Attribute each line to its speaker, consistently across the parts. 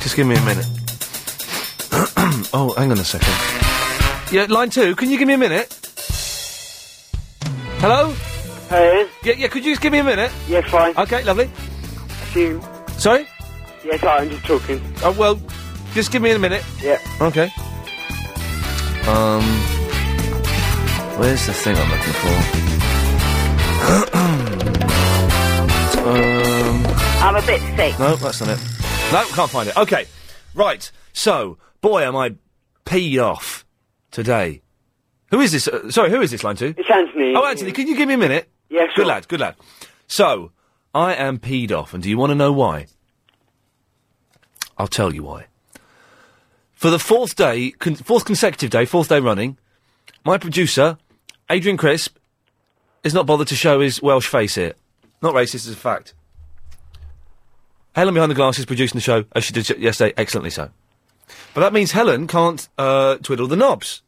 Speaker 1: Just give me a minute. oh, hang on a second. Yeah, line two, can you give me a minute? Hello?
Speaker 2: Hey.
Speaker 1: Yeah, yeah, could you just give me a minute?
Speaker 2: Yeah, fine.
Speaker 1: Okay, lovely.
Speaker 2: You.
Speaker 1: Sorry?
Speaker 2: Yeah, sorry, I'm just talking.
Speaker 1: Oh, well, just give me a minute.
Speaker 2: Yeah.
Speaker 1: Okay. Um, where's the thing I'm looking for? um,
Speaker 3: I'm a bit sick.
Speaker 1: no, that's not it. No, can't find it. Okay, right. So, boy, am I peed off today. Who is this? Uh, sorry, who is this line two?
Speaker 2: It's Anthony.
Speaker 1: Oh, Anthony, can you give me a minute?
Speaker 2: Yeah, sure.
Speaker 1: Good lad, good lad. So, I am peed off, and do you want to know why? I'll tell you why. For the fourth day, con- fourth consecutive day, fourth day running, my producer, Adrian Crisp, is not bothered to show his Welsh face here. Not racist, it's a fact. Helen behind the glass is producing the show, as she did yesterday, excellently so. But that means Helen can't uh, twiddle the knobs,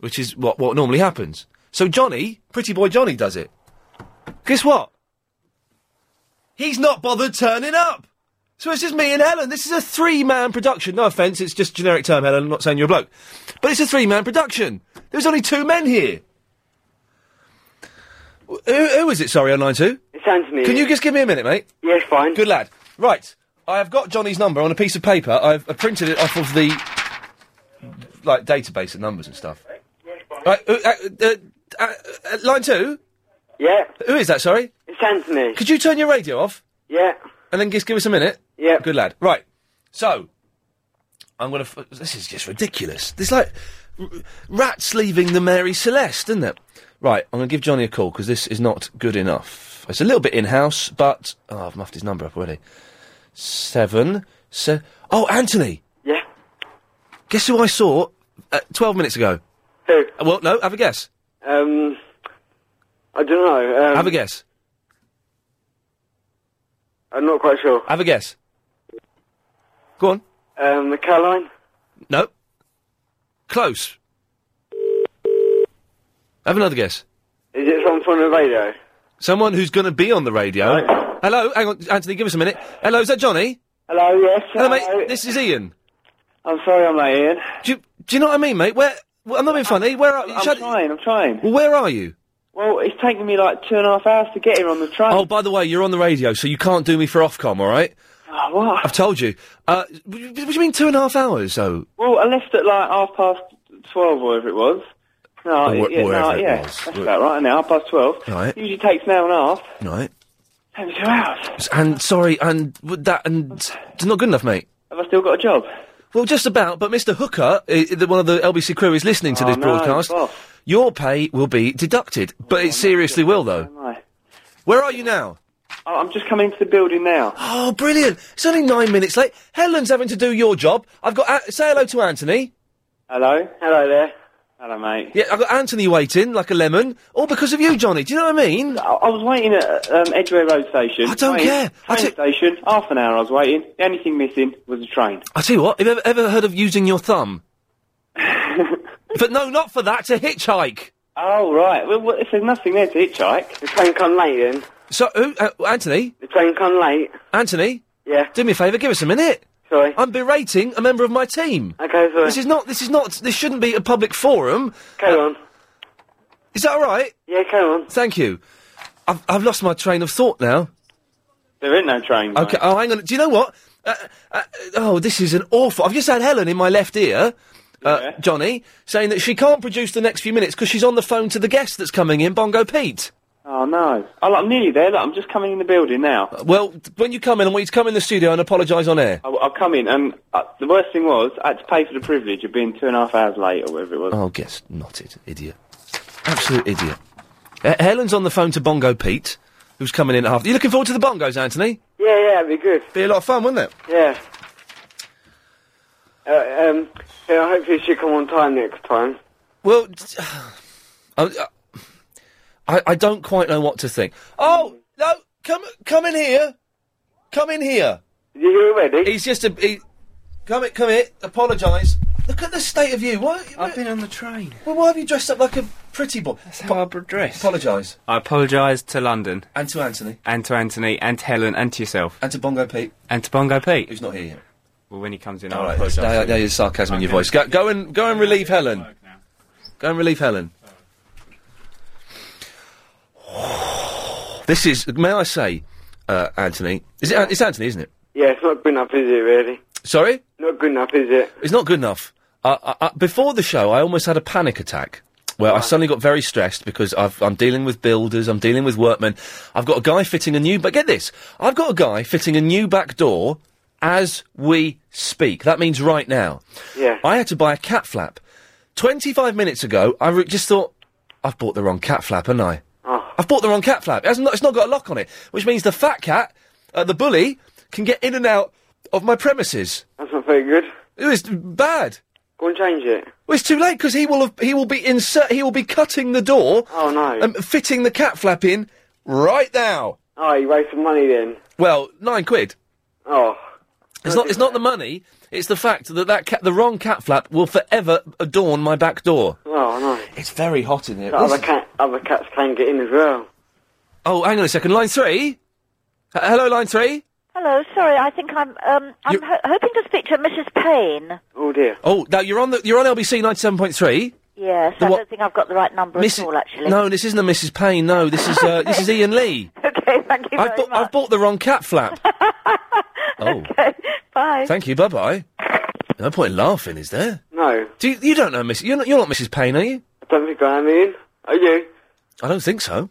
Speaker 1: which is what, what normally happens. So Johnny, pretty boy Johnny, does it. Guess what? He's not bothered turning up. So it's just me and Helen. This is a three-man production. No offence, it's just generic term, Helen. I'm not saying you're a bloke, but it's a three-man production. There's only two men here. Wh- Who, who is it? Sorry, online two.
Speaker 2: It's Anthony.
Speaker 1: Can you just give me a minute, mate?
Speaker 2: Yes, fine.
Speaker 1: Good lad. Right, I have got Johnny's number on a piece of paper. I've uh, printed it off of the like database of numbers and stuff. Right, uh, uh, uh, uh, uh, line two.
Speaker 2: Yeah.
Speaker 1: Who is that? Sorry.
Speaker 2: It's Anthony.
Speaker 1: Could you turn your radio off?
Speaker 2: Yeah.
Speaker 1: And then just give us a minute.
Speaker 2: Yeah.
Speaker 1: Good lad. Right. So, I'm gonna. F- this is just ridiculous. This like r- rats leaving the Mary Celeste, isn't it? Right. I'm gonna give Johnny a call because this is not good enough. It's a little bit in house, but oh, I've muffed his number up already. Seven. Se- oh, Anthony.
Speaker 2: Yeah.
Speaker 1: Guess who I saw uh, twelve minutes ago?
Speaker 2: Who?
Speaker 1: Well, no. Have a guess.
Speaker 2: Um, I don't know. Um,
Speaker 1: Have a guess.
Speaker 2: I'm not quite sure.
Speaker 1: Have a guess. Go on.
Speaker 2: Um, Caroline?
Speaker 1: No. Close. Have another guess.
Speaker 2: Is it someone from the radio?
Speaker 1: Someone who's going to be on the radio. Hello, hang on, Anthony, give us a minute. Hello, is that Johnny?
Speaker 2: Hello, yes.
Speaker 1: Hello, mate. This is Ian.
Speaker 2: I'm sorry I'm late, Ian.
Speaker 1: Do you, do you know what I mean, mate? Where? well, I'm not being funny. Where are you?
Speaker 2: I'm trying, I'm trying.
Speaker 1: Well, where are you?
Speaker 2: Well, it's taken me like two and a half hours to get here on the train.
Speaker 1: Oh, by the way, you're on the radio, so you can't do me for Ofcom, all right?
Speaker 2: Oh, what?
Speaker 1: I've told you. Uh, what do you what do you mean two and a half hours? So
Speaker 2: Well, I left at like half past twelve, or whatever it was. No,
Speaker 1: Or wh-
Speaker 2: yeah,
Speaker 1: wherever
Speaker 2: no,
Speaker 1: it
Speaker 2: yeah,
Speaker 1: was.
Speaker 2: that's about right. Now half past twelve.
Speaker 1: Right.
Speaker 2: Usually takes an hour and a half.
Speaker 1: right?
Speaker 2: Takes me two hours.
Speaker 1: And sorry, and with that, and it's not good enough, mate.
Speaker 2: Have I still got a job?
Speaker 1: Well, just about. But Mr. Hooker, i i- the, one of the LBC crew, is listening to
Speaker 2: Oh,
Speaker 1: this
Speaker 2: no, Oh,
Speaker 1: broadcast.
Speaker 2: boss.
Speaker 1: Your pay will be deducted, but it seriously will, though.
Speaker 2: Am I?
Speaker 1: Where are you now?
Speaker 2: I- Oh, I'm just coming into the building now.
Speaker 1: Oh, brilliant! It's only nine minutes late. Helen's having to do your job. I've got a- say hello to Anthony.
Speaker 2: Hello. Hello there. Hello, mate.
Speaker 1: Yeah, I've got Anthony waiting like a lemon, all because of you, Johnny. Do you know what I mean?
Speaker 2: I, I was waiting at um, Edgware Road Station.
Speaker 1: I don't
Speaker 2: Train-
Speaker 1: care. I
Speaker 2: Train station. Half an hour I was waiting. The only thing missing was the train.
Speaker 1: I tell you what, have you ever, ever heard of using your thumb? but no, not for that. To hitchhike.
Speaker 2: Oh, right. Well, well if there's nothing there to hitchhike. The train come late, then.
Speaker 1: So, who, uh, Anthony,
Speaker 2: The train come late.
Speaker 1: Anthony,
Speaker 2: Yeah.
Speaker 1: do me a favour. Give us a minute.
Speaker 2: Sorry.
Speaker 1: I'm berating a member of my team.
Speaker 2: Okay, sorry.
Speaker 1: This is not. This is not. This shouldn't be a public forum. Uh,
Speaker 2: Carry on.
Speaker 1: Is that all right?
Speaker 2: Yeah, carry on.
Speaker 1: Thank you. I've, I've lost my train of thought now.
Speaker 2: There ain't no train. mate.
Speaker 1: Okay. Oh, hang on. Do you know what? Uh, uh, oh, this is an awful. I've just had Helen in my left ear, uh,
Speaker 2: Yeah.
Speaker 1: Johnny, saying that she can't produce the next few minutes because she's on the phone to the guest that's coming in, Bongo Pete.
Speaker 2: Oh no! Oh, look, I'm nearly there. Look, I'm just coming in the building now.
Speaker 1: Uh, Well, th- when you come in, I want you to come in the studio and apologise on air.
Speaker 2: I, I come in, and uh, the worst thing was I had to pay for the privilege of being two and a half hours late or whatever it was.
Speaker 1: Oh, guess not it, idiot. Absolute idiot. Uh, Helen's on the phone to Bongo Pete, who's coming in at half. You looking forward to the bongos, Anthony?
Speaker 2: Yeah, yeah, it'd be good.
Speaker 1: Be a lot of fun, wouldn't it?
Speaker 2: Yeah. Uh, um, yeah, hopefully she'll come on time next time.
Speaker 1: Well, t- I, I, I don't quite know what to think. Oh no! Come come in here. Come in here.
Speaker 2: Did you hear already?
Speaker 1: He's just a. He, come here. Come here. Apologise. Look at the state of you. Why?
Speaker 4: I've been on the train.
Speaker 1: well, why have you dressed up like a pretty boy?
Speaker 4: That's how I dress.
Speaker 1: Apologise.
Speaker 4: I apologise to London
Speaker 1: And to Anthony.
Speaker 4: and to Anthony and to Helen and to yourself
Speaker 1: And to Bongo Pete,
Speaker 4: and to Bongo Pete.
Speaker 1: who's not here yet.
Speaker 2: Well, when he comes in,
Speaker 1: All
Speaker 2: I'll
Speaker 1: right,
Speaker 2: apologise.
Speaker 1: now, now there's sarcasm in your voice. Go, go and go and relieve Helen. Go and relieve Helen. This is, may I say, uh, Anthony? Is it? An- It's Anthony, isn't it?
Speaker 5: Yeah, it's not good enough, is it, really?
Speaker 1: Sorry,
Speaker 5: Not good enough, is it?
Speaker 1: it's not good enough. I, I, I, before the show, I almost had a panic attack where I suddenly got very stressed because I've, I'm dealing with builders, I'm dealing with workmen. I've got a guy fitting a new, but get this, I've got a guy fitting a new back door as we speak. That means right now.
Speaker 5: Yeah.
Speaker 1: I had to buy a cat flap. 25 minutes ago, I re- just thought, I've bought the wrong cat flap, haven't I? I've bought the wrong cat flap. It hasn't, it's not got a lock on it, which means the fat cat, uh, the bully, can get in and out of my premises.
Speaker 5: That's not very good.
Speaker 1: It was bad.
Speaker 5: Go and change it.
Speaker 1: Well, it's too late because he will have, he will be insert he will be cutting the door.
Speaker 5: Oh, no.
Speaker 1: And fitting the cat flap in right now.
Speaker 5: Oh, you waste some money then.
Speaker 1: Well, nine quid.
Speaker 5: Oh.
Speaker 1: It's not. It's not the money. It's the fact that that cat, the wrong cat flap will forever adorn my back door.
Speaker 5: Oh, no.
Speaker 1: It's very hot in here.
Speaker 5: But other, cat, other cats can get in as well.
Speaker 1: Oh, hang on a second. Line three. H- hello, line three.
Speaker 3: Hello, sorry, I think I'm um, I'm ho- hoping to speak to Mrs. Payne.
Speaker 5: Oh, dear.
Speaker 1: Oh, now you're on the you're on LBC ninety seven point three.
Speaker 3: Yes,
Speaker 1: The
Speaker 3: I
Speaker 1: what-
Speaker 3: don't think I've got the right number
Speaker 1: Mrs.
Speaker 3: at all, actually.
Speaker 1: No, this isn't a Mrs. Payne. No, this is uh, this is Ian Lee.
Speaker 3: Okay, thank you
Speaker 1: I've,
Speaker 3: very
Speaker 1: bought
Speaker 3: much.
Speaker 1: I've bought the wrong cat flap. oh,
Speaker 3: Bye.
Speaker 1: thank you. Bye bye. No point in laughing, is there?
Speaker 5: No.
Speaker 1: Do you, you don't know Miss? You're not, you're not Mrs. Payne, are you?
Speaker 5: I don't think I am, Ian. Are you?
Speaker 1: I don't think so.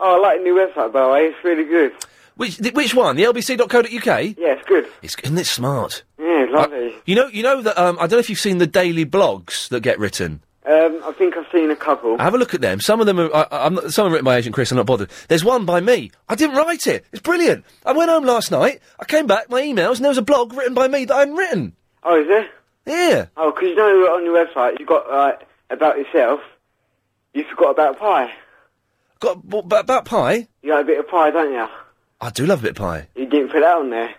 Speaker 5: Oh, I like the new website, by the way. It's really good.
Speaker 1: Which th- which one? The LBC.co.uk.
Speaker 5: Yeah, it's good.
Speaker 1: It's isn't it smart?
Speaker 5: Yeah, lovely.
Speaker 1: You know you know that um, I don't know if you've seen the daily blogs that get written.
Speaker 5: Um, I think I've seen a couple.
Speaker 1: Have a look at them. Some of them are. I, I'm not, some are written by Agent Chris. I'm not bothered. There's one by me. I didn't write it. It's brilliant. I went home last night. I came back. My emails and there was a blog written by me that I hadn't written.
Speaker 5: Oh, is there?
Speaker 1: Yeah.
Speaker 5: Oh, because you know on your website you've got, like, about yourself. You forgot about pie.
Speaker 1: Got b- b- about pie.
Speaker 5: You like a bit of pie, don't you?
Speaker 1: I do love a bit of pie.
Speaker 5: You didn't put that on there.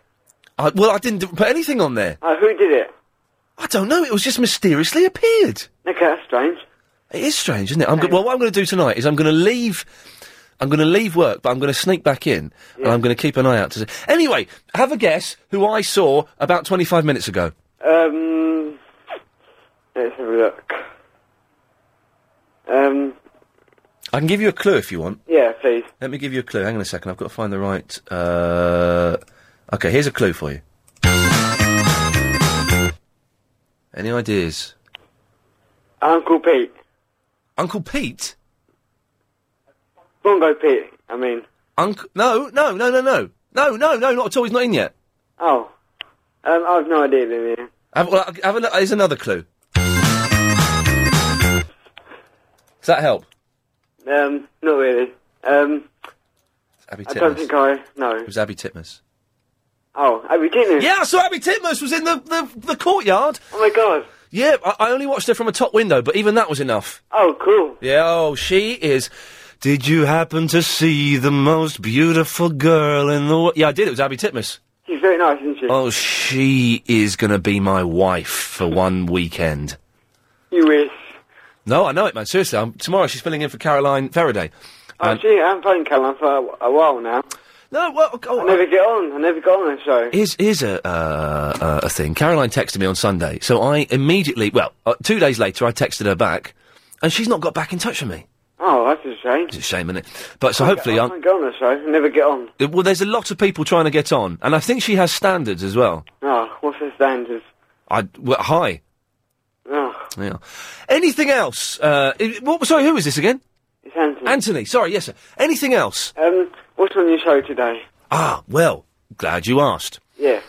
Speaker 1: I, well, I didn't d- put anything on there.
Speaker 5: Oh, who did it?
Speaker 1: I don't know. It was just mysteriously appeared.
Speaker 5: Okay, that's strange.
Speaker 1: It is strange, isn't it? I'm go- well, what I'm going to do tonight is I'm going to leave. I'm going to leave work, but I'm going to sneak back in and I'm going to keep an eye out to see. Anyway, have a guess who I saw about 25 minutes ago.
Speaker 5: Um, let's have a look. Um,
Speaker 1: I can give you a clue if you want.
Speaker 5: yeah, please.
Speaker 1: Let me give you a clue. Hang on a second. I've got to find the right. Uh... Okay, here's a clue for you. Any ideas?
Speaker 5: Uncle Pete.
Speaker 1: Uncle Pete?
Speaker 5: Bongo Pete, I mean.
Speaker 1: Uncle? No, no, no, no, no, no, no, no, not at all. He's not in yet.
Speaker 5: Oh. Um, I've no idea, then, yeah.
Speaker 1: Have, well, have a, here's another clue. Does that help?
Speaker 5: Um, not really. Um,
Speaker 1: Abby
Speaker 5: I
Speaker 1: Titmus.
Speaker 5: don't think I
Speaker 1: It
Speaker 5: know.
Speaker 1: was Abby Titmus.
Speaker 5: Oh, have you seen it?
Speaker 1: Yeah, I saw Abby Titmus was in the, the, the courtyard.
Speaker 5: Oh my god.
Speaker 1: Yeah, I, I only watched her from a top window, but even that was enough.
Speaker 5: Oh, cool.
Speaker 1: Yeah, oh, she is. Did you happen to see the most beautiful girl in the world? Yeah, I did. It was Abby Titmus.
Speaker 5: She's very nice, isn't she?
Speaker 1: Oh, she is going to be my wife for one weekend.
Speaker 5: You wish.
Speaker 1: No, I know it, man. Seriously, i tomorrow she's filling in for Caroline Faraday.
Speaker 5: Oh,
Speaker 1: Um,
Speaker 5: gee, I haven't phoned Caroline for a, a while now.
Speaker 1: No, well, oh,
Speaker 5: I never get on. I never get on the show.
Speaker 1: Here's, here's a, uh, uh, a thing. Caroline texted me on Sunday, so I immediately, well, uh, two days later, I texted her back, and she's not got back in touch with me.
Speaker 5: Oh, that's a shame.
Speaker 1: It's a shame, isn't it? But so hopefully,
Speaker 5: I
Speaker 1: I'm,
Speaker 5: can't get on the show. I never get on.
Speaker 1: uh, well, there's a lot of people trying to get on, and I think she has standards as well.
Speaker 5: Oh, what's the standards?
Speaker 1: I well, hi.
Speaker 5: Oh,
Speaker 1: Yeah. Anything else? Uh, i- what, sorry, who is this again?
Speaker 5: it's Anthony.
Speaker 1: Anthony. Sorry, yes, sir. Anything else?
Speaker 5: Um, what's on your show today?
Speaker 1: Ah, well, glad you asked.
Speaker 5: Yeah.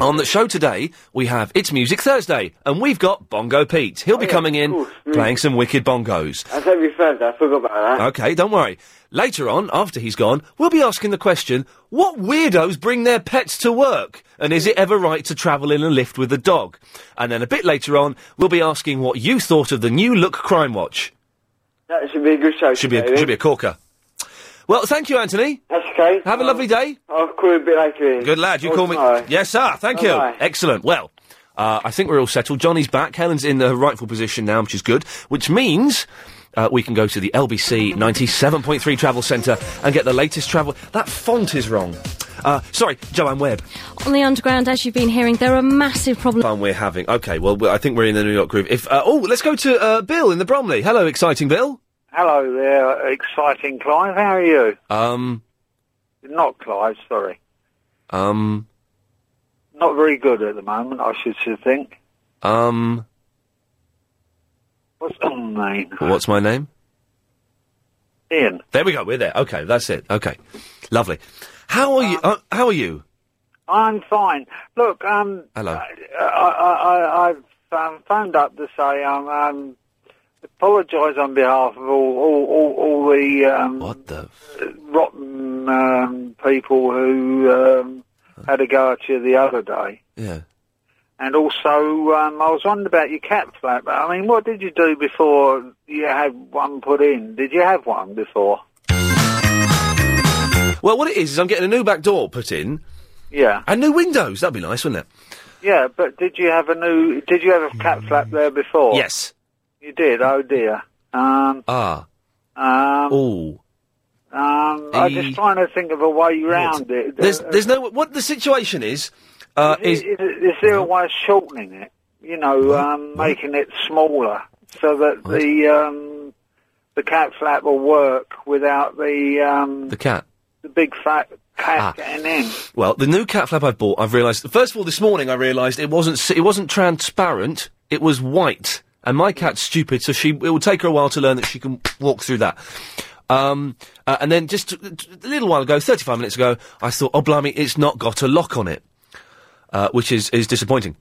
Speaker 1: On the show today, we have It's Music Thursday, and we've got Bongo Pete. He'll be coming in,
Speaker 5: course. Mm.
Speaker 1: playing some wicked bongos.
Speaker 5: That's every Thursday. I forgot about that.
Speaker 1: Okay, don't worry. Later on, after he's gone, we'll be asking the question what weirdos bring their pets to work? And is it ever right to travel in a lift with a dog? And then a bit later on, we'll be asking what you thought of the new look Crime Watch.
Speaker 5: That should be a good show
Speaker 1: Should be
Speaker 5: today,
Speaker 1: a, should be a corker. Well, thank you, Anthony.
Speaker 5: That's okay.
Speaker 1: Have
Speaker 6: Oh.
Speaker 1: a
Speaker 5: Um,
Speaker 1: lovely day.
Speaker 5: I'll call you a bit later. Ian.
Speaker 1: Good lad. You
Speaker 5: Or
Speaker 1: call me.
Speaker 5: tomorrow.
Speaker 1: Yes, sir. Thank
Speaker 5: Bye-bye.
Speaker 1: you. Excellent. Well, uh, I think we're all settled. Johnny's back. Helen's in her rightful position now, which is good, which means. Uh, we can go to the LBC 97.3 Travel Centre and get the latest travel. That font is wrong. Uh, sorry, Joanne Webb.
Speaker 7: On the underground, as you've been hearing, there are massive problems.
Speaker 1: Fun we're having. Okay, well, we- I think we're in the New York groove. If uh, oh, let's go to uh, Bill in the Bromley. Hello, exciting Bill.
Speaker 8: Hello there, exciting Clive. How are you?
Speaker 1: Um,
Speaker 8: Not Clive, sorry.
Speaker 1: um,
Speaker 8: Not very good at the moment, I should should think.
Speaker 1: um.
Speaker 8: What's the name?
Speaker 1: What's my name?
Speaker 8: Ian.
Speaker 1: There we go. We're there. Okay, that's it. Okay, lovely. How are you? Uh, how are you?
Speaker 8: I'm fine. Look, um,
Speaker 1: Hello.
Speaker 8: I, I, I, I've um, phoned up to say um, um, apologise on behalf of all all, all, all the um,
Speaker 1: what the
Speaker 8: rotten um, people who um, had a go at you the other day.
Speaker 1: Yeah.
Speaker 8: And also, um, I was wondering about your cat flap. I mean, what did you do before you had one put in? Did you have one before?
Speaker 1: Well, what it is is I'm getting a new back door put in.
Speaker 8: Yeah.
Speaker 1: And new windows. That'd be nice, wouldn't it?
Speaker 8: Yeah, but did you have a new? Did you have a cat flap there before?
Speaker 1: Mm. Yes.
Speaker 8: You did. Oh dear. Um.
Speaker 1: Ah.
Speaker 8: Um.
Speaker 1: Oh.
Speaker 8: Um. I'm
Speaker 1: The-
Speaker 8: just trying to think of a way round it.
Speaker 1: There's
Speaker 8: Uh,
Speaker 1: there's no what the situation is. Uh,
Speaker 8: is,
Speaker 1: is Uh-huh.
Speaker 8: is, is there a way of shortening it? You know, um, making it smaller so that the um, the cat flap will work without the um,
Speaker 1: the Ah. cat.
Speaker 8: the big fat cat getting in.
Speaker 1: Well, the new cat flap I've bought, I've realised. First of all, this morning I realised it wasn't s- it wasn't transparent. It was white, and my cat's stupid, so she it will take her a while to learn that she can walk through that. Um, uh, and then just t- t- a little while ago, thirty-five minutes ago, I thought, oh blimey, it's not got a lock on it, uh, which is is disappointing.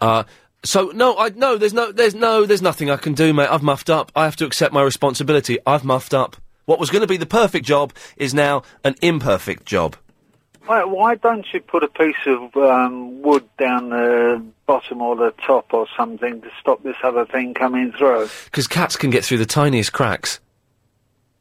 Speaker 1: Uh, so no, I no, there's no, there's no, there's nothing I can do, mate. I've muffed up. I have to accept my responsibility. I've muffed up. What was going to be the perfect job is now an imperfect job.
Speaker 8: Why, why don't you put a piece of um, wood down the bottom or the top or something to stop this other thing coming through?
Speaker 1: Because cats can get through the tiniest cracks.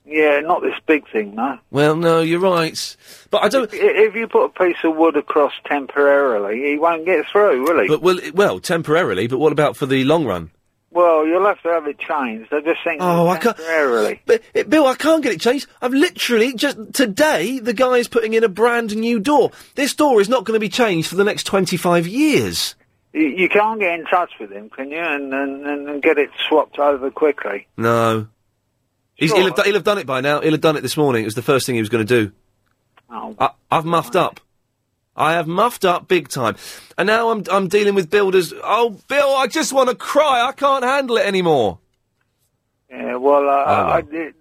Speaker 8: Yeah, not this big thing, no.
Speaker 1: Well, no, you're right. But I don't.
Speaker 8: If, if you put a piece of wood across temporarily, he won't get through, will he?
Speaker 1: But will it- well, temporarily. But what about for the long run?
Speaker 8: well, you'll have to have it changed. I just think
Speaker 1: Oh, I can't.
Speaker 8: temporarily.
Speaker 1: But, it, Bill, I can't get it changed. I've literally just today the guy is putting in a brand new door. This door is not going to be changed for the next twenty five years.
Speaker 8: You, you can't get in touch with him, can you? And, and, and and get it swapped over quickly.
Speaker 1: No. He's, he'll, have, do- he'll have done it by now. He'll have done it this morning. It was the first thing he was going to do.
Speaker 8: Oh,
Speaker 1: I, I've muffed up. I have muffed up big time. And now I'm, I'm dealing with builders. Oh, Bill, I just want to cry. I can't handle it anymore.
Speaker 8: yeah, well, uh,
Speaker 1: Oh,
Speaker 8: I did,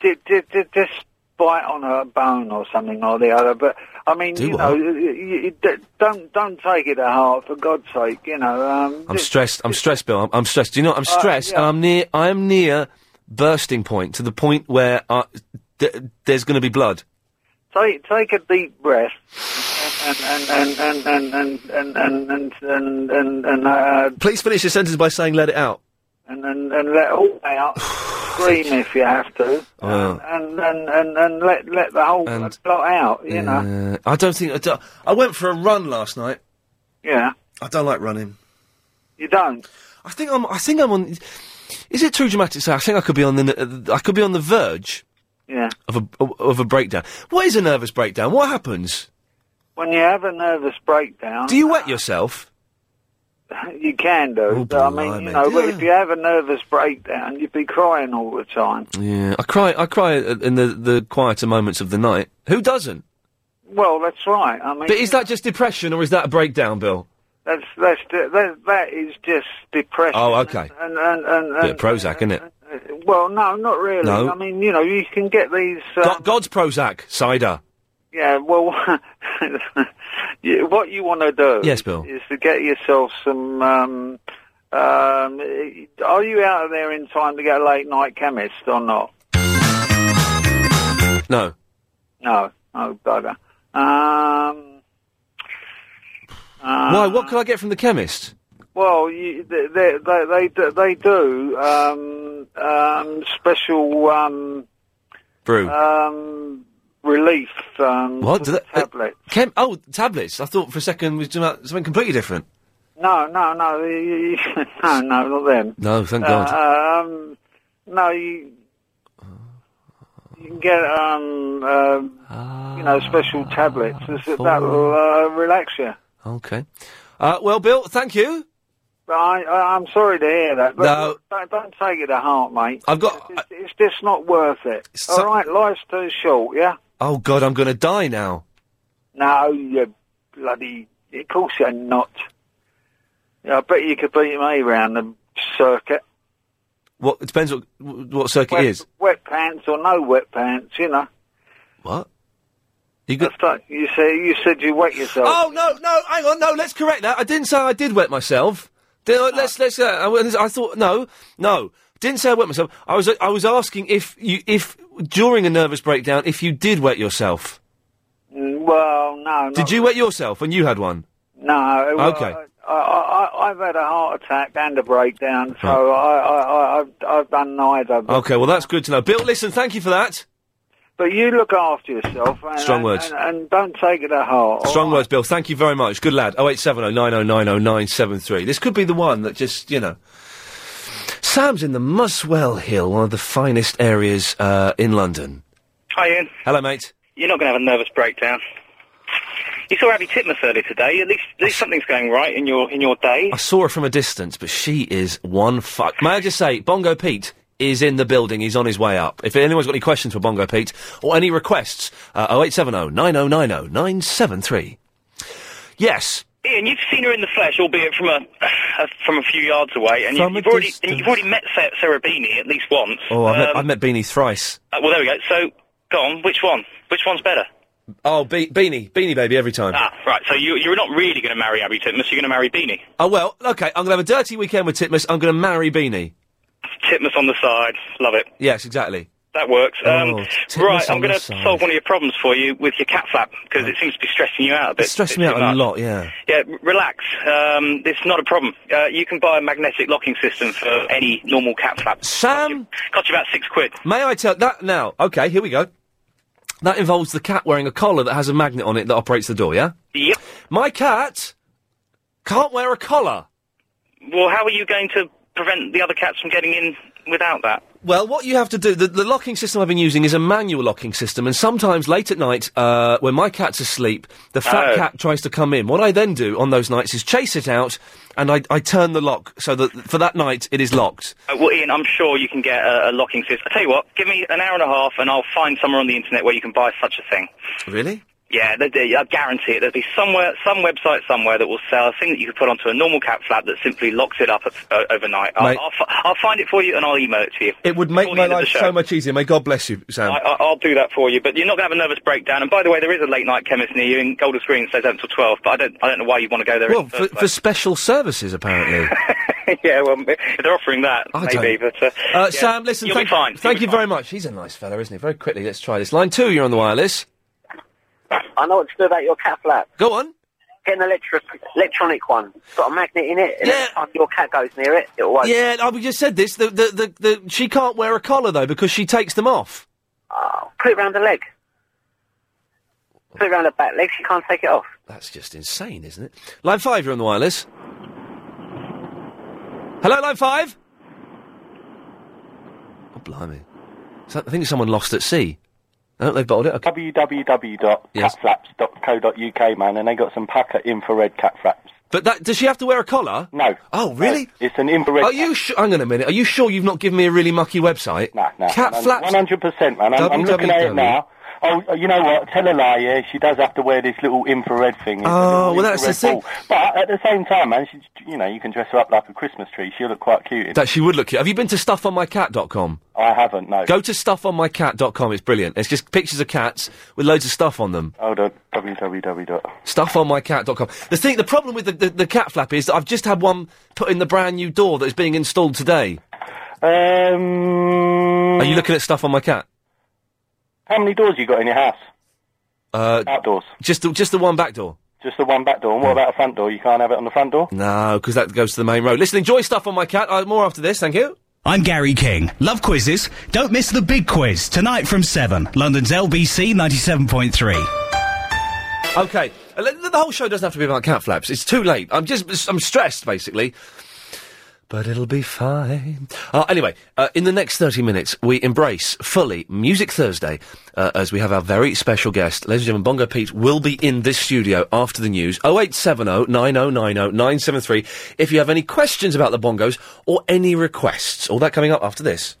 Speaker 8: did, did, did just bite on a bone or something or the other. But I mean,
Speaker 1: Do
Speaker 8: you
Speaker 1: what?
Speaker 8: know, you, you, you d- don't don't take it to heart for God's sake. You know, um,
Speaker 1: I'm stressed. I'm stressed, Bill. I'm, I'm stressed. Do you know? I'm
Speaker 8: Uh,
Speaker 1: stressed,
Speaker 8: yeah.
Speaker 1: and I'm near. I'm near bursting point to the point where uh, th- there's going to be blood.
Speaker 8: take take a deep breath and and and and and and and and and and and, uh,
Speaker 1: Please finish your sentence by saying "let it out."
Speaker 8: and, and, and let all out. Scream if you have to,
Speaker 1: Uh,
Speaker 8: and and, and, and let let the whole
Speaker 1: And-
Speaker 8: lot out. You know,
Speaker 1: uh, I don't think I, do- I went for a run last night.
Speaker 8: yeah.
Speaker 1: I don't like running.
Speaker 8: You don't.
Speaker 1: I think I'm. I think I'm on. Is it too dramatic? to say I think I could be on the. I could be on the verge
Speaker 8: Yeah.
Speaker 1: of a of a breakdown. What is a nervous breakdown? What happens?
Speaker 8: When you have a nervous breakdown,
Speaker 1: Do you wet yourself?
Speaker 8: you can do.
Speaker 1: Oh,
Speaker 8: I mean,
Speaker 1: blimey.
Speaker 8: you know, but if you have a nervous breakdown, you'd be crying all the time.
Speaker 1: Yeah, I cry. I cry uh, in the the quieter moments of the night. Who doesn't?
Speaker 8: Well, that's right. I mean,
Speaker 1: But is that just depression or is that a breakdown, Bill?
Speaker 8: that's that's de- that that is just depression.
Speaker 1: Oh, okay.
Speaker 8: And and and,
Speaker 1: Bit of
Speaker 8: and,
Speaker 1: Prozac, isn't it?
Speaker 8: uh, well, no, not really.
Speaker 1: No.
Speaker 8: I mean, you know, you can get these. Uh,
Speaker 1: Go- God's Prozac, cider.
Speaker 8: Yeah, well, you- what you want to do
Speaker 1: Yes, Bill.
Speaker 8: is to get yourself some. Um, um, are you out of there in time to get a late night chemist or not?
Speaker 1: No.
Speaker 8: No, oh bugger. Um, uh,
Speaker 1: Why? What could I get from the chemist?
Speaker 8: Well, you, they, they, they, they, do- they do um, um, special um,
Speaker 1: Brew.
Speaker 8: um, relief um,
Speaker 1: What? Do they- uh,
Speaker 8: tablets.
Speaker 1: Chem- oh, tablets. I thought for a second we was doing about something completely different.
Speaker 8: No, no, no, you- you- no, no, not them.
Speaker 1: No, thank
Speaker 8: Uh,
Speaker 1: God.
Speaker 8: um, no, you, You can get um, um you know special
Speaker 1: Ah,
Speaker 8: tablets that will uh, relax you.
Speaker 1: Okay. Uh, well, Bill, thank you.
Speaker 8: But I, I, I'm sorry to hear that. But
Speaker 1: No.
Speaker 8: don't, don't take it to heart, mate.
Speaker 1: I've got.
Speaker 8: It's, it's just not worth it. All right, life's too short. Yeah.
Speaker 1: Oh God, I'm going to die now.
Speaker 8: No, you bloody. Of course you're not. Yeah, I bet you could beat me round the circuit.
Speaker 1: What? It depends what what circuit
Speaker 8: wet,
Speaker 1: it is.
Speaker 8: Wet pants or no wet pants, you know.
Speaker 1: What? You
Speaker 8: got? you say you said you wet yourself.
Speaker 1: Oh no, no, hang on, no. Let's correct that. I didn't say I did wet myself. Did I, Let's let's. Uh, I, was- I thought no, no. Didn't say I wet myself. I was I was asking if you if during a nervous breakdown if you did wet yourself.
Speaker 8: Mm, Well, no.
Speaker 1: Did you wet yourself when you had one?
Speaker 8: No. it-
Speaker 1: Okay.
Speaker 8: well, I, I, I, I've had a heart attack and a breakdown, so I, I, I, I've, I've done neither. But,
Speaker 1: Okay, well that's good to know. Bill, listen, thank you for that.
Speaker 8: but you look after yourself. And,
Speaker 1: Strong
Speaker 8: and-
Speaker 1: words.
Speaker 8: And, and don't take it to heart.
Speaker 1: Strong words, Bill. Thank you very much. Good lad. Oh, 0870 oh, 9090973. This could be the one that just, you know. Sam's in the Muswell Hill, one of the finest areas uh, in London.
Speaker 9: Hi, Ian.
Speaker 1: Hello, mate.
Speaker 9: You're not going to have a nervous breakdown. You saw Abby Titmus earlier today. At least, at least something's going right in your in your day.
Speaker 1: I saw her from a distance, but she is one fuck. May I just say, Bongo Pete is in the building. He's on his way up. If anyone's got any questions for Bongo Pete or any requests, uh, 0870 9090 973. Yes.
Speaker 9: Ian, you've seen her in the flesh, albeit from a, a from a few yards away, and
Speaker 1: From a
Speaker 9: you've, you've already
Speaker 1: distance.
Speaker 9: and you've already met Sa- Sarah Beanie at least once.
Speaker 1: Oh, I've, met,
Speaker 9: Um,
Speaker 1: I've met Beanie thrice.
Speaker 9: uh, well, there we go. So, go on. Which one? Which one's better?
Speaker 1: Oh, Be- Beanie. Beanie Baby every time.
Speaker 9: Ah, right. So you you're not really going to marry Abby Titmus. You're going to marry Beanie.
Speaker 1: Oh well, okay. I'm gonna have a dirty weekend with Titmus. I'm gonna marry Beanie.
Speaker 9: Titmus on the side. Love it.
Speaker 1: Yes, exactly.
Speaker 9: That works. Um,
Speaker 1: Oh, Titmus
Speaker 9: right,
Speaker 1: on
Speaker 9: I'm going
Speaker 1: the
Speaker 9: to
Speaker 1: side.
Speaker 9: solve one of your problems for you with your cat flap because it seems to be stressing you out a bit.
Speaker 1: It's stressing me
Speaker 9: bit
Speaker 1: out
Speaker 9: too
Speaker 1: a
Speaker 9: much.
Speaker 1: lot. Yeah.
Speaker 9: Yeah, r- relax. Um, it's not a problem. Uh, you can buy a magnetic locking system for any normal cat flap.
Speaker 1: Sam,
Speaker 9: cost you about six quid.
Speaker 1: May I tell that now? Okay, here we go. That involves the cat wearing a collar that has a magnet on it that operates the door. Yeah.
Speaker 9: Yep.
Speaker 1: My cat can't wear a collar.
Speaker 9: Well, how are you going to prevent the other cats from getting in without that?
Speaker 1: Well, what you have to do, the, the locking system I've been using is a manual locking system, and sometimes late at night, uh, when my cat's asleep, the fat
Speaker 9: Oh.
Speaker 1: cat tries to come in. What I then do on those nights is chase it out, and I, I turn the lock so that for that night it is locked.
Speaker 9: Uh, well, Ian, I'm sure you can get a, a locking system. I tell you what, give me an hour and a half, and I'll find somewhere on the internet where you can buy such a thing.
Speaker 1: Really?
Speaker 9: Yeah, there- there- I guarantee it. There'll be somewhere, some website somewhere that will sell a thing that you can put onto a normal cat flap that simply locks it up uh, overnight.
Speaker 1: Mate.
Speaker 9: I'll, I'll, fi- I'll find it for you, and I'll email it to you.
Speaker 1: It would make
Speaker 9: Before the
Speaker 1: my
Speaker 9: end of the
Speaker 1: life
Speaker 9: show.
Speaker 1: so much easier. May God bless you, Sam.
Speaker 9: I, I- I'll do that for you, but you're not going to have a nervous breakdown. And by the way, there is a late night chemist near you in Golders Green, says 7 till 12, but I don't, I don't know why you'd want to go there. in
Speaker 1: well,
Speaker 9: the
Speaker 1: for,
Speaker 9: first
Speaker 1: for
Speaker 9: place.
Speaker 1: special services, apparently. Uh,
Speaker 9: yeah, well, m- if they're offering that,
Speaker 1: I
Speaker 9: maybe.
Speaker 1: don't-
Speaker 9: But uh,
Speaker 1: Uh,
Speaker 9: yeah,
Speaker 1: Sam, listen,
Speaker 9: you'll
Speaker 1: thank,
Speaker 9: be fine.
Speaker 1: thank you very much. He's a nice fella, isn't he? Very quickly, let's try this. Line two, you're on the wireless.
Speaker 10: I know what to do about your cat flap.
Speaker 1: Go on.
Speaker 10: Get an electric, electronic one. It's got a magnet in it. And yeah. Every time your cat goes near it, it'll wake.
Speaker 1: Yeah, I we just said this. The, the, the, the, she can't wear a collar, though, because she takes them off.
Speaker 10: Ah, Put it round the leg. Put it round the back leg. She can't take it off.
Speaker 1: That's just insane, isn't it? Line five, you're on the wireless. Hello, line five? Oh, blimey. So- I think someone lost at sea. Oh, they've bottled it. Okay.
Speaker 2: www.catflaps.co.uk, man, and they got some packer infrared cat flaps.
Speaker 1: But that does she have to wear a collar?
Speaker 2: No.
Speaker 1: Oh, really?
Speaker 2: It's an infrared.
Speaker 1: Are you sure? Hang on a minute. Are you sure you've not given me a really mucky website? Nah,
Speaker 2: nah,
Speaker 1: Cat flaps.
Speaker 2: 100%, man. I'm, I'm looking at it
Speaker 1: www.
Speaker 2: now. Oh, you know what? Tell a lie, yeah. She does have to wear this little infrared thing. It's a
Speaker 1: Oh,
Speaker 2: little
Speaker 1: well, that's the
Speaker 2: infrared
Speaker 1: thing.
Speaker 2: ball. But at the same time, man, she, you know, you can dress her up like a Christmas tree. She'll look quite cute. in-
Speaker 1: That she would look cute. Have you been to stuffonmycat.com?
Speaker 2: I haven't, no.
Speaker 1: Go to stuffonmycat.com. It's brilliant. It's just pictures of cats with loads of stuff on them.
Speaker 2: Hold on. www.
Speaker 1: Stuffonmycat.com. The thing, the problem with the, the, the cat flap is that I've just had one put in the brand new door that is being installed today.
Speaker 2: Um,
Speaker 1: Are you looking at stuff on my cat?
Speaker 2: How many doors you got in your house?
Speaker 1: Uh,
Speaker 2: Outdoors.
Speaker 1: Just the, just the one back door.
Speaker 2: Just the one back door. And
Speaker 1: Hmm.
Speaker 2: what about a front door? You can't have it on the front door?
Speaker 1: No, because that goes to the main road. Listen, enjoy stuff on my cat. Uh, more after this. Thank you.
Speaker 11: I'm Gary King. Love quizzes? Don't miss the big quiz tonight from 7, London's LBC 97.3.
Speaker 1: Okay, uh, le- the whole show doesn't have to be about cat flaps. It's too late. I'm just, I'm stressed basically. But it'll be fine. Uh, anyway, uh, in the next 30 minutes, we embrace fully Music Thursday uh, as we have our very special guest. Ladies and gentlemen, Bongo Pete will be in this studio after the news. 0870 9090 973 if you have any questions about the bongos or any requests. All that coming up after this.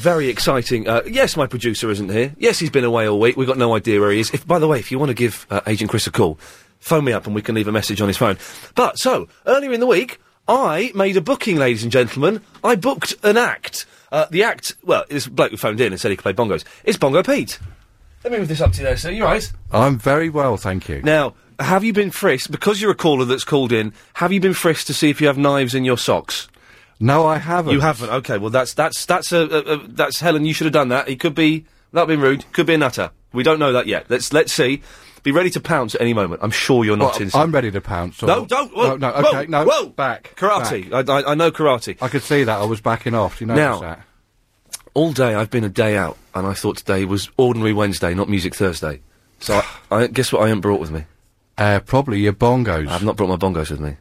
Speaker 1: Very exciting. Uh, yes, my producer isn't here. Yes, he's been away all week. We've got no idea where he is. If, by the way, if you want to give uh, Agent Chris a call, phone me up and we can leave a message on his phone. But so earlier in the week, I made a booking, ladies and gentlemen. I booked an act. Uh, the act. Well, this bloke who phoned in and said he could play bongos. It's Bongo Pete. Let me move this up to you there, sir. You right?
Speaker 12: I'm very well, thank you.
Speaker 1: Now, have you been frisked because you're a caller that's called in? Have you been frisked to see if you have knives in your socks?
Speaker 12: No, I haven't.
Speaker 1: You haven't. Okay. Well, that's that's that's a, a, a that's Helen. You should have done that. He could be that being rude. Could be a nutter. We don't know that yet. Let's let's see. Be ready to pounce at any moment. I'm sure you're not
Speaker 12: Well,
Speaker 1: in.
Speaker 12: I'm ready to pounce. or-
Speaker 1: No, don't. Whoa,
Speaker 12: no, no, okay,
Speaker 1: whoa,
Speaker 12: no.
Speaker 1: Whoa,
Speaker 12: back.
Speaker 1: Karate. I, I, I know karate.
Speaker 12: I could see that. I was backing off. You know
Speaker 1: Now-
Speaker 12: that.
Speaker 1: All day I've been a day out, and I thought today was ordinary Wednesday, not Music Thursday. So I, I guess what I haven't brought with me.
Speaker 12: Uh, probably your bongos. I've
Speaker 1: not brought my bongos with me.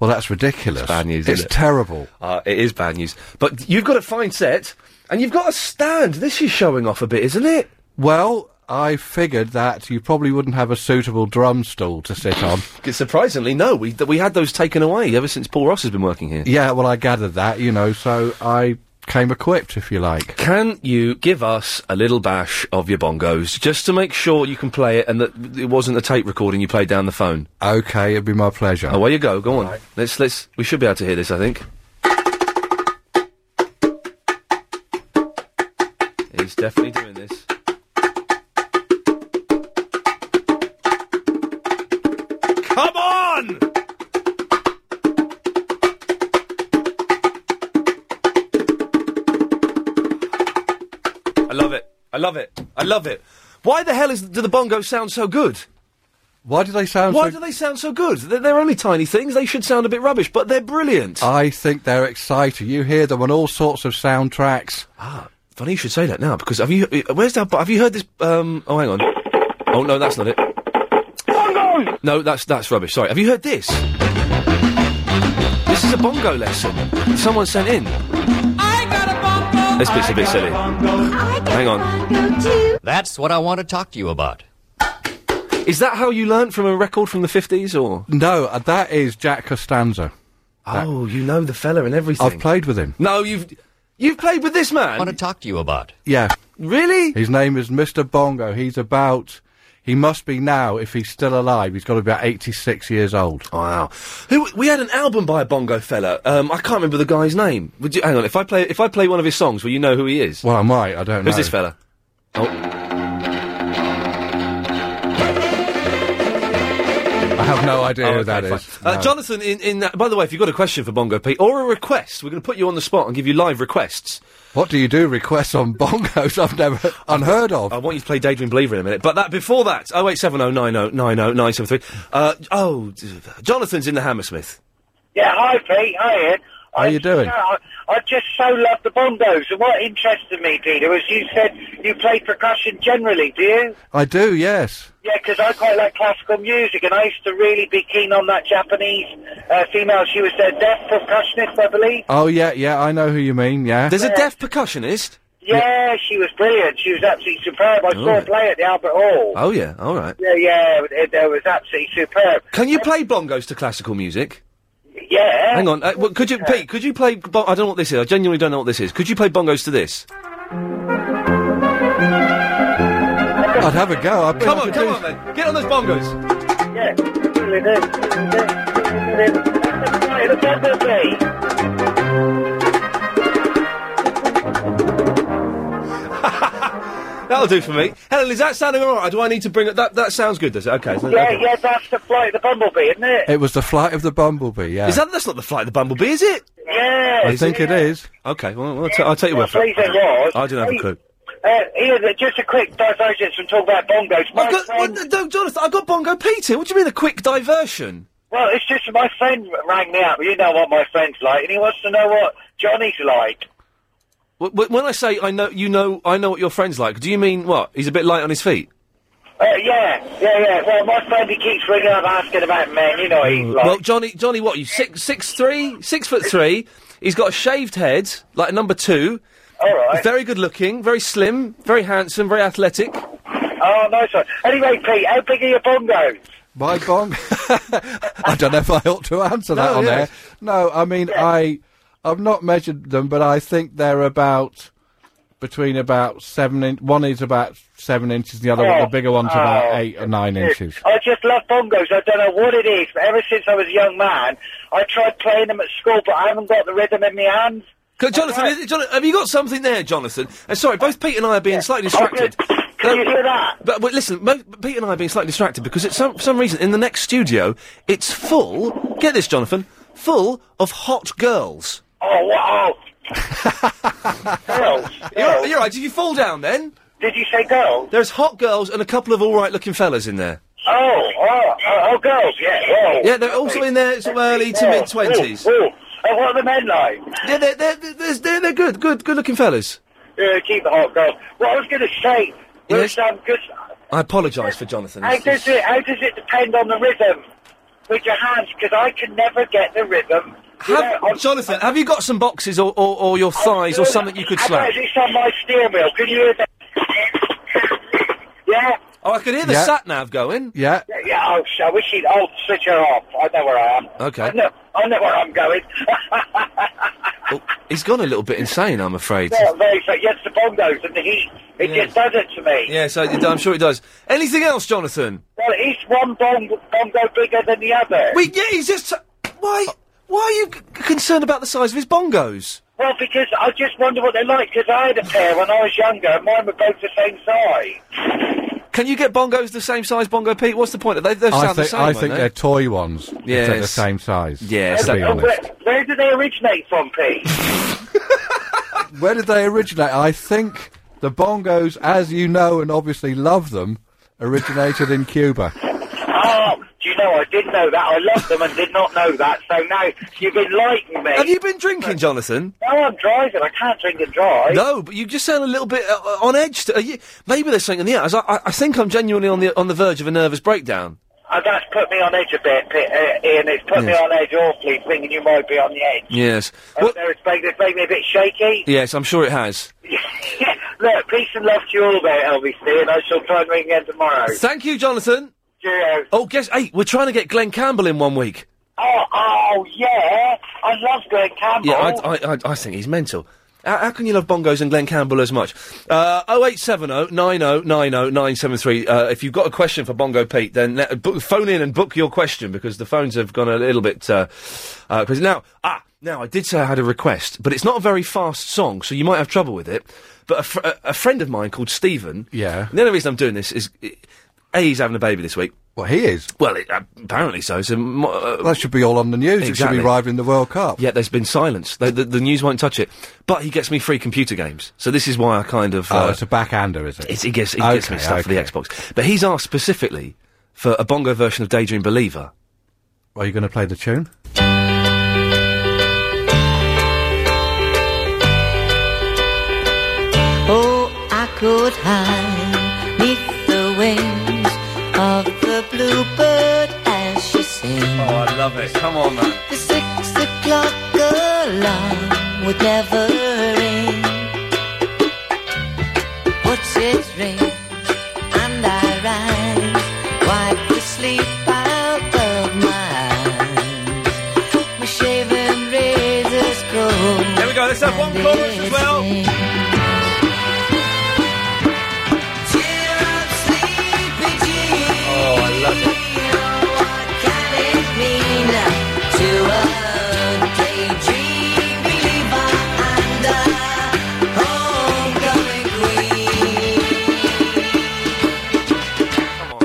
Speaker 12: Well, that's ridiculous. It's bad
Speaker 1: news,
Speaker 12: It's
Speaker 1: isn't it?
Speaker 12: terrible.
Speaker 1: Uh, it is bad news. But you've got a fine set, and you've got a stand. This is showing off a bit, isn't it?
Speaker 12: Well, I figured that you probably wouldn't have a suitable drum stool to sit on.
Speaker 1: Surprisingly, no. We th- we had those taken away ever since Paul Ross has been working here.
Speaker 12: yeah, well, I gathered that, you know, so I came equipped, if you like.
Speaker 1: Can you give us a little bash of your bongos just to make sure you can play it and that it wasn't a tape recording you played down the phone?
Speaker 12: Okay, it'd be my pleasure.
Speaker 1: Away you go. Go on. Let's let's. We should be able to hear this. I think. He's definitely doing this. Come on! I love it. I love it. I love it. Why the hell is do the bongos sound so good?
Speaker 12: Why do they sound
Speaker 1: Why
Speaker 12: so-
Speaker 1: do they sound so good? They're, they're only tiny things. They should sound a bit rubbish, but they're brilliant.
Speaker 12: I think they're exciting. You hear them on all sorts of soundtracks.
Speaker 1: Ah, funny you should say that now because have you? uh, Where's that? Have you heard this? Um, oh, hang on. Oh no, that's not it. Bongos! No, that's that's rubbish. Sorry. Have you heard this? This is a bongo lesson. Someone sent in. This bit's a bit silly. Hang on. That's what I want to talk to you about. Is that how you learnt from a record from the fifties, or?
Speaker 12: No, uh, that is Jack Costanza.
Speaker 1: Oh, you know the fella and everything.
Speaker 12: I've played with him.
Speaker 1: No, you've you've played with this man.
Speaker 12: want
Speaker 1: to talk to you about?
Speaker 12: Yeah.
Speaker 1: Really?
Speaker 12: His name is Mr. Bongo. He's about. He must be now, if he's still alive, he's got to be about 86 years old.
Speaker 1: Wow. Who we had an album by a bongo fella. Um, I can't remember the guy's name. Would you, hang on, if I play if I play one of his songs, will you know who he is?
Speaker 12: Well, I might. I don't know.
Speaker 1: Who's this fella? Oh,
Speaker 12: I have no idea who that
Speaker 1: fine.
Speaker 12: is.
Speaker 1: Uh,
Speaker 12: No.
Speaker 1: Jonathan. In, in that, by the way, if you've got a question for Bongo Pete or a request, we're going to put you on the spot and give you live requests.
Speaker 12: What do you do? Requests on bongos? I've never unheard of.
Speaker 1: I want you to play Daydream Believer in a minute, but that before that, oh eight seven oh nine oh nine oh nine seven three. Uh, oh, d- Jonathan's in the Hammersmith.
Speaker 6: Yeah, hi Pete, hi Ian.
Speaker 1: How are you doing?
Speaker 6: I, I just so love the bongos, and what interested me, Dina, was you said you play percussion generally, do you?
Speaker 12: I do, yes.
Speaker 6: Yeah, because I quite like classical music, and I used to really be keen on that Japanese uh, female. She was a deaf percussionist, I believe.
Speaker 12: Oh, yeah, yeah, I know who you mean, yeah.
Speaker 6: There's a Yeah. deaf
Speaker 1: percussionist?
Speaker 6: Yeah, she was brilliant. She was absolutely superb. I saw her
Speaker 1: Alright.
Speaker 6: play at the Albert Hall.
Speaker 1: Oh yeah, all right.
Speaker 6: Yeah, yeah, it, it was absolutely superb.
Speaker 1: Can you play bongos to classical music?
Speaker 6: Yeah.
Speaker 1: Hang on, uh, well, could you, Pete? Could you play? Bo- I don't know what this is. I genuinely don't know what this is. Could you play bongos to this?
Speaker 12: I'd have a go. I've
Speaker 1: Come on, come on, then. Get on those bongos.
Speaker 6: Yeah. The bongo beat.
Speaker 1: That'll do for me. Helen, is that sounding all right? Do I need to bring it? That that sounds good, does it? Okay. so-
Speaker 6: Yeah,
Speaker 1: okay.
Speaker 6: yeah, that's the flight of the bumblebee, isn't it?
Speaker 12: It was the flight of the bumblebee, yeah.
Speaker 1: Is that that's not the flight of the bumblebee, is it?
Speaker 6: Yeah.
Speaker 12: I think it is.
Speaker 1: Okay. Well, I'll, t- I'll take your word for it.
Speaker 6: Please, it was.
Speaker 1: I don't have a
Speaker 6: Hey,
Speaker 1: clue.
Speaker 6: Uh, Ian, uh, just a quick diversion from talking about bongos. My friend,
Speaker 1: No, Jonathan, I got bongo Pete here. What do you mean a quick diversion?
Speaker 6: well, it's just my friend rang me up. You know what my friend's like, and he wants to know what Johnny's like.
Speaker 1: Wh- wh- When I say I know, you know, I know what your friend's like. Do you mean what? He's a bit light on his feet.
Speaker 6: Uh, yeah, yeah, yeah. Well, my friend he keeps ringing up asking about men. You know, he's like,
Speaker 1: Well, Johnny, Johnny, what are you six, six three, six foot three? He's got a shaved head, like number two.
Speaker 6: All right.
Speaker 1: Very good looking, very slim, very handsome, very athletic.
Speaker 6: oh, nice one. Anyway, Pete, how big are your bongos?
Speaker 12: My bong. I don't know if I ought to answer that
Speaker 6: No,
Speaker 12: on
Speaker 6: yeah.
Speaker 12: air. No, I mean I I've not measured them, but I think they're about between about seven. In- one is about seven inches, the other one, the
Speaker 6: Oh,
Speaker 12: bigger one's about
Speaker 6: oh,
Speaker 12: eight or nine
Speaker 6: Dude,
Speaker 12: inches.
Speaker 6: I just love bongos. I don't know what it is, but ever since I was a young man, I tried playing them at school, but I haven't got the rhythm in my hands.
Speaker 1: Co- Jonathan, is- Jon- have you got something there, Jonathan? Uh, sorry, both Pete and I are being slightly distracted. Can
Speaker 6: you hear that?
Speaker 1: But, but listen, mo- Pete and I are being slightly distracted because it's some, for some reason in the next studio, it's full, get this, Jonathan, full of hot girls.
Speaker 6: Oh, wow. girls.
Speaker 1: You're, you're right. Did you fall down then?
Speaker 6: Did you say girls?
Speaker 1: There's hot girls and a couple of all right looking fellas in there.
Speaker 6: Oh, oh, oh, oh, girls, yeah. Whoa.
Speaker 1: Yeah, they're also in their sort of early to
Speaker 6: Oh,
Speaker 1: mid 20s.
Speaker 6: oh, oh. And what are the men like?
Speaker 1: Yeah, they're, they're, they're, they're, they're good, good, good looking fellas.
Speaker 6: Yeah, Uh, keep the hot girls. What I was going to say was, um, 'cause
Speaker 1: I apologise for Jonathan.
Speaker 6: How
Speaker 1: It's-
Speaker 6: does it? How does it depend on the rhythm with your hands? Because I can never get the rhythm. You
Speaker 1: Have- Jonathan, have you got some boxes or, or, or your thighs or something you could
Speaker 6: I
Speaker 1: slap?
Speaker 6: bet It's on my steering wheel. Can you hear that? yeah.
Speaker 1: Oh, I could hear the
Speaker 6: Yeah.
Speaker 1: sat nav going.
Speaker 12: Yeah.
Speaker 6: Yeah, yeah. Oh, sh- I wish you'd. Oh, switch her off. I know where I am.
Speaker 1: Okay.
Speaker 6: I know. I know where I'm going.
Speaker 1: He's gone a little bit insane, I'm afraid.
Speaker 6: yeah, very fa- Yes, the bongos and the heat. It just does it to me.
Speaker 1: Yeah, so it- I'm sure it does. Anything else, Jonathan?
Speaker 6: Well, each one bong- bongo bigger than the other.
Speaker 1: We yeah, he's just why why are you c- concerned about the size of his bongos?
Speaker 6: Well, because I just wonder what they're like. Because I had a pair when I was younger, and mine were both the same size.
Speaker 1: Can you get bongos the same size, Bongo Pete? What's the point? They, they sound
Speaker 12: I
Speaker 1: the
Speaker 12: think
Speaker 1: same. eh?
Speaker 12: I
Speaker 1: aren't
Speaker 12: think
Speaker 1: they?
Speaker 12: they're toy ones. if they're the
Speaker 1: Yes.
Speaker 12: same size.
Speaker 1: Yes,
Speaker 12: to be
Speaker 1: I-
Speaker 12: honest.
Speaker 6: Where, where do they originate from, Pete?
Speaker 12: Where did they originate? I think the bongos, as you know and obviously love them, originated in Cuba.
Speaker 6: oh, do you know, I did know that. I loved them and did not know that. So now you've enlightened me.
Speaker 1: Have you been drinking, Jonathan?
Speaker 6: No, I'm driving. I can't drink and drive.
Speaker 1: No, but you just sound a little bit uh, uh, on edge. To, are you, maybe there's something in the air. I, I, I think I'm genuinely on the on the verge of a nervous breakdown.
Speaker 6: Uh, that's put me on edge a bit, Pete, uh, Ian. It's put me
Speaker 1: Yes.
Speaker 6: on edge awfully, thinking you might be on the edge.
Speaker 1: Yes,
Speaker 6: Uh, there, it's, made, it's made me a bit shaky.
Speaker 1: yes, I'm sure it has.
Speaker 6: Look, peace and love to you all there, LBC, and I shall try and ring again tomorrow.
Speaker 1: Thank you, Jonathan.
Speaker 6: Cheerio.
Speaker 1: Oh, guess hey, we're trying to get Glenn Campbell in one week.
Speaker 6: Oh, oh, yeah. I love Greg Campbell.
Speaker 1: Yeah, I, I, I, I think he's mental. How, how can you love bongos and Glenn Campbell as much? Uh, 0870 90 90 973. Uh, if you've got a question for Bongo Pete, then let, book, phone in and book your question because the phones have gone a little bit. Uh, uh, crazy. now, ah, now I did say I had a request, but it's not a very fast song, so you might have trouble with it. But a, fr- a, a friend of mine called Stephen.
Speaker 12: Yeah.
Speaker 1: The only reason I'm doing this is. A, he's having a baby this week.
Speaker 12: Well, he is.
Speaker 1: Well, it, apparently so. So mo- uh,
Speaker 12: That should be all on the news. It should
Speaker 1: Exactly.
Speaker 12: be rivaling the World Cup.
Speaker 1: Yet there's been silence. The, the, the news won't touch it. But he gets me free computer games. So this is why I kind of. uh,
Speaker 12: Oh, it's a backhander, is it?
Speaker 1: It's, he gets, he gets me
Speaker 12: Okay,
Speaker 1: stuff for the
Speaker 12: okay.
Speaker 1: Xbox. But he's asked specifically for a bongo version of Daydream Believer.
Speaker 12: Are you going to play the tune?
Speaker 13: Oh, I could hide neath the wings of the bluebird as she sings.
Speaker 1: Oh, I love it. Come on, man.
Speaker 13: The six o'clock alarm would never ring. What's its ring? And I rise, wipe the sleep out of my eyes. My shaven razor's cold.
Speaker 1: There we go. Let's have one chorus as well.
Speaker 13: Oh,
Speaker 1: I love it.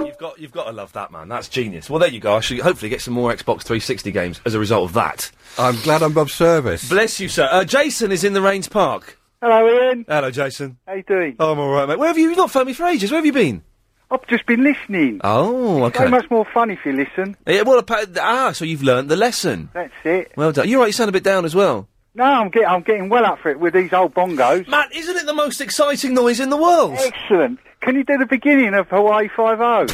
Speaker 1: You've got, you've got to love that, man. That's genius. Well, there you go. I should hopefully get some more Xbox 360 games as a result of that.
Speaker 12: I'm glad I'm of service.
Speaker 1: Bless you, sir. Uh, Jason is in the Rains Park.
Speaker 14: Hello, Ian.
Speaker 1: Hello, Jason.
Speaker 14: How you doing?
Speaker 1: Oh, I'm all right, mate. Where have you? You've not phoned me for ages. Where have you been?
Speaker 14: I've just been listening.
Speaker 1: Oh, okay.
Speaker 14: So much more fun if you listen.
Speaker 1: Yeah, well, appa- ah, so you've learnt the lesson.
Speaker 14: That's it.
Speaker 1: Well done. You're right. You sound a bit down as well.
Speaker 14: No, I'm getting I'm getting well up for it with these old bongos.
Speaker 1: Man, isn't it the most exciting noise in the world?
Speaker 14: Excellent. Can you do the beginning of Hawaii Five O?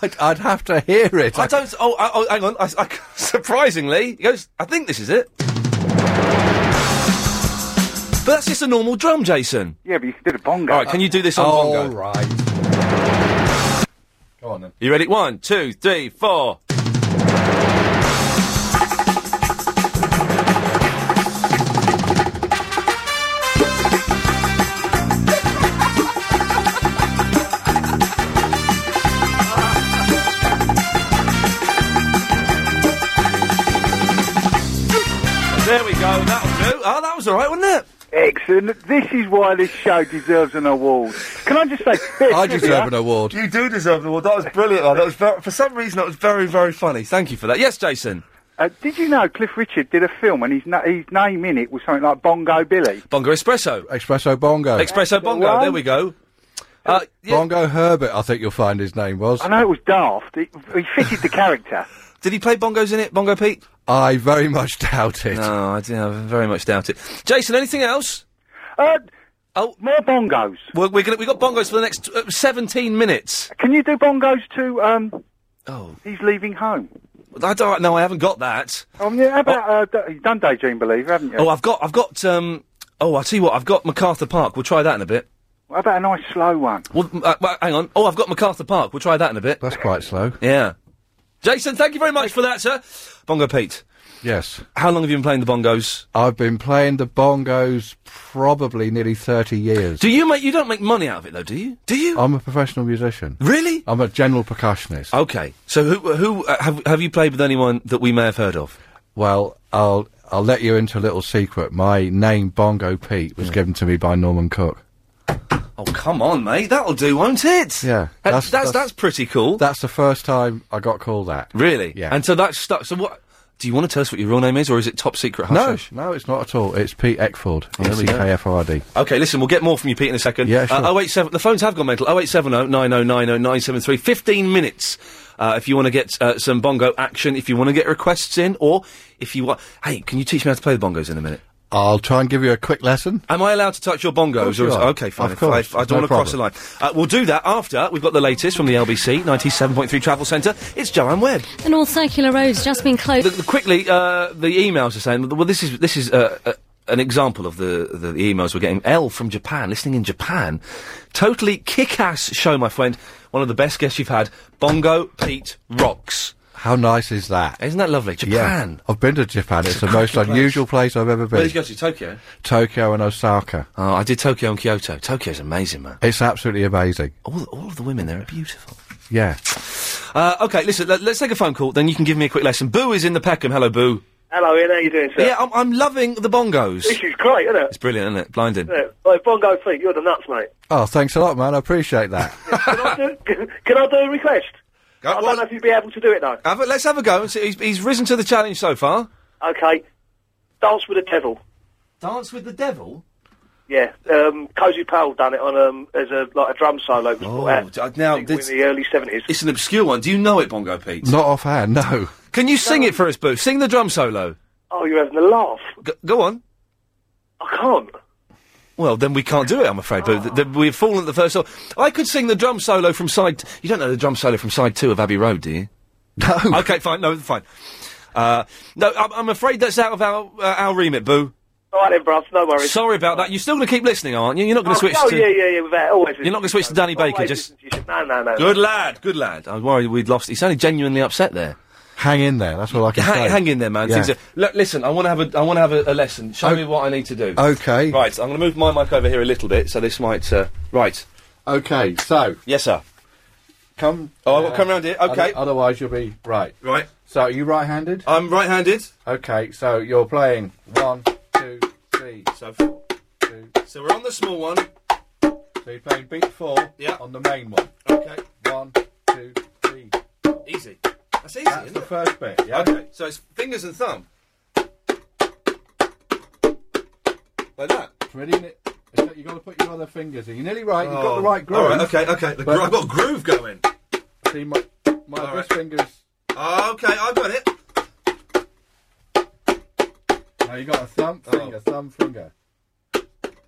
Speaker 12: I'd, I'd have to hear it.
Speaker 1: I don't. Oh, I, oh hang on. I, I, surprisingly, it goes. I think this is it. But that's just a normal drum, Jason.
Speaker 14: Yeah, but you can do the bongo.
Speaker 1: All right, Uh, can you do this on bongo?
Speaker 12: All right. Go on then.
Speaker 1: You ready? One, two, three, four. There we go. That'll do. Oh, that was all right, wasn't it?
Speaker 14: Excellent. This is why this show deserves an award. Can I just say, bit of
Speaker 1: I
Speaker 14: trivia.
Speaker 1: deserve an award. You do deserve an award. That was brilliant. That was ver- for some reason that was very very funny. Thank you for that. Yes, Jason.
Speaker 14: Uh, did you know Cliff Richard did a film and his, na- his name in it was something like Bongo Billy?
Speaker 1: Bongo Espresso.
Speaker 12: Espresso Bongo.
Speaker 1: Espresso Bongo.
Speaker 14: one.
Speaker 1: There we go. Uh,
Speaker 12: Bongo Herbert, I think you'll find his name was.
Speaker 14: I know it was daft. It, he fitted the character.
Speaker 1: Did he play bongos in it, Bongo Pete?
Speaker 12: I very much doubt it.
Speaker 1: No, I, do, I very much doubt it. Jason, anything else?
Speaker 14: Uh,
Speaker 1: oh,
Speaker 14: more bongos.
Speaker 1: We're, we're gonna, we got bongos for the next uh, 17 minutes.
Speaker 14: Can you do bongos to, um...
Speaker 1: Oh.
Speaker 14: He's leaving home.
Speaker 1: I don't, no, I haven't got that.
Speaker 14: Um, yeah, how about, uh, d- you've done Daydream Believer, haven't you?
Speaker 1: Oh, I've got, I've got, um, oh, I'll tell you what, I've got MacArthur Park. We'll try that in a bit.
Speaker 14: What about a nice slow one?
Speaker 1: Well, m- uh, well, hang on. Oh, I've got MacArthur Park. We'll try that in a bit.
Speaker 12: That's quite slow.
Speaker 1: Yeah. Jason, thank you very much for that, sir. Bongo Pete.
Speaker 12: Yes.
Speaker 1: How long have you been playing the bongos?
Speaker 12: I've been playing the bongos probably nearly 30 years.
Speaker 1: Do you make, you don't make money out of it though, do you? Do you?
Speaker 12: I'm a professional musician.
Speaker 1: Really?
Speaker 12: I'm a general percussionist.
Speaker 1: Okay. So who, who, uh, have, have you played with anyone that we may have heard of?
Speaker 12: Well, I'll I'll let you into a little secret. My name Bongo Pete was given to me by Norman Cook.
Speaker 1: Oh, come on, mate. That'll do, won't it?
Speaker 12: Yeah.
Speaker 1: That- That's, that's, pretty cool.
Speaker 12: That's the first time I got called that.
Speaker 1: Really?
Speaker 12: Yeah.
Speaker 1: And so that's stuck. So what? Do you want to tell us what your real name is, or is it top secret? Hush
Speaker 12: no,
Speaker 1: hush?
Speaker 12: no, it's not at all. It's Pete Eckford. E
Speaker 1: Oh, there we go.
Speaker 12: E-C-K-F-O-R-D.
Speaker 1: Okay, listen, we'll get more from you, Pete, in a second.
Speaker 12: Yeah, sure.
Speaker 1: Uh, 087, the phones have gone mental. 0870 9090 973. 15 minutes uh, if you want to get uh, some bongo action, if you want to get requests in, or if you want. Hey, can you teach me how to play the bongos in a minute?
Speaker 12: I'll try and give you a quick lesson.
Speaker 1: Am I allowed to touch your bongos?
Speaker 12: Of course you
Speaker 1: is-
Speaker 12: are.
Speaker 1: Okay, fine.
Speaker 12: Of course,
Speaker 1: If I, I don't
Speaker 12: no
Speaker 1: want to cross the line.
Speaker 12: problem.
Speaker 1: Uh, we'll do that after we've got the latest from the LBC 97.3 Travel Centre. It's Joanne Webb.
Speaker 7: The North Circular Road's just been closed.
Speaker 1: The, the- quickly, uh, the emails are saying. Well, this is this is uh, uh, an example of the, the the emails we're getting. L from Japan, listening in Japan. Totally kick-ass show, my friend. One of the best guests you've had. Bongo Pete rocks.
Speaker 12: How nice is that?
Speaker 1: Isn't that lovely? Japan.
Speaker 12: Yeah. I've been to Japan. It's,
Speaker 1: It's a
Speaker 12: the most
Speaker 1: cracking place.
Speaker 12: unusual place I've ever
Speaker 1: Where did you go
Speaker 12: been.
Speaker 1: to? Tokyo.
Speaker 12: Tokyo and Osaka.
Speaker 1: Oh, I did Tokyo and Kyoto. Tokyo's amazing, man.
Speaker 12: It's absolutely amazing.
Speaker 1: All all of the women there are beautiful.
Speaker 12: Yeah.
Speaker 1: Uh, okay, listen. Let, us take a phone call. Then you can give me a quick lesson. Boo is in the Peckham. Hello, Boo.
Speaker 15: Hello, Ian. How you doing, sir?
Speaker 1: Yeah, oh. I'm, I'm loving the bongos.
Speaker 15: This is great, isn't it?
Speaker 1: It's brilliant, isn't it? Blinding.
Speaker 15: Yeah. Like, Bongo Pete, you're the nuts, mate.
Speaker 12: Oh, thanks a lot, man. I appreciate that.
Speaker 15: Can I do, can, I do a request? I don't know if you'd be able to do it, though.
Speaker 1: Have a, let's have a go. and see- He's, he's risen to the challenge so far.
Speaker 15: Okay. Dance with the Devil.
Speaker 1: Dance with the Devil?
Speaker 15: Yeah. Um, Cozy Powell done it on um, as a like a drum solo. It was
Speaker 1: Oh,
Speaker 15: brought out,
Speaker 1: d- now
Speaker 15: I think, in the early 70s.
Speaker 1: It's an obscure one. Do you know it, Bongo Pete?
Speaker 12: Not offhand, no.
Speaker 1: Can you sing it for us, Boo? Sing the drum solo.
Speaker 15: Oh, you're having a laugh.
Speaker 1: G- go on.
Speaker 15: I can't.
Speaker 1: Well, then we can't do it, I'm afraid, Boo. Th- th- we've fallen at the first. I could sing the drum solo from side. T- you don't know the drum solo from side two of Abbey Road, do you?
Speaker 12: No.
Speaker 1: Okay, fine. No, fine. Uh, no, I'm, I'm afraid that's out of our uh, our remit, Boo.
Speaker 15: Oh, All right, then, bruv. No worries.
Speaker 1: Sorry about that. You're still going to keep listening, aren't you? You're not going
Speaker 15: oh,
Speaker 1: to switch
Speaker 15: oh,
Speaker 1: to.
Speaker 15: yeah, yeah, yeah. Without, always
Speaker 1: You're not going to switch to Danny Baker.
Speaker 15: always
Speaker 1: Just
Speaker 15: listen to your- No, no, no.
Speaker 1: good lad, good lad. I was worried we'd lost. He sounded genuinely upset there.
Speaker 12: Hang in there. That's all I can
Speaker 1: Hang,
Speaker 12: say.
Speaker 1: hang in there, man.
Speaker 12: Yeah.
Speaker 1: Things are- look, listen, I want to have a, I want to have a, a lesson. Show me what I need to do.
Speaker 12: Okay.
Speaker 1: Right, I'm going to move my mic over here a little bit, so this might. Uh, right.
Speaker 12: Okay. So.
Speaker 1: Yes, sir.
Speaker 12: Come.
Speaker 1: Oh, I've got to come round here. Okay.
Speaker 12: oth- Uh, otherwise, you'll be right.
Speaker 1: Right.
Speaker 12: So, are you right-handed?
Speaker 1: I'm right-handed.
Speaker 12: Okay. So you're playing one, two, three.
Speaker 1: So. So we're on the small one.
Speaker 12: So you're playing beat four.
Speaker 1: Yeah.
Speaker 12: On the main one.
Speaker 1: Okay.
Speaker 12: One, two, three.
Speaker 1: Easy. That's easy.
Speaker 12: That's
Speaker 1: isn't
Speaker 12: the
Speaker 1: it?
Speaker 12: first bit. Yeah.
Speaker 1: Okay. So it's fingers and thumb. Like that.
Speaker 12: Pretty. Ni- you got to put your other fingers in. You're nearly right. You've got the
Speaker 1: Oh,
Speaker 12: right groove.
Speaker 1: all right, okay, okay. The gro- I've got a groove going.
Speaker 12: See my my
Speaker 1: All
Speaker 12: wrist
Speaker 1: right.
Speaker 12: fingers.
Speaker 1: Ah, Okay, I got it.
Speaker 12: Now you got a thumb finger, thumb finger.
Speaker 1: Oh.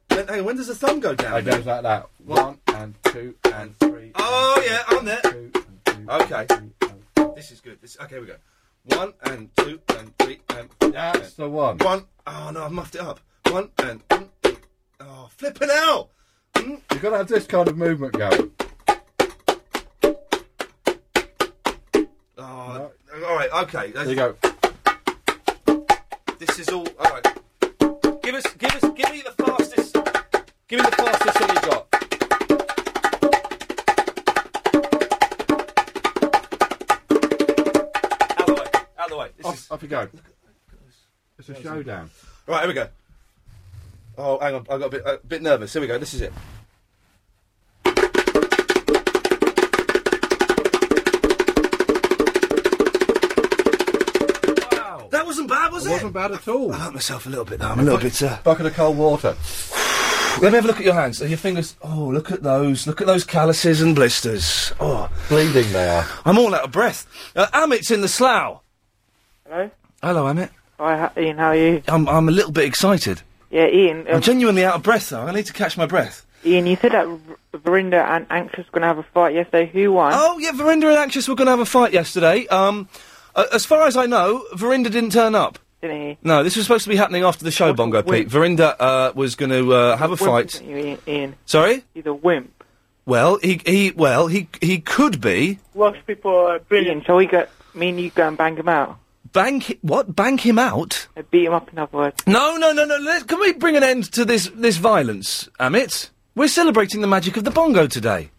Speaker 1: When, hang on, when does the thumb go down?
Speaker 12: It goes like that. One and two and three.
Speaker 1: Oh yeah, I'm there. okay. This is good. This okay. Here we go. One and two and three and.
Speaker 12: That's the one.
Speaker 1: One. Oh no, I've muffed it up. One and. Oh, flipping hell! Mm.
Speaker 12: You've got to have this kind of movement going.
Speaker 1: Oh, all right. Okay.
Speaker 12: There you go.
Speaker 1: This is all. All right. Give us, give us, give me the fastest. Give me the fastest thing you got. Out of the way. Out of the way. This
Speaker 12: Off,
Speaker 1: is,
Speaker 12: off you go. It's a showdown.
Speaker 1: Right, here we go. Oh, hang on, I got a bit, a bit nervous. Here we go. This is it. Wow, that wasn't bad, was it?
Speaker 12: Wasn't bad at all. I
Speaker 1: hurt myself a little bit though. I'm a little bit. Uh...
Speaker 12: Bucket of cold water.
Speaker 1: Let me have a look at your hands. Are your fingers? Oh, look at those! Look at those calluses and blisters. Oh,
Speaker 12: bleeding they are.
Speaker 1: I'm all out of breath. Uh, Amit's in the slough.
Speaker 10: Hello?
Speaker 1: Hello, Amit.
Speaker 10: Hi, ha- Ian, how are you?
Speaker 1: I'm I'm a little bit excited.
Speaker 10: Yeah, Ian.
Speaker 1: I'm
Speaker 10: Um,
Speaker 1: genuinely out of breath though. I need to catch my breath.
Speaker 10: Ian, you said that R- Verinda and Anxious were going to have a fight yesterday. Who won?
Speaker 1: Oh yeah, Verinda and Anxious were going to have a fight yesterday. Um, uh, as far as I know, Verinda didn't turn up.
Speaker 10: Didn't he?
Speaker 1: No, this was supposed to be happening after the show, Bongo
Speaker 10: wait.
Speaker 1: Pete. Verinda uh, was going to uh, have a
Speaker 10: Wimp,
Speaker 1: fight.
Speaker 10: isn't You, Ian, Ian.
Speaker 1: Sorry.
Speaker 10: He's a wimp.
Speaker 1: Well, he he well he he could be
Speaker 10: Lots of people are brilliant. Ian, shall we go, me and you go and bang him out?
Speaker 1: bank what bank him out.
Speaker 10: Uh, beat him up, in other words.
Speaker 1: No, no, no, no. Let, can we bring an end to this this violence, Amit? We're celebrating the magic of the bongo today.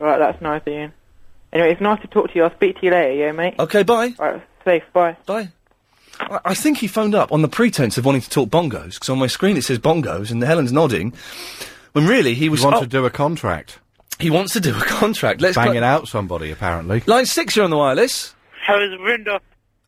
Speaker 10: Alright, that's nice, Ian. Anyway, it's nice to talk to you. I'll speak to you later, yeah, mate?
Speaker 1: Okay, bye.
Speaker 10: Alright, safe, bye.
Speaker 1: Bye. I, I think he phoned up on the pretense of wanting to talk bongos because on my screen it says bongos and Helen's nodding. When really he was
Speaker 12: He wants
Speaker 1: oh,
Speaker 12: to do a contract.
Speaker 1: he wants to do a contract. Let's
Speaker 12: Banging
Speaker 1: cl-
Speaker 12: out somebody, apparently.
Speaker 1: Line six, you're on the wireless.
Speaker 16: How is Verinda?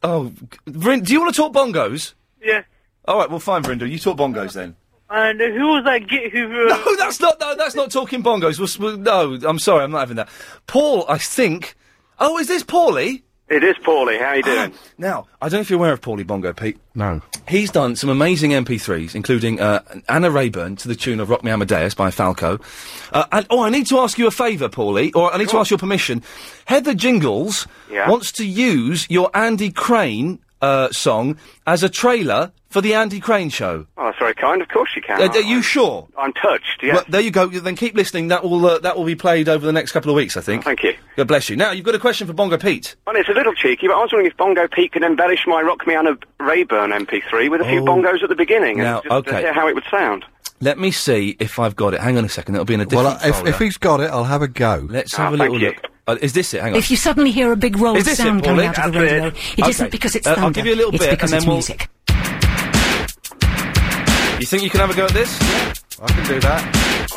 Speaker 1: Oh, g- Vrin, do you want to talk bongos?
Speaker 16: Yeah.
Speaker 1: All right, well, fine, Vrinda. You talk bongos then.
Speaker 16: And uh, who was that git who... Uh,
Speaker 1: No, that's not. No, that's not talking bongos. We'll s- we'll- no, I'm sorry, I'm not having that. Paul, I think. Oh, is this Paulie?
Speaker 2: It is Paulie. How you doing?
Speaker 1: Now, I don't know if you're aware of Paulie Bongo Pete.
Speaker 12: No.
Speaker 1: He's done some amazing MP3s, including uh, Anna Rayburn to the tune of Rock Me Amadeus by Falco. Uh, and, oh, I need to ask you a favour, Paulie, or I need to ask your permission. Heather Jingles
Speaker 2: Yeah.
Speaker 1: wants to use your Andy Crane uh, song as a trailer for the Andy Crane show.
Speaker 2: Oh, that's very kind. Of course you can.
Speaker 1: Uh, are you sure?
Speaker 2: I'm touched. Yes.
Speaker 1: Well, there you go. Then keep listening. That will uh, that will be played over the next couple of weeks, I think.
Speaker 2: Thank you.
Speaker 1: God bless you. Now you've got a question for Bongo Pete.
Speaker 2: Well, it's a little cheeky, but I was wondering if Bongo Pete could embellish my Rock Me Anna Rayburn MP3 with a few
Speaker 1: Oh.
Speaker 2: bongos at the beginning,
Speaker 1: Now,
Speaker 2: and just to
Speaker 1: okay.
Speaker 2: hear how it would sound.
Speaker 1: Let me see if I've got it. Hang on a second. It'll be in a different
Speaker 12: Well, if,
Speaker 1: folder.
Speaker 12: if he's got it, I'll have a go.
Speaker 1: Let's have a little look. Uh, is this it? Hang on.
Speaker 7: If you suddenly hear a big roll
Speaker 1: Is
Speaker 7: of
Speaker 1: this it,
Speaker 7: sound coming
Speaker 1: Pauline?
Speaker 7: out of the
Speaker 1: That's
Speaker 7: radio,
Speaker 1: it.
Speaker 7: it
Speaker 1: Okay.
Speaker 7: not because it's
Speaker 1: Uh, I'll
Speaker 7: thunder.
Speaker 1: give you a little
Speaker 7: it's
Speaker 1: bit
Speaker 7: because
Speaker 1: and
Speaker 7: it's
Speaker 1: then we'll-
Speaker 7: music.
Speaker 1: You think you can have a go at this?
Speaker 12: I can do that.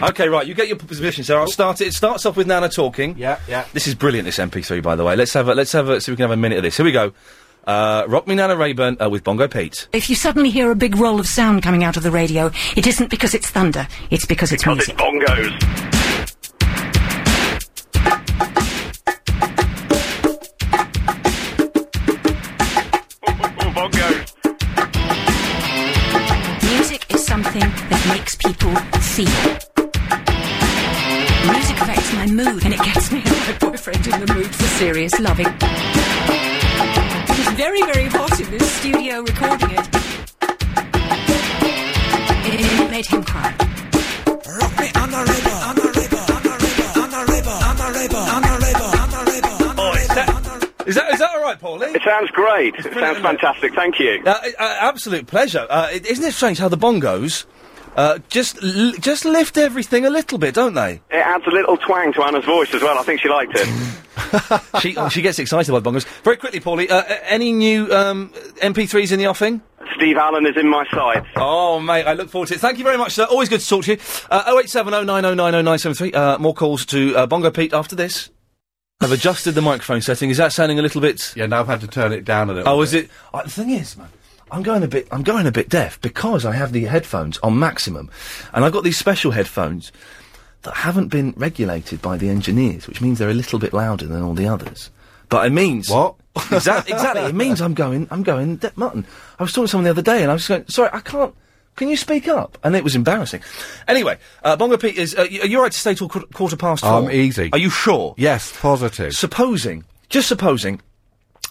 Speaker 2: Oh.
Speaker 1: Okay, right. You get your p- position, so I'll start it. It starts off with Nana talking.
Speaker 12: Yeah, yeah.
Speaker 1: This is brilliant. This MP3, by the way. Let's have a let's have a see if we can have a minute of this. Here we go. Uh, Rock me, Nana Rayburn uh, with Bongo Pete.
Speaker 7: If you suddenly hear a big roll of sound coming out of the radio, it isn't because it's thunder. It's because it's music.
Speaker 2: Bongos.
Speaker 7: Music is something that makes people feel. Music affects my mood and it gets me and my boyfriend in the mood for serious loving. It is very, very hot in this studio recording it. It, it, it made him cry.
Speaker 1: Is that is that all right, Paulie?
Speaker 2: It sounds great. It sounds fantastic. Thank you.
Speaker 1: Uh, uh, absolute pleasure. Uh, it, isn't it strange how the bongos uh, just l- just lift everything a little bit, don't they?
Speaker 2: It adds a little twang to Anna's voice as well. I think she liked it.
Speaker 1: she oh, she gets excited by bongos. Very quickly, Paulie. Uh, a- any new um, MP3s in the offing?
Speaker 2: Steve Allen is in my sights.
Speaker 1: Oh, mate, I look forward to it. Thank you very much, sir. Always good to talk to you. Uh, 08709090973. Uh, more calls to uh, Bongo Pete after this. I've adjusted the microphone setting. Is that sounding a little bit?
Speaker 12: Yeah, now I've had to turn it down a little.
Speaker 1: Oh, is it? Uh, the thing is, man, I'm going a bit. I'm going a bit deaf because I have the headphones on maximum, and I've got these special headphones that haven't been regulated by the engineers, which means they're a little bit louder than all the others. But it means what? exactly. It means I'm going. I'm going. De- mutton. I was talking to someone the other day, and I was going. Sorry, I can't. Can you speak up? And it was embarrassing. Anyway, uh, Bongo Pete is. Uh, y- are you all right to stay till qu- quarter past four?
Speaker 12: I'm easy.
Speaker 1: Are you sure?
Speaker 12: Yes, positive.
Speaker 1: Supposing, just supposing,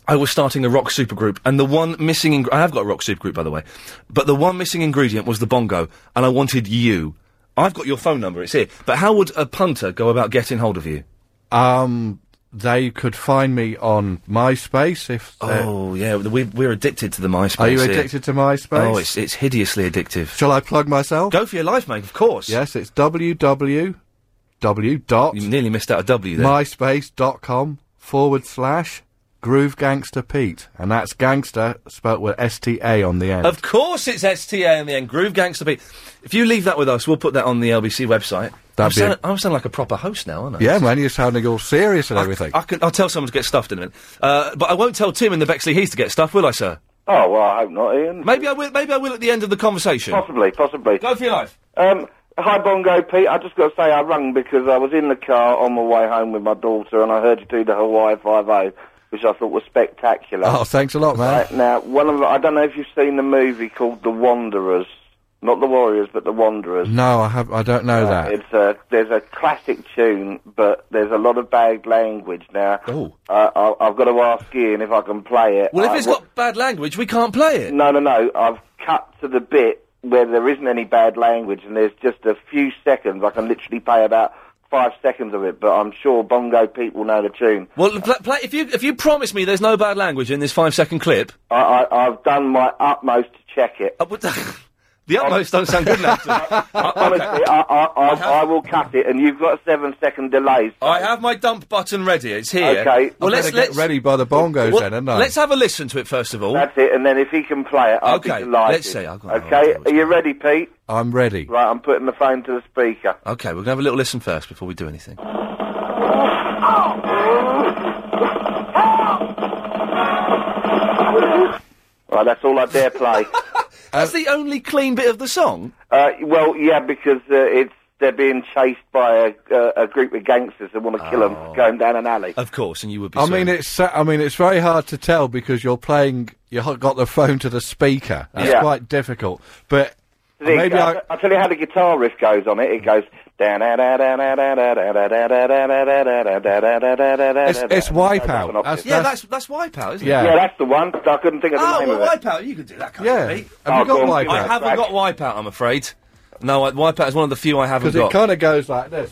Speaker 1: I was starting a rock supergroup, and the one missing. Ing- I have got a rock supergroup, by the way, but the one missing ingredient was the bongo, and I wanted you. I've got your phone number. It's here. But how would a punter go about getting hold of you?
Speaker 12: Um, they could find me on MySpace if. uh,
Speaker 1: Oh yeah, we're, we're addicted to the MySpace.
Speaker 12: Are you
Speaker 1: here.
Speaker 12: addicted to MySpace?
Speaker 1: Oh, it's it's hideously addictive.
Speaker 12: Shall I plug myself?
Speaker 1: Go for your life, mate. Of course.
Speaker 12: Yes, it's www. dot. You
Speaker 1: nearly missed out a W there.
Speaker 12: MySpace.com forward slash Groove Gangster Pete, and that's gangster spelt with S T A on the end.
Speaker 1: Of course, it's STA in the end. E Groove Gangster Beat. If you leave that with us, we'll put that on the LBC website. I'm,
Speaker 12: That'd be a-
Speaker 1: sound, I'm sound like a proper host now, aren't I?
Speaker 12: yeah, man, you're sounding all serious and everything.
Speaker 1: I can, I'll tell someone to get stuffed in a minute. Uh, but I won't tell Tim in the Bexley Heath to get stuffed, will I, sir?
Speaker 17: Oh well, I hope not, Ian.
Speaker 1: Maybe I will. Maybe I will at the end of the conversation.
Speaker 17: Possibly, possibly.
Speaker 1: Go for your life.
Speaker 17: Um, hi, Bongo Pete. I just got to say I rung because I was in the car on my way home with my daughter, and I heard you do the Hawaii Five O, which I thought was spectacular.
Speaker 12: Oh, thanks a lot, man.
Speaker 17: Right, now, one of the- I don't know if you've seen the movie called The Wanderers, not The Warriors, but The Wanderers.
Speaker 12: No, I have. I don't know that.
Speaker 17: It's a there's a classic tune, but there's a lot of bad language now.
Speaker 1: Oh,
Speaker 17: uh, I, I've got to ask Ian if I can play it.
Speaker 1: Uh, Well,
Speaker 17: I-
Speaker 1: if it's got bad language, we can't play it.
Speaker 17: No, no, no. I've cut to the bit where there isn't any bad language, and there's just a few seconds. I can literally play about five seconds of it, but I'm sure Bongo Pete will know the tune.
Speaker 1: Well, pl- play, if you if you promise me there's no bad language in this five second clip,
Speaker 17: I, I, I've done my utmost to check it.
Speaker 1: the utmost don't sound Oh, good enough. to-
Speaker 17: Honestly, I, I, I, I will cut it, and you've got a seven second delay.
Speaker 1: I have my dump button ready. It's here.
Speaker 17: Okay.
Speaker 1: Well,
Speaker 17: I
Speaker 1: let's
Speaker 17: better get
Speaker 1: let's
Speaker 12: Ready by the bongos,
Speaker 1: well,
Speaker 12: then, aren't I?
Speaker 1: Let's have a listen to it first of all.
Speaker 17: That's it, and then if he can play it, I'll
Speaker 1: Okay,
Speaker 17: be delighted.
Speaker 1: let's see, I've got no
Speaker 17: okay, are you ready, Pete?
Speaker 12: I'm ready.
Speaker 17: Right, I'm putting the phone to the speaker.
Speaker 1: Okay, we're gonna have a little listen first before we do anything.
Speaker 17: Right, that's all I dare play.
Speaker 1: That's the only clean bit of the song.
Speaker 17: Uh, well, yeah, because uh, it's they're being chased by a, uh, a group of gangsters that want to kill 'em kill
Speaker 1: Oh.
Speaker 17: them going down an alley.
Speaker 1: Of course, and you would
Speaker 12: I mean, it's. sa- I mean, it's very hard to tell because you're playing. You have got the phone to the speaker. That's
Speaker 17: Yeah.
Speaker 12: quite difficult. But
Speaker 17: The-
Speaker 12: maybe
Speaker 17: I'll,
Speaker 12: I.
Speaker 17: I'll tell you how the guitar riff goes on it. It goes. It's,
Speaker 12: It's, it's Wipeout. That's,
Speaker 1: yeah,
Speaker 12: that's-
Speaker 1: that's that's Wipeout, isn't
Speaker 12: Yeah.
Speaker 1: it?
Speaker 12: Yeah,
Speaker 17: that's the one. I couldn't think of the
Speaker 1: oh,
Speaker 17: name
Speaker 1: well,
Speaker 17: of it.
Speaker 1: Wipeout. You can do that kind
Speaker 12: Yeah.
Speaker 1: of beat.
Speaker 12: Have you got Wipeout?
Speaker 1: Oh, I haven't got Wipeout. I'm afraid. No, I, Wipeout is one of the few I haven't
Speaker 12: Because
Speaker 1: got.
Speaker 12: it kind of goes like this.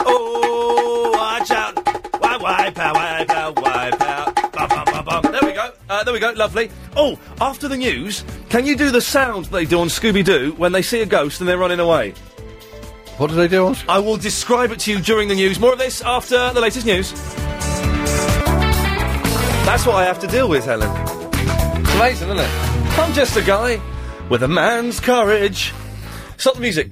Speaker 1: Oh, watch out! Wipe, wipe out, wipe out, wipe out. Bum, bum, bum, bum. There we go. Uh, there we go. Lovely. Oh, after the news, can you do the sound they do on Scooby Doo when they see a ghost and they're running away?
Speaker 12: What do they do on?
Speaker 1: I will describe it to you during the news. More of this after the latest news. That's what I have to deal with, Helen. It's amazing, isn't it? I'm just a guy with a man's courage. Stop the music.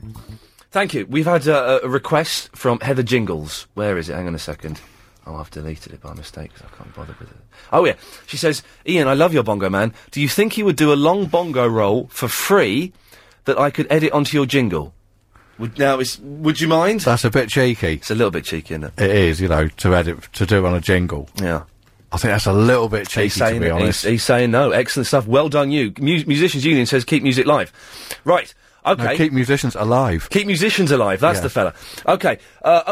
Speaker 1: Thank you. We've had uh, a request from Heather Jingles. Where is it? Hang on a second. Oh, I've deleted it by mistake 'cause I can't bother with it. Oh, yeah. She says, Ian, I love your bongo man. Do you think he would do a long bongo roll for free that I could edit onto your jingle? Would, now, it's, would you mind?
Speaker 12: That's a bit cheeky.
Speaker 1: It's a little bit cheeky, isn't it?
Speaker 12: It is, you know, to edit to do on a jingle.
Speaker 1: Yeah.
Speaker 12: I think that's a little bit cheeky
Speaker 1: he's saying,
Speaker 12: to be honest.
Speaker 1: He's, he's saying no. Excellent stuff. Well done, you. Mu- Musicians Union says keep music live. Right. Okay.
Speaker 12: No, keep musicians alive.
Speaker 1: Keep musicians alive. That's
Speaker 12: Yeah.
Speaker 1: the fella. Okay. Uh,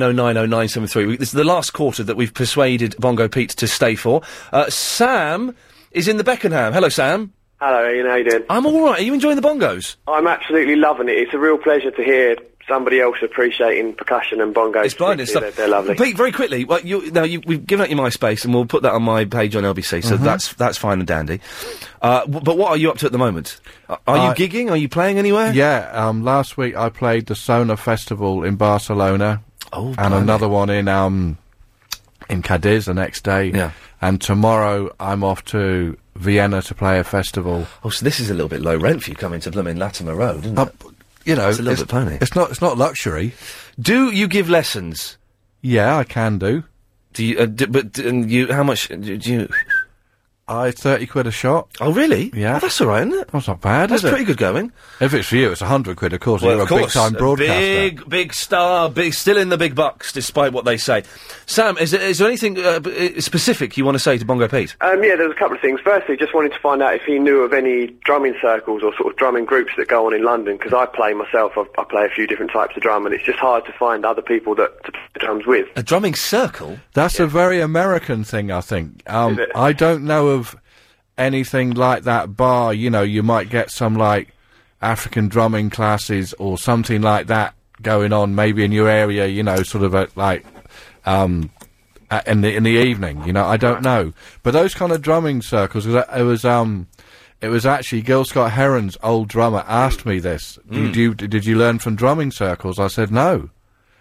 Speaker 1: 08709090973. We- This is the last quarter that we've persuaded Bongo Pete to stay for. Uh, Sam is in the Beckenham. Hello, Sam.
Speaker 18: Hello, Ian. How you doing?
Speaker 1: I'm all right. Are you enjoying the bongos?
Speaker 18: I'm absolutely loving it. It's a real pleasure to hear somebody else appreciating percussion and bongos.
Speaker 1: It's blinding stuff.
Speaker 18: They're, they're lovely.
Speaker 1: Pete, very quickly. Well, you, now you, we've given out your MySpace, and we'll put that on my page on LBC. So
Speaker 12: Mm-hmm.
Speaker 18: Mhm.
Speaker 1: that's that's fine and dandy. Uh, w- but what are you up to at the moment? Are are you
Speaker 12: Uh,
Speaker 1: gigging? Are you playing anywhere?
Speaker 12: Yeah, um, last week I played the Sona Festival in Barcelona.
Speaker 1: Oh,
Speaker 12: and
Speaker 1: blimey.
Speaker 12: another one in um, in Cadiz the next day. Yeah. And tomorrow I'm off to Vienna to play a festival.
Speaker 1: Oh, so this is a little bit low rent for you coming to Blooming Latimer Road, isn't it?
Speaker 12: Um, You know,
Speaker 1: it's a little bit pony.
Speaker 12: It's not. It's not luxury.
Speaker 1: Do you give lessons?
Speaker 12: Yeah, I can do.
Speaker 1: Do you? Uh, d- but d- and you? How much uh, do do you?
Speaker 12: I thirty quid a shot.
Speaker 1: Oh really?
Speaker 12: Yeah,
Speaker 1: that's all right, isn't it?
Speaker 12: That's not bad.
Speaker 1: That's
Speaker 12: is it?
Speaker 1: pretty good going.
Speaker 12: If it's for you, it's hundred quid. Of course,
Speaker 1: Well,
Speaker 12: you're
Speaker 1: of
Speaker 12: a big
Speaker 1: course,
Speaker 12: time broadcaster.
Speaker 1: Big, big star, big, still in the big bucks, despite what they say. Sam, is there, is there anything uh, b- uh, specific you want to say to Bongo Pete?
Speaker 18: Um, yeah, there's a couple of things. Firstly, just wanted to find out if he knew of any drumming circles or sort of drumming groups that go on in London, because I play myself. I, I play a few different types of drum, and it's just hard to find other people that to play the drums with.
Speaker 1: A drumming circle?
Speaker 12: That's a very American thing, I think. Um, I don't know of anything like that bar, you know, you might get some like African drumming classes or something like that going on maybe in your area, you know, sort of at like um uh, in the in the evening, you know, I don't know. But those kind of drumming circles 'cause I- it was um it was actually Gil Scott Heron's old drummer asked me this.
Speaker 1: Mm.
Speaker 12: Did you did you learn from drumming circles? I said no.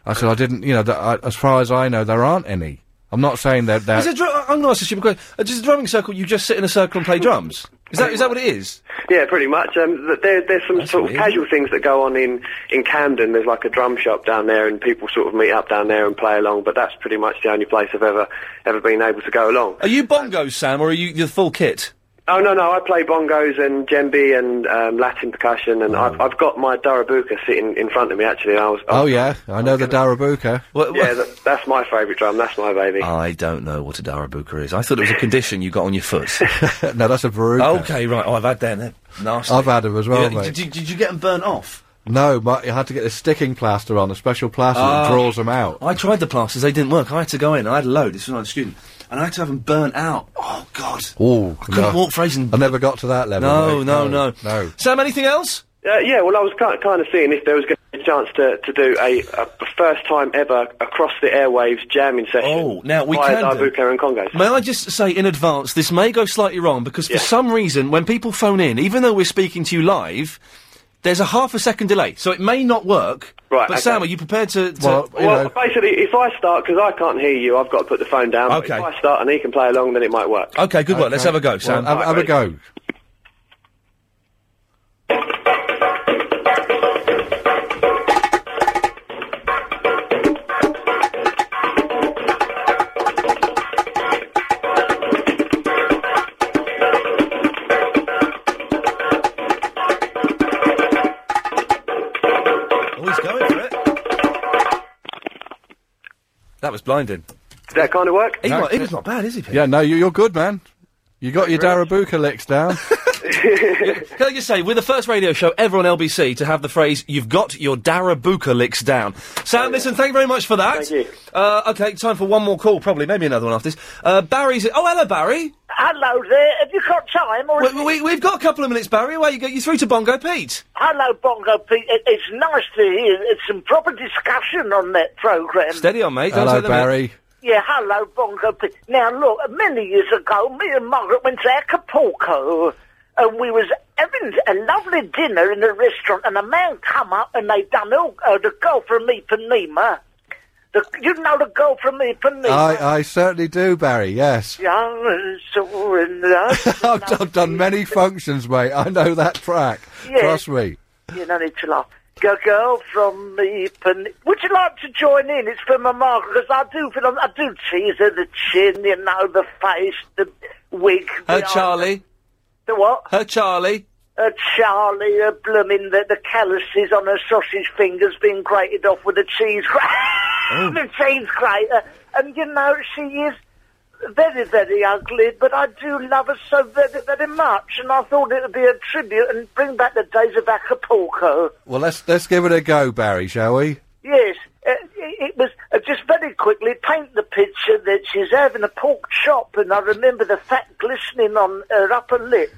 Speaker 12: I said I didn't. You know, that I, as far as I know, there aren't any. I'm not saying that. that
Speaker 1: Is a dru- I'm going to ask a stupid question. Uh, Does a drumming circle, you just sit in a circle and play drums? Is that, is that what it is?
Speaker 18: Yeah, pretty much. Um, th- there, there's some sort of casual things that go on in, in Camden. There's like a drum shop down there, and people sort of meet up down there and play along. But that's pretty much the only place I've ever ever been able to go along.
Speaker 1: Are you bongos, Sam, or are you the full kit?
Speaker 18: Oh no, no, I play bongos and djembe and um, Latin percussion, and
Speaker 1: Mm.
Speaker 18: I've, I've got my darabuka sitting in front of me. Actually, I was.
Speaker 12: oh yeah, I know the Darabuka.
Speaker 18: yeah, that, that's my favourite drum. That's my baby.
Speaker 1: I don't know what a darabuka is. I thought it was a condition you got on your foot.
Speaker 12: no, that's a veruca.
Speaker 1: Okay, right. Oh, I've had them. They're nasty.
Speaker 12: I've had 'em as well, mate.
Speaker 1: Did, you- did you get them burnt off?
Speaker 12: No, my, you had to get a sticking plaster on, a special plaster
Speaker 1: Ah.
Speaker 12: that draws them out.
Speaker 1: I tried the plasters, they didn't work. I had to go in. I had a load. This was when I was a student. And I had to have them burnt out. Oh, God.
Speaker 12: Oh, I
Speaker 1: couldn't walk for ages.
Speaker 12: I never got to that level.
Speaker 1: No,
Speaker 12: mate.
Speaker 1: no, no.
Speaker 12: no.
Speaker 1: Sam, anything else?
Speaker 18: Uh, yeah, well, I was kind kind of seeing if there was going to be a chance to, to do a, a first time ever across the airwaves jamming session. Oh,
Speaker 1: now we
Speaker 18: via
Speaker 1: can do.
Speaker 18: Darbuka and Congos.
Speaker 1: May I just say in advance, this may go slightly wrong because for some reason, when people phone in, even though we're speaking to you live, there's a half a second delay, so it may not work.
Speaker 18: Right,
Speaker 1: But
Speaker 18: okay.
Speaker 1: Sam, are you prepared to? to
Speaker 18: well, basically, if I start because I can't hear you, I've got to put the phone down. but
Speaker 1: Okay.
Speaker 18: If I start and he can play along, then it might work.
Speaker 1: Okay, good work. Let's have a go,
Speaker 12: Well,
Speaker 1: Sam.
Speaker 12: have, have a go.
Speaker 1: Oh, he's going for it. That was blinding.
Speaker 18: Did that kind of work?
Speaker 1: He, wa- he was not bad, is he? Pete?
Speaker 12: Yeah, no, you, you're good, man. You got your Darabuka licks down.
Speaker 1: Can I just say, we're the first radio show ever on LBC to have the phrase "You've got your Darabuka licks down." Sam, listen, thank you very much for that. Thank you. Uh, okay, time for one more call, probably, maybe another one after this. Uh, Barry's. Oh, hello, Barry.
Speaker 4: Hello there. Have you got time? Oh, Or
Speaker 1: We, we, we've got a couple of minutes, Barry. Away you go. You through to Bongo Pete.
Speaker 4: hello, Bongo Pete. It, it's nice to hear it's some proper discussion on that program.
Speaker 1: Steady on, mate. Don't
Speaker 12: Hello,
Speaker 1: take the mic.
Speaker 12: Barry.
Speaker 4: Yeah, hello, Bongo Pete. Now look, many years ago, me and Margaret went to Acapulco, and we was having a lovely dinner in a restaurant, and a man come up and they done all, uh, the girl from Ipanema. The, you know the girl from Ipanema.
Speaker 12: I, I certainly do, Barry. Yes.
Speaker 4: Young and sore and love.
Speaker 12: I've, I've done many functions, mate. I know that track.
Speaker 4: Yeah.
Speaker 12: Trust me.
Speaker 4: You don't need to laugh. Go, girl from me. Pen- Would you like to join in? It's for my Margaret because I do feel I do tease her the chin, you know, the face, the wig.
Speaker 1: Her
Speaker 4: the eye-
Speaker 1: Uh, Charlie.
Speaker 4: The what?
Speaker 1: Her Charlie.
Speaker 4: Her Charlie, her blooming, the, the calluses on her sausage fingers being grated off with a cheese grater. the cheese grater. And you know, she is very, very ugly, but I do love her so very, very much. And I thought it would be a tribute and bring back the days of Acapulco.
Speaker 12: Well, let's let's give it a go, Barry, shall we?
Speaker 4: Yes, uh, it, it was uh, just very quickly paint the picture that she's having a pork chop, and I remember the fat glistening on her upper lip.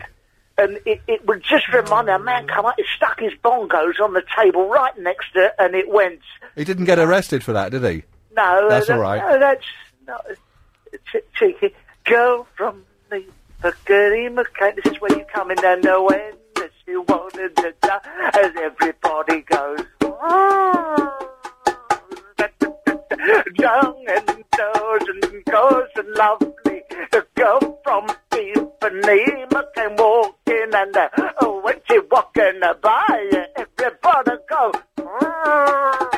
Speaker 4: And it, it would just remind me, a man come up, he stuck his bongos on the table right next to her, and it went,
Speaker 12: He didn't get arrested for that, did he?
Speaker 4: no.
Speaker 12: That's
Speaker 4: that-
Speaker 12: all right.
Speaker 4: No, that's not che- cheeky. Girl from the Piccadilly McCain, this is where you come in and know when that you wanted to die, as everybody goes. "Oh." Young and goes and goes and lovely. The girl from Ipanema came walking and uh, oh, when she walking by, everybody go. "Oh."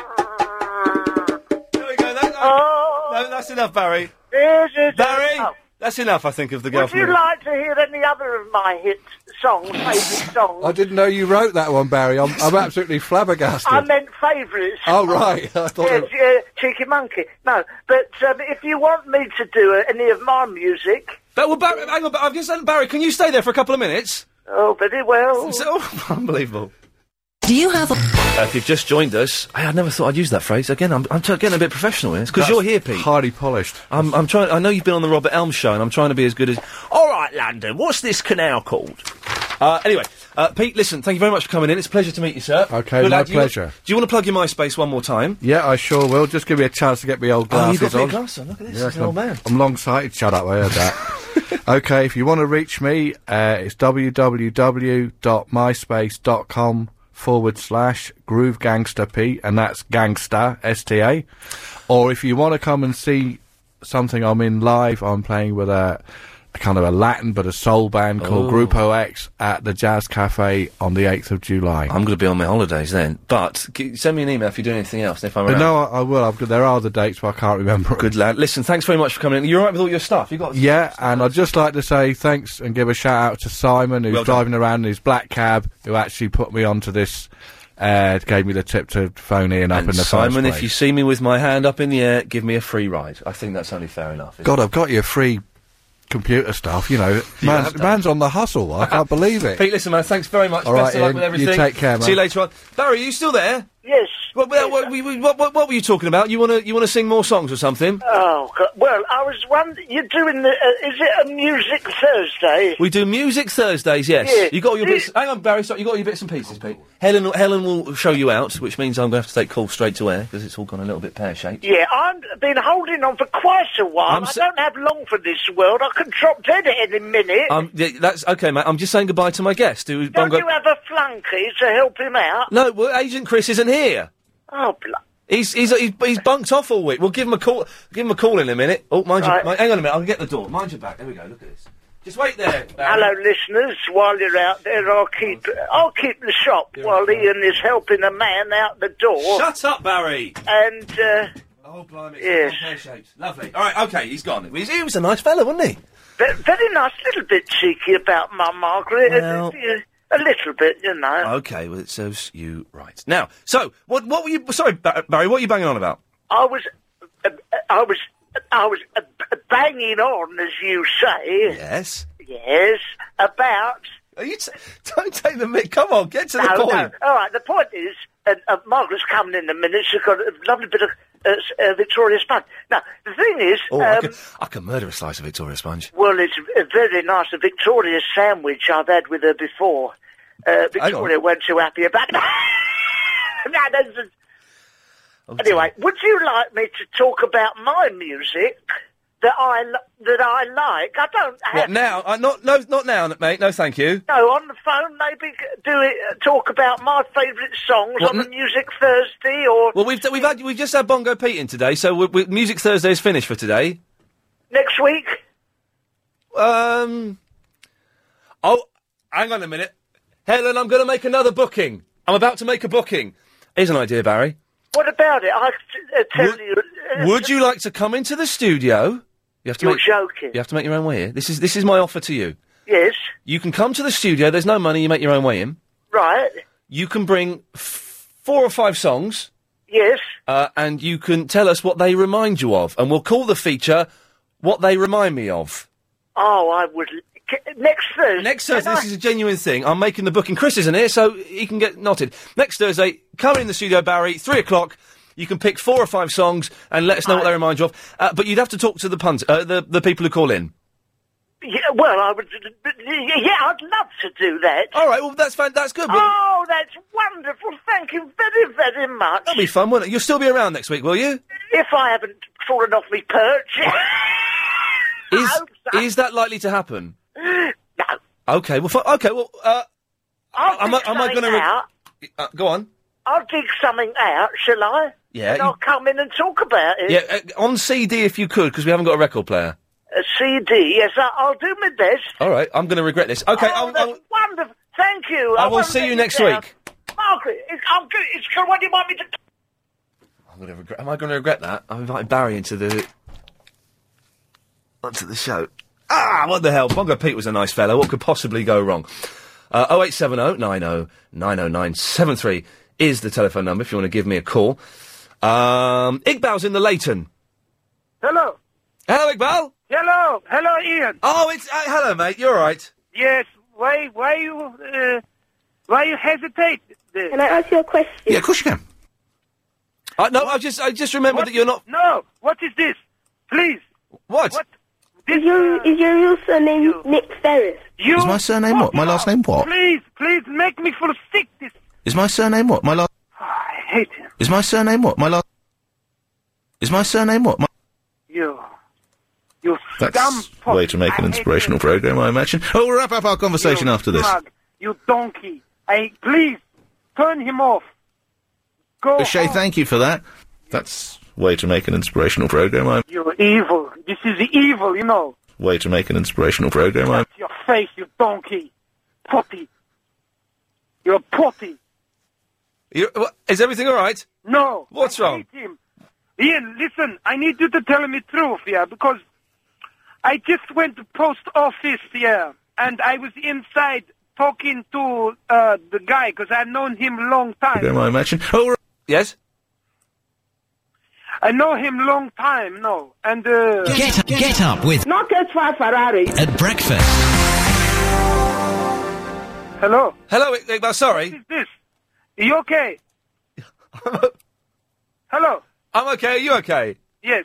Speaker 1: There we go. That,
Speaker 4: oh.
Speaker 1: no, that's enough, Barry.
Speaker 4: This is
Speaker 1: Barry,
Speaker 4: enough.
Speaker 1: That's enough, I think, of the girl
Speaker 4: Would
Speaker 1: from
Speaker 4: you
Speaker 1: the-
Speaker 4: like to hear any other of my hit songs, favourite songs?
Speaker 12: I didn't know you wrote that one, Barry. I'm, I'm absolutely flabbergasted.
Speaker 4: I meant favourites.
Speaker 12: Oh, right. I thought
Speaker 4: Yeah,
Speaker 12: it-
Speaker 4: yeah, cheeky monkey. No, but um, if you want me to do uh, any of my music,
Speaker 1: But well, Barry, hang on, but I've just Barry. Can you stay there for a couple of minutes?
Speaker 4: oh, very well.
Speaker 1: Unbelievable.
Speaker 7: Do you have a...
Speaker 1: Uh, if you've just joined us, I, I never thought I'd use that phrase again. I'm, I'm t- getting a bit professional here. It's because
Speaker 12: That's
Speaker 1: you're here, Pete. Highly polished. I'm, I'm trying. I know you've been on the Robert Elm show, and I'm trying to be as good as. All right, London. What's this canal called? Uh, anyway, uh, Pete, listen. Thank you very much for coming in. It's a pleasure to meet you, sir.
Speaker 12: Okay,
Speaker 1: Good
Speaker 12: my
Speaker 1: lad. You-
Speaker 12: pleasure.
Speaker 1: do you want to plug your MySpace one more time?
Speaker 12: Yeah, I sure will. Just give me a chance to get my old
Speaker 1: Oh,
Speaker 12: glasses
Speaker 1: you've got
Speaker 12: on.
Speaker 1: big glasses on. Look at this.
Speaker 12: Yeah,
Speaker 1: He's an old
Speaker 12: I'm-
Speaker 1: man.
Speaker 12: I'm long sighted. Shut up. I heard that. okay, if you want to reach me, uh, it's www.myspace.com forward slash groove gangster P, and that's gangster, S T A. Or if you want to come and see something I'm in live, I'm playing with a. a Kind of a Latin, but a soul band called
Speaker 1: Oh.
Speaker 12: Grupo X at the Jazz Cafe on the 8th of July.
Speaker 1: I'm going to be on my holidays then. But g- send me an email if you're doing anything else. and If I'm
Speaker 12: But
Speaker 1: around.
Speaker 12: no, I, I will. I've got, there are the dates, but I can't remember.
Speaker 1: Good lad. Listen, thanks very much for coming in. You're all right with all your stuff. You got
Speaker 12: Yeah, and I'd just like to say thanks and give a shout out to Simon, who's
Speaker 1: Well done.
Speaker 12: driving around in his black cab, who actually put me onto this, uh, gave me the tip to phone Ian up in the
Speaker 1: Simon,
Speaker 12: first
Speaker 1: if you see me with my hand up in the air, give me a free ride. I think that's only fair enough. isn't
Speaker 12: God,
Speaker 1: it?
Speaker 12: I've got your free computer stuff. You know,
Speaker 1: have
Speaker 12: man's,
Speaker 1: done.
Speaker 12: man's on the hustle. I can't believe it.
Speaker 1: Pete, listen, man, thanks very much.
Speaker 12: All
Speaker 1: Best
Speaker 12: right,
Speaker 1: of luck
Speaker 12: Ian,
Speaker 1: with
Speaker 12: you
Speaker 1: everything.
Speaker 12: take care, man.
Speaker 1: See you later on. Barry, are you still there?
Speaker 4: Yes.
Speaker 1: What, what, what, we- what, what, what were you talking about? You want to you want to sing more songs or something?
Speaker 4: Oh, God. well, I was wondering, you're doing the, uh, is it a Music Thursday?
Speaker 1: We do music Thursdays, yes.
Speaker 4: Yeah.
Speaker 1: You got all your
Speaker 4: Do
Speaker 1: bits. Hang on, Barry. Sorry, you got all your bits and pieces, Pete. Helen, Helen will show you out, which means I'm going to have to take calls straight to air because it's all gone a little bit pear shaped.
Speaker 4: Yeah, I've been holding on for quite a while.
Speaker 1: I'm
Speaker 4: I
Speaker 1: s-
Speaker 4: don't have long for this world. I could drop dead at any minute.
Speaker 1: Um, th- that's okay, mate. I'm just saying goodbye to my guest. Who
Speaker 4: don't
Speaker 1: Bongo-
Speaker 4: you have a flunky to help him out?
Speaker 1: No, well, Agent Chris isn't here.
Speaker 4: Oh, bl-
Speaker 1: He's, he's he's he's bunked off all week. We'll give him a call. Give him a call in a minute. Oh, mind
Speaker 4: Right.
Speaker 1: you, mind, hang on a minute. I'll get the door. Mind your back. There we go. Look at this. Just wait there.
Speaker 4: Hello, listeners. While you're out there, I'll keep I'll keep the shop while Ian is helping a man out the door.
Speaker 1: Shut up, Barry.
Speaker 4: And uh,
Speaker 1: oh, blimey!
Speaker 4: Yes.
Speaker 1: Pear-shaped. Lovely. All right. Okay. He's gone. He was, he was a nice fella, wasn't he?
Speaker 4: ve- very nice, little bit cheeky about my Margaret.
Speaker 1: Well-
Speaker 4: A little bit, you know.
Speaker 1: Okay. Well, it serves you right. Now, so what what were you? Sorry, Ba- Barry. What are you banging on about?
Speaker 4: I was, uh, I was, I was uh, b- banging on, as you say.
Speaker 1: Yes.
Speaker 4: Yes. About.
Speaker 1: Are you? T- don't take the mic. Come on, get to the
Speaker 4: no, No.
Speaker 1: point.
Speaker 4: All right. The point is, uh, uh, Margaret's coming in a minute. She's got a lovely bit of uh, s- uh, Victoria sponge. Now, the thing is,
Speaker 1: Oh, I,
Speaker 4: um,
Speaker 1: could, I could murder a slice of Victoria Sponge.
Speaker 4: well, it's a very nice a Victoria sandwich I've had with her before. Uh, Victoria weren't too happy about. no, that's just- Anyway, would you like me to talk about my music that I l- that I like? I don't have
Speaker 1: What now? Uh, not no, not now, mate. No, thank you.
Speaker 4: no, on the phone, maybe g- do it. Uh, talk about my favourite songs
Speaker 1: What
Speaker 4: on
Speaker 1: n-
Speaker 4: the Music Thursday, or
Speaker 1: Well, we've d- we've had we've just had Bongo Pete in today, so we we Music Thursday is finished for today.
Speaker 4: next week.
Speaker 1: Um. Oh, hang on a minute, Helen. I'm going to make another booking. I'm about to make a booking. Here's an idea, Barry.
Speaker 4: What about it? I uh, tell you. Uh,
Speaker 1: Would you like to come into the studio? You have to
Speaker 4: You're
Speaker 1: make,
Speaker 4: joking.
Speaker 1: You have to make your own way here. This is this is my offer to you.
Speaker 4: Yes,
Speaker 1: You can come to the studio. There's no money. You make your own way in.
Speaker 4: right.
Speaker 1: You can bring f- four or five songs.
Speaker 4: Yes.
Speaker 1: Uh, and you can tell us what they remind you of, and we'll call the feature "What They Remind Me Of."
Speaker 4: Oh, I would. C- next Thursday.
Speaker 1: Next Thursday, this is a genuine thing. I'm making the booking. Chris isn't here, so he can get knotted. Next Thursday, come in the studio, Barry, three o'clock. You can pick four or five songs and let us know what they remind you of. Uh, but you'd have to talk to the punt, uh, the the people who call in.
Speaker 4: Yeah, well, I would. uh, Yeah, I'd love to do that.
Speaker 1: All right. Well, that's fine. That's good. but-
Speaker 4: Oh, that's wonderful. Thank you very, very much.
Speaker 1: That'll be fun, won't it? You'll still be around next week, will you?
Speaker 4: If I haven't fallen off my perch.
Speaker 1: Is is that likely to happen?
Speaker 4: no.
Speaker 1: Okay. Well. Fi- okay. Well. Uh,
Speaker 4: I'll
Speaker 1: am I,
Speaker 4: dig
Speaker 1: am I
Speaker 4: something
Speaker 1: going to?
Speaker 4: out.
Speaker 1: uh, go on.
Speaker 4: I'll dig something out, shall I?
Speaker 1: Yeah,
Speaker 4: And
Speaker 1: you-
Speaker 4: I'll come in and talk about it.
Speaker 1: Yeah. Uh, on CD if you could, because we haven't got a record player.
Speaker 4: A CD. Yes, I, I'll do my best.
Speaker 1: All right. I'm going to regret this. Okay.
Speaker 4: Oh, that's wonderful. Thank you.
Speaker 1: I will
Speaker 4: won't
Speaker 1: see
Speaker 4: let
Speaker 1: you next
Speaker 4: down.
Speaker 1: week.
Speaker 4: Margaret, it's, I'm good. It's good. What do you want me to
Speaker 1: I'm going to regret. Am I going to regret that? I'm inviting Barry into the onto the show. Ah, what the hell? Bongo Pete was a nice fellow. What could possibly go wrong? Uh, 0870 90 90973 is the telephone number if you want to give me a call. Um, Iqbal's in the Leighton.
Speaker 19: Hello.
Speaker 1: Hello, Iqbal.
Speaker 19: Hello. Hello, Ian.
Speaker 1: Oh, it's uh, hello, mate. You're all right.
Speaker 19: Yes. Why? Why you? Uh, why you hesitate? Can I ask you a question?
Speaker 1: Yeah, of course you can. Uh, no, I just I just remembered that you're not.
Speaker 19: No. What is this? Please.
Speaker 1: What?
Speaker 19: Is
Speaker 20: your, is your real surname Nick Ferris?
Speaker 19: You
Speaker 20: is my surname
Speaker 19: what?
Speaker 20: My last name what?
Speaker 19: Please, please make me feel sick. This
Speaker 20: Is my surname what? My last.
Speaker 19: I hate it.
Speaker 20: Is my surname what? My last. Is my surname what? My.
Speaker 19: you. You scum.
Speaker 20: That's a way to make an inspirational program, I imagine. Oh, we'll wrap up our conversation after this.
Speaker 19: Mug. You donkey. I please turn him off. Go.
Speaker 20: Shay, thank you for that. That's a way to make an inspirational program. I
Speaker 19: You're evil. This is evil. You know.
Speaker 20: way to make an inspirational program. I
Speaker 19: Your face. You donkey. Potty. You're potty.
Speaker 1: You're, wha- is everything all right?
Speaker 19: No.
Speaker 1: What's wrong?
Speaker 19: Tim, Ian, listen, I need you to tell me truth, yeah, because I just went to post office, yeah, and I was inside talking to uh, the guy because I've known him long time.
Speaker 20: program, I imagine. Oh,
Speaker 1: yes.
Speaker 19: I know him long time, no, and uh,
Speaker 21: Get up- get up with-
Speaker 19: not get far Ferrari.
Speaker 21: At breakfast.
Speaker 19: Hello.
Speaker 1: Hello, I- Iqbal. Sorry.
Speaker 19: This, you okay? Hello.
Speaker 1: I'm okay. Are you okay?
Speaker 19: Yes,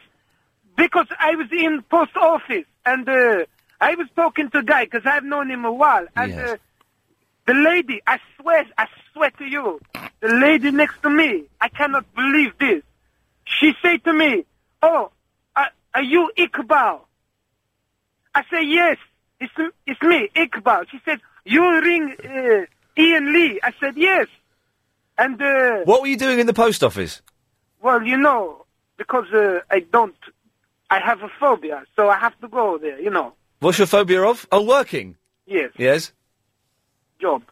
Speaker 19: because I was in post office and uh, I was talking to a guy because I've known him a while. And uh, the lady, I swear, I swear to you, the lady next to me, I cannot believe this. She said to me, "Oh, are, are you Iqbal?" I say, "Yes, it's it's me, Iqbal." She said, "You ring uh, Ian Lee?" I said, "Yes." And uh,
Speaker 1: What were you doing in the post office?
Speaker 19: well, you know, because uh, I don't, I have a phobia, so I have to go there, you know.
Speaker 1: What's your phobia of? Oh, working.
Speaker 19: Yes,
Speaker 1: Yes.
Speaker 19: job.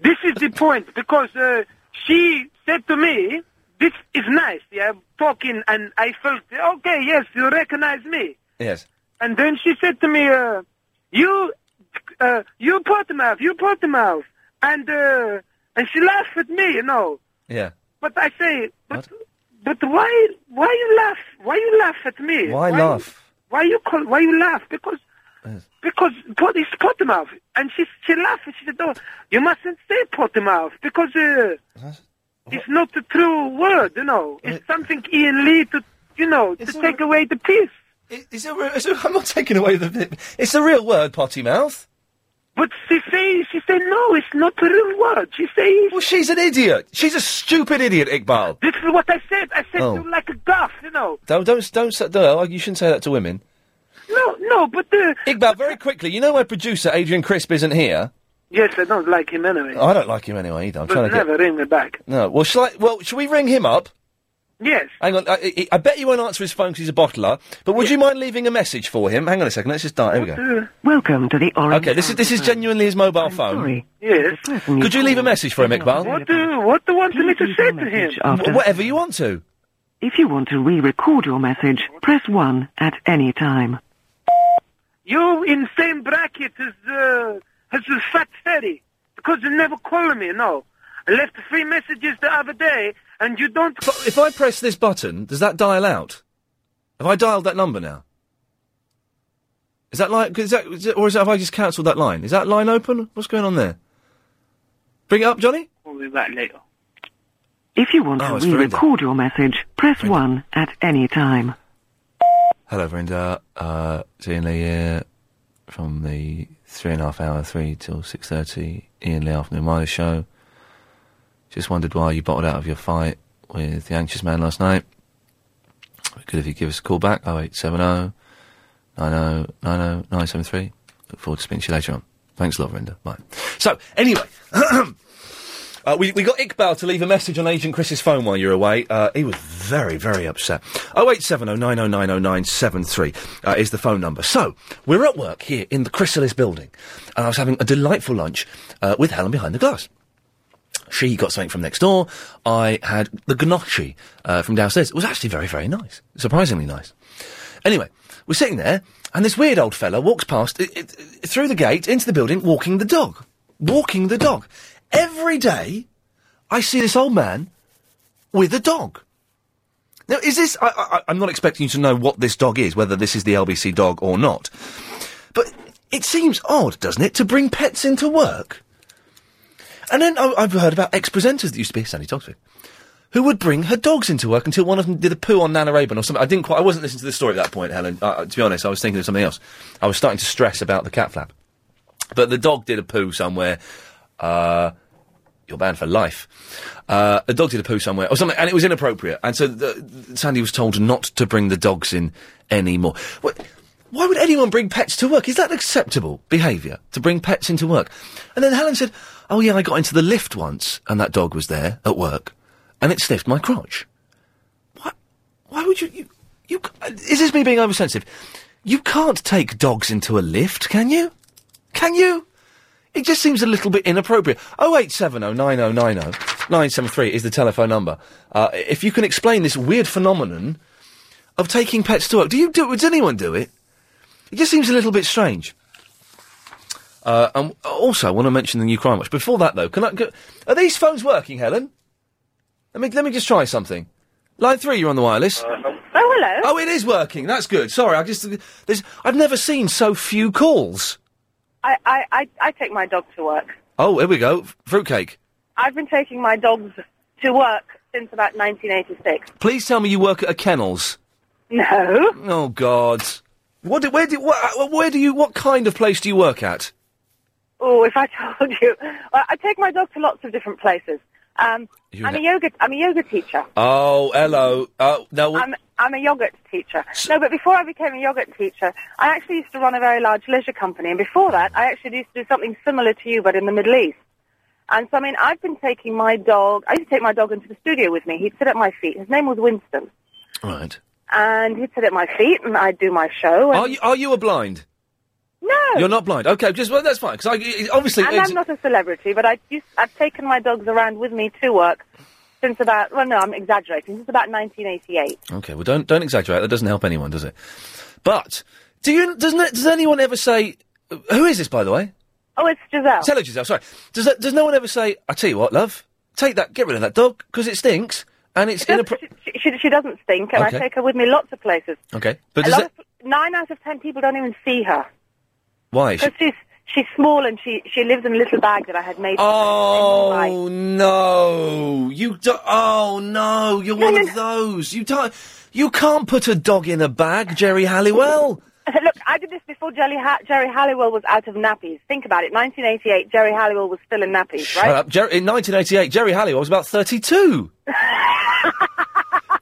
Speaker 19: This is the point, because uh, she said to me, this is nice, yeah, talking, and I felt, okay, yes, you recognize me.
Speaker 1: Yes.
Speaker 19: And then she said to me, uh, you, uh, you mouth, you mouth. And, uh, and she laughed at me, you know.
Speaker 1: Yeah.
Speaker 19: But I say, but, but why, why you laugh? Why you laugh at me?
Speaker 1: Why laugh?
Speaker 19: Why you call? Why you laugh? Because, because pot, it's Pottermouth, and she she laughed and she said, "Oh, you mustn't say Pottermouth because uh, it's not a true word, you know. It's something Ian Lee to, you know, to take away the peace."
Speaker 1: Is it, is it, I'm not taking away the. It's the real word, potty mouth.
Speaker 19: But she say she say no, it's not a real word. She says.
Speaker 1: Well, she's an idiot. She's a stupid idiot, Iqbal.
Speaker 19: This is what I said. I said
Speaker 1: Oh.
Speaker 19: you like a guff, you know.
Speaker 1: Don't don't don't say- no, You shouldn't say that to women.
Speaker 19: No, no, but the
Speaker 1: Iqbal, very quickly. You know why producer Adrian Crisp isn't here?
Speaker 19: Yes, I don't like him anyway.
Speaker 1: I don't like him anyway either. I'm
Speaker 19: but
Speaker 1: trying to
Speaker 19: never
Speaker 1: get.
Speaker 19: ring me back.
Speaker 1: No. Well, shall I, well, should we ring him up?
Speaker 19: Yes.
Speaker 1: Hang on. I, I, I bet you won't answer his phone because he's a bottler. But would you mind leaving a message for him? Hang on a second. Let's just start. Here we go.
Speaker 19: Uh,
Speaker 22: Welcome to the Orange.
Speaker 1: Okay. This is this is genuinely his mobile phone.
Speaker 19: yes.
Speaker 1: Could you leave a message for him, Iqbal?
Speaker 19: What do what do you want me to say to him?
Speaker 22: after-
Speaker 1: Whatever you want to.
Speaker 22: If you want to re-record your message, press one at any time.
Speaker 19: You in same bracket as uh, as the fat fairy because you never call me. No, I left three messages the other day, and you don't.
Speaker 1: If I- If I press this button, does that dial out? Have I dialed that number now? Is that line? Is that, is it- or is that, have I just cancelled that line? Is that line open? What's going on there? Bring it up, Johnny.
Speaker 19: Call me back later.
Speaker 22: If you want
Speaker 1: Oh, it's
Speaker 22: to re-record your message, press one at any time.
Speaker 1: Hello, Verinda. Uh, Ian Lee here from the three and a half hour, three till six thirty. Ian Lee afternoon Milo show. Just wondered why you bottled out of your fight with the anxious man last night. It'd be good if you give us a call back. Oh eight seven oh nine oh nine oh nine seven three. Look forward to speaking to you later on. Thanks a lot, Verinda. Bye. So anyway. Uh, we, we got Iqbal to leave a message on Agent Chris's phone while you're away. Uh, he was very, very upset. 0870 9090973 uh, is the phone number. So, we're at work here in the Chrysalis building, and I was having a delightful lunch uh, with Helen behind the glass. She got something from next door. I had the gnocchi uh, from downstairs. It was actually very, very nice. Surprisingly nice. Anyway, we're sitting there, and this weird old fella walks past it, it, it- through the gate into the building, walking the dog. Walking the dog. Every day, I see this old man with a dog. Now, is this? I, I, I'm not expecting you to know what this dog is, whether this is the LBC dog or not. But it seems odd, doesn't it, to bring pets into work? And then I, I've heard about ex-presenters that used to be Sandy Toksvig, who would bring her dogs into work until one of them did a poo on Nana Rabin or something. I didn't quite. I wasn't listening to this story at that point, Helen. Uh, Uh, to be honest, I was thinking of something else. I was starting to stress about the cat flap, but the dog did a poo somewhere. Uh, you're banned for life. Uh, a dog did a poo somewhere or something, and it was inappropriate. And so the, Sandy was told not to bring the dogs in anymore. What, why would anyone bring pets to work? Is that acceptable behaviour to bring pets into work? And then Helen said, "Oh yeah, I got into the lift once, and that dog was there at work, and it sniffed my crotch." Why would you? you, you c- uh, is this me being oversensitive? You can't take dogs into a lift, can you? Can you? It just seems a little bit inappropriate. 0870 9090 973 is the telephone number. Uh, if you can explain this weird phenomenon of taking pets to work, do you do it? Does anyone do it? It just seems a little bit strange. Uh, and also, I want to mention the new Crime Watch. Before that, though, can I? Can, are these phones working, Helen? Let me let me just try something. Line three, you're on the wireless.
Speaker 3: Oh, hello.
Speaker 1: Oh, it is working. That's good. Sorry, I just there's, I've never seen so few calls.
Speaker 3: I, I, I, I take my dog to work.
Speaker 1: Oh, here we go. F- Fruitcake.
Speaker 3: I've been taking my dogs to work since about 1986.
Speaker 1: Please tell me you work at a kennels.
Speaker 3: No.
Speaker 1: Oh God. What? Do, where do? What, uh, where do you? What kind of place do you work at?
Speaker 3: Oh, if I told you, well, I take my dog to lots of different places. Um,
Speaker 1: You
Speaker 3: I'm a
Speaker 1: ne-
Speaker 3: yoga. I'm a yoga teacher.
Speaker 1: Oh, hello. Oh, no.
Speaker 3: I'm, I'm a yogurt teacher. No, but before I became a yogurt teacher, I actually used to run a very large leisure company, and before that, I actually used to do something similar to you, but in the Middle East. And so, I mean, I've been taking my dog. I used to take my dog into the studio with me. He'd sit at my feet. His name was Winston,
Speaker 1: Right.
Speaker 3: and he'd sit at my feet, and I'd do my show. And
Speaker 1: Are you? Are you a blind?
Speaker 3: No.
Speaker 1: You're not blind. Okay. Just well, that's fine. Because I it- obviously.
Speaker 3: and
Speaker 1: it's-
Speaker 3: I'm not a celebrity, but I used, I've taken my dogs around with me to work since about, well, no, I'm exaggerating, since about 1988.
Speaker 1: Okay, well, don't don't exaggerate. That doesn't help anyone, does it? But do you? Doesn't it, does anyone ever say who is this? By the way,
Speaker 3: oh, it's Giselle.
Speaker 1: Tell her Giselle. Sorry. Does that, does no one ever say? I tell you what, love, take that, get rid of that dog because it stinks and it's inappropriate.
Speaker 3: She, she, she doesn't stink, and
Speaker 1: Okay.
Speaker 3: I take her with me lots of places.
Speaker 1: Okay, but
Speaker 3: a
Speaker 1: does
Speaker 3: lot
Speaker 1: that,
Speaker 3: of, nine out of ten people don't even see her.
Speaker 1: why? is she-
Speaker 3: Because she's, she's small and she, she lives in a little bag that I had made. for her.
Speaker 1: Oh no! You do- oh no! You're one of those. You don't. You can't put a dog in a bag, Jerry Halliwell.
Speaker 3: Look, I did this before Jerry, ha- Jerry Halliwell was out of nappies. Think about it. 1988, Jerry Halliwell was still in nappies,
Speaker 1: Shut
Speaker 3: right?
Speaker 1: up. Jerry, in 1988, Jerry Halliwell was about 32.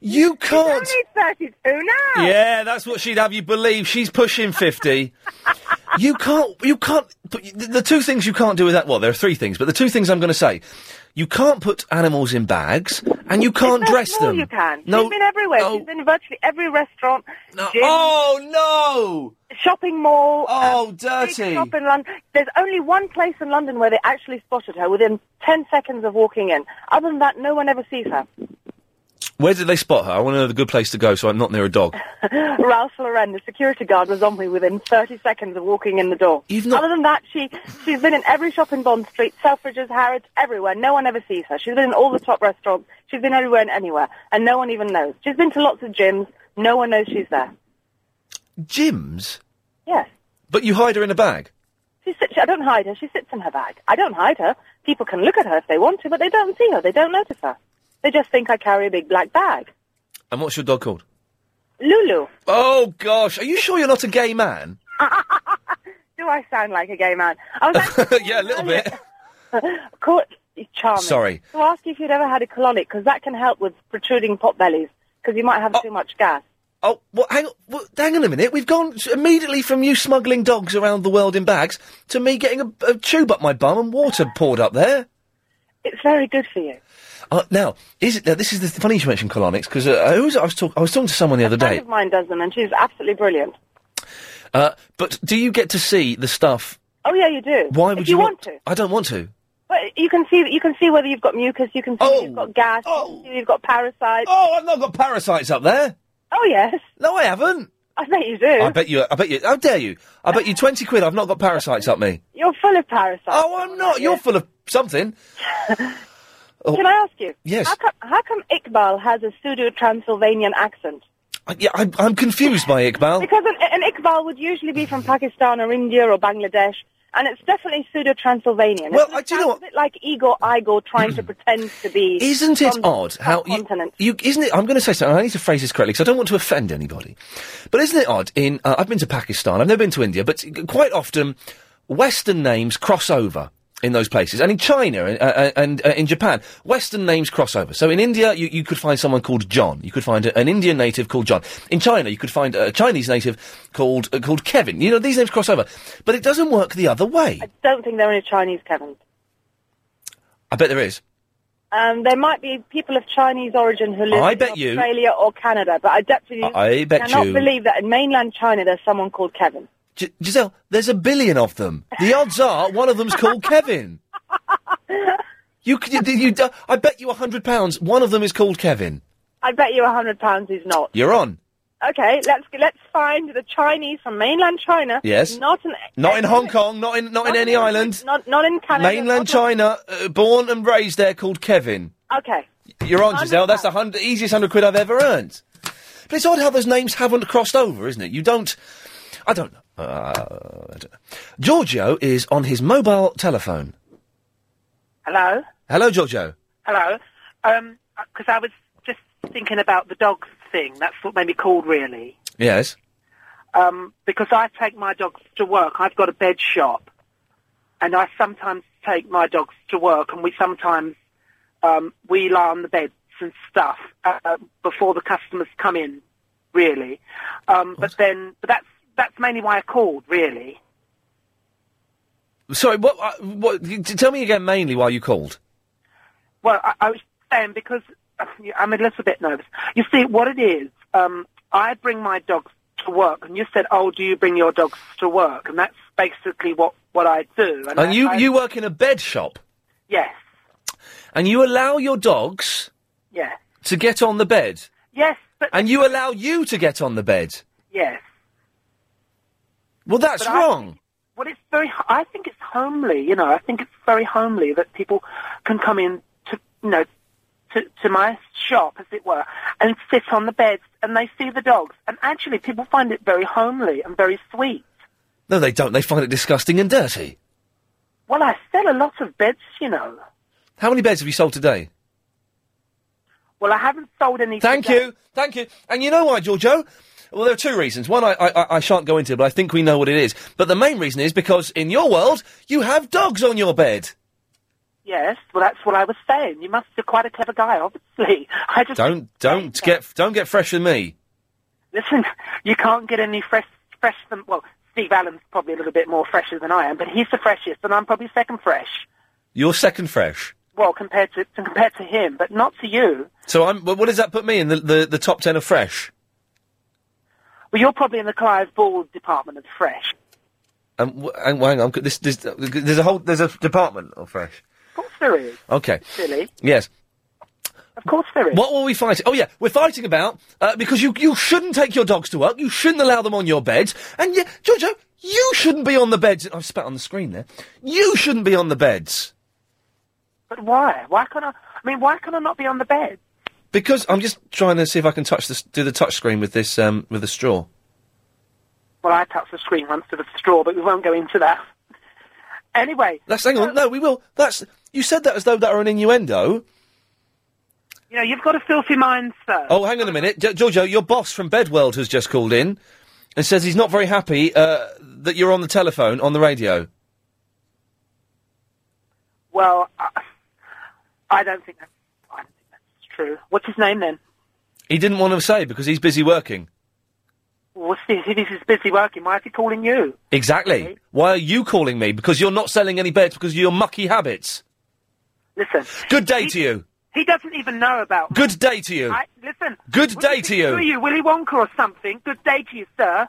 Speaker 1: you can't.
Speaker 3: She's 32 now.
Speaker 1: Yeah, that's what she'd have you believe. She's pushing 50. you can't, you can't, but y- the, the two things you can't do with that, well, there are three things, but the two things I'm going to say. You can't put animals in bags, and you can't
Speaker 3: It's so
Speaker 1: dress
Speaker 3: small
Speaker 1: them.
Speaker 3: You can.
Speaker 1: No,
Speaker 3: She's been everywhere. She's been virtually every restaurant. gym,
Speaker 1: Oh
Speaker 3: no! Shopping mall. um,
Speaker 1: Oh,
Speaker 3: Big
Speaker 1: dirty.
Speaker 3: shop in London. There's only one place in London where they actually spotted her within ten seconds of walking in. Other than that, no one ever sees her.
Speaker 1: where did they spot her? I want to know the good place to go so I'm not near a dog.
Speaker 3: Ralph Lauren, the security guard, was on me within thirty seconds of walking in the door. Other than that, she she's been in every shop in Bond Street, Selfridges, Harrods, everywhere. No one ever sees her. She's been in all the top restaurants. She's been everywhere and anywhere, and no one even knows. She's been to lots of gyms. No one knows she's there.
Speaker 1: Gyms?
Speaker 3: Yes.
Speaker 1: But you hide her in a bag?
Speaker 3: She sits. I don't hide her. She sits in her bag. I don't hide her. People can look at her if they want to, but they don't see her. They don't notice her. They just think I carry a big black bag.
Speaker 1: And what's your dog called?
Speaker 3: Lulu.
Speaker 1: Oh, gosh. Are you sure you're not a gay man?
Speaker 3: Do I sound like a gay man? I was
Speaker 1: yeah, a little bit.
Speaker 3: actually caught charming.
Speaker 1: Sorry.
Speaker 3: To ask you if you'd ever had a colonic, because that can help with protruding pot bellies, because you might have too much gas.
Speaker 1: Oh, well, hang on, well, hang on a minute. We've gone s- immediately from you smuggling dogs around the world in bags to me getting a, a tube up my bum and water poured up there.
Speaker 3: It's very good for you.
Speaker 1: Uh, now, is it? Now, this is the funny you mentioned colonics because uh, who was, I was talk, I was talking to someone the other
Speaker 3: A friend
Speaker 1: day.
Speaker 3: of mine does them, and she's absolutely brilliant.
Speaker 1: Uh, but do you get to see the stuff?
Speaker 3: Oh yeah, you do.
Speaker 1: Why
Speaker 3: If
Speaker 1: would
Speaker 3: you,
Speaker 1: you
Speaker 3: want to?
Speaker 1: I don't want to.
Speaker 3: But you can see you can see whether you've got mucus, you can see whether you've got gas, you can see whether you've got parasites.
Speaker 1: Oh, I've not got parasites up there.
Speaker 3: Oh yes.
Speaker 1: No, I haven't.
Speaker 3: I bet you do.
Speaker 1: I bet you. I bet you. How dare you? I bet you twenty quid. I've not got parasites up me.
Speaker 3: You're full of parasites.
Speaker 1: Oh, I'm not. You're full of something. Oh.
Speaker 3: Can I ask you?
Speaker 1: Yes.
Speaker 3: How come, how come Iqbal has a pseudo Transylvanian accent?
Speaker 1: I, yeah, I'm, I'm confused by Iqbal.
Speaker 3: Because an, an Iqbal would usually be from Pakistan or India or Bangladesh, and it's definitely pseudo Transylvanian. Well, I do know what. A bit like Igor Igor trying to pretend to be.
Speaker 1: Hmm. Isn't it
Speaker 3: from
Speaker 1: odd how you, you isn't it? I'm going to say something. I need to phrase this correctly because I don't want to offend anybody. But isn't it odd? In uh, I've been to Pakistan. I've never been to India, but quite often Western names cross over in those places, and in China uh, uh, and uh, in Japan, Western names cross over. So in India, you, you could find someone called John. You could find a, an Indian native called John. In China, you could find a Chinese native called uh, called Kevin. You know these names cross over, but it doesn't work the other way.
Speaker 3: I don't think there are any Chinese Kevin.
Speaker 1: I bet there is.
Speaker 3: Um, there might be people of Chinese origin who live
Speaker 1: I
Speaker 3: in
Speaker 1: bet you-
Speaker 3: Australia or Canada, but I definitely
Speaker 1: I bet
Speaker 3: cannot
Speaker 1: you-
Speaker 3: believe that in mainland China there's someone called Kevin.
Speaker 1: G- Giselle, there's a billion of them. The odds are one of them's called Kevin. You, c- you, you, d- I bet you a hundred pounds. One of them is called Kevin.
Speaker 3: I bet you a hundred pounds he's not.
Speaker 1: You're on.
Speaker 3: Okay, let's let's find the Chinese from mainland China.
Speaker 1: Yes.
Speaker 3: Not in
Speaker 1: Not in Hong Kong. Not in not in any island.
Speaker 3: Not not in Canada.
Speaker 1: Mainland China, uh, born and raised there, called Kevin.
Speaker 3: Okay.
Speaker 1: You're on, Giselle. That's the hundred, easiest hundred quid I've ever earned. But it's odd how those names haven't crossed over, isn't it? You don't. I don't know. Uh, I don't know. Giorgio is on his mobile telephone.
Speaker 10: Hello?
Speaker 1: Hello, Giorgio.
Speaker 10: Hello? Um 'cause because I was just thinking about the dog thing. That's what made me call, really.
Speaker 1: Yes.
Speaker 10: Um, because I take my dogs to work. I've got a bed shop. And I sometimes take my dogs to work, and we sometimes um, we lie on the beds and stuff uh, before the customers come in, really. Um, but then, but that's that's mainly why I called, really.
Speaker 1: Sorry. What? Uh, what? y- t- Tell me again, mainly why you called.
Speaker 10: Well, I, I was saying because uh, I'm a little bit nervous. You see, what it is, um, I bring my dogs to work, and you said, "Oh, do you bring your dogs to work?" And that's basically what what I do.
Speaker 1: And,
Speaker 10: I-
Speaker 1: you
Speaker 10: I-
Speaker 1: you work in a bed shop,
Speaker 10: yes,
Speaker 1: and you allow your dogs
Speaker 10: yes,
Speaker 1: to get on the bed,
Speaker 10: yes, but
Speaker 1: and you allow you to get on the bed.
Speaker 10: yes.
Speaker 1: Well, that's
Speaker 10: But I-
Speaker 1: wrong.
Speaker 10: Well, it's very. I think it's homely. You know, I think it's very homely that people can come in to you know to to my shop, as it were, and sit on the beds and they see the dogs. And actually, people find it very homely and very sweet.
Speaker 1: No, they don't. They find it disgusting and dirty.
Speaker 10: Well, I sell a lot of beds, you know.
Speaker 1: How many beds have you sold today?
Speaker 10: Well, I haven't sold any.
Speaker 1: Thank
Speaker 10: today.
Speaker 1: you, thank you. And you know why, Giorgio? Well, there are two reasons. One, I, I, I- I shan't go into, but I think we know what it is. But the main reason is because in your world, you have dogs on your bed.
Speaker 10: Yes, well, that's what I was saying. You must be quite a clever guy, obviously. I just
Speaker 1: Don't don't get don't get fresh with me.
Speaker 10: Listen, you can't get any fresh, fresh than well. Steve Allen's probably a little bit more fresher than I am, but he's the freshest, and I'm probably second fresh.
Speaker 1: You're second fresh.
Speaker 10: Well, compared to compared to him, but not to you.
Speaker 1: So I'm. wh- What does that put me in the, the, the top ten of fresh?
Speaker 10: Well, you're probably in the Clive Ball department of fresh.
Speaker 1: And, Um, wh- and hang on, this, this, there's a whole there's a department of fresh.
Speaker 10: Of course there is,
Speaker 1: Okay.
Speaker 10: silly.
Speaker 1: Yes.
Speaker 10: Of course there is.
Speaker 1: What were we fighting? Oh yeah, we're fighting about uh, because you you shouldn't take your dogs to work. You shouldn't allow them on your beds. And yeah, Giorgio, you shouldn't be on the beds. I've spat on the screen there. You shouldn't be on the beds
Speaker 10: But why? Why can't I? I mean, why can I not be on the bed?
Speaker 1: because I'm just trying to see if I can touch this, do the touch screen with this um, with a straw.
Speaker 10: Well, I touched the screen once with a straw, but we won't go into that. Anyway,
Speaker 1: That's hang on. No, we will. That's you said that as though that were an innuendo.
Speaker 10: you know, you've got a filthy mind, sir.
Speaker 1: Oh, hang on a minute, Gi- Giorgio. Your boss from Bedworld has just called in and says he's not very happy uh, that you're on the telephone on the radio.
Speaker 10: Well, I, I don't think that's, I don't think that's true. What's his name then?
Speaker 1: He didn't want to say because he's busy working.
Speaker 10: What's this? This is busy working. Why is he calling you?
Speaker 1: Exactly. Why are you calling me? Because you're not selling any beds because of your mucky habits.
Speaker 10: Listen.
Speaker 1: Good day to you.
Speaker 10: He doesn't even know about. me.
Speaker 1: Good day to you.
Speaker 10: I, listen.
Speaker 1: Good
Speaker 10: would you
Speaker 1: day to
Speaker 10: think
Speaker 1: you.
Speaker 10: Screw you, Willy Wonka or something. Good day to you, sir.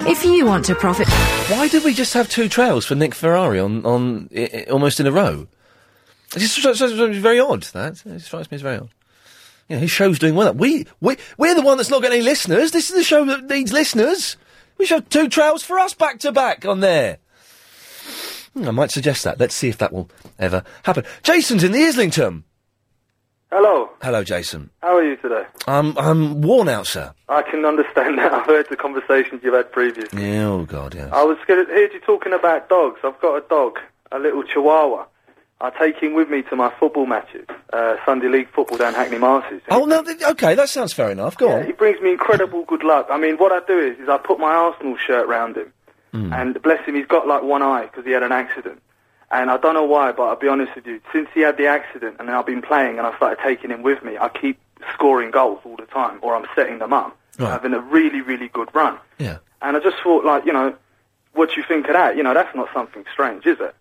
Speaker 7: If you want to profit.
Speaker 1: Why did we just have two trails for Nick Ferrari on, on i- i- almost in a row? It's just, it's just- it's very odd, that. It strikes me as very odd. You know, his show's doing well. We, we, we're the one that's not getting any listeners. This is the show that needs listeners. We showed two trails for us back to back on there. Hmm, I might suggest that. Let's see if that will ever happen. Jason's in the Islington.
Speaker 23: Hello,
Speaker 1: Hello, Jason.
Speaker 23: how are you today?
Speaker 1: I'm, I'm worn out, sir.
Speaker 23: I can understand that. I've heard the conversations you've had previously.
Speaker 1: Yeah, oh, God, yeah.
Speaker 23: I was going to hear you talking about dogs. I've got a dog, a little chihuahua. I take him with me to my football matches, uh, Sunday league football down Hackney Marshes.
Speaker 1: Oh, no, th- okay, that sounds fair enough. Go on.
Speaker 23: He brings me incredible good luck. I mean, what I do is, is I put my Arsenal shirt round him,
Speaker 1: Hmm.
Speaker 23: and bless him, he's got like one eye because he had an accident. And I don't know why, but I'll be honest with you, since he had the accident and I've been playing and I started taking him with me, I keep scoring goals all the time, or I'm setting them up,
Speaker 1: Right.
Speaker 23: having a really, really good run.
Speaker 1: Yeah.
Speaker 23: And I just thought, like, you know, what do you think of that? You know, that's not something strange, is it?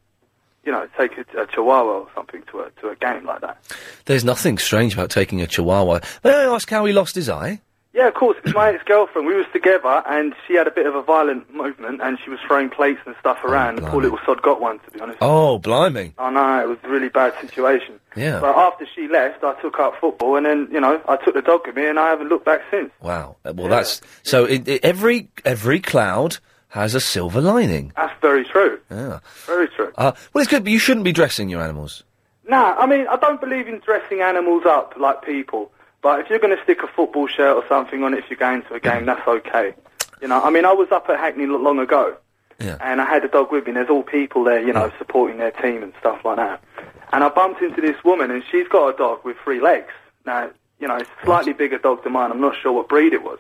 Speaker 23: You know, take a, a chihuahua or something to a, to a game like that.
Speaker 1: There's nothing strange about taking a chihuahua. May I ask how he lost his eye?
Speaker 23: Yeah, of course. It was my ex-girlfriend. We was together, and she had a bit of a violent movement, and she was throwing plates and stuff around. the poor little sod got one, to be honest.
Speaker 1: Oh, blimey.
Speaker 23: I know it was a really bad situation.
Speaker 1: Yeah.
Speaker 23: But after she left, I took up football, and then you know I took the dog with me, and I haven't looked back since.
Speaker 1: Wow. Uh, Well, that's so. It, it- every every cloud has a silver lining.
Speaker 23: That's very true.
Speaker 1: Yeah.
Speaker 23: Very true.
Speaker 1: Uh, well, it's good, but you shouldn't be dressing your animals.
Speaker 23: Nah, I mean I don't believe in dressing animals up like people. But if you're going to stick a football shirt or something on it if you're going to a game, that's okay. You know, I mean, I was up at Hackney not long ago,
Speaker 1: Yeah.
Speaker 23: and I had a dog with me. and There's all people there, you know, supporting their team and stuff like that. And I bumped into this woman, and she's got a dog with three legs. Now, you know, it's a slightly bigger dog than mine. I'm not sure what breed it was.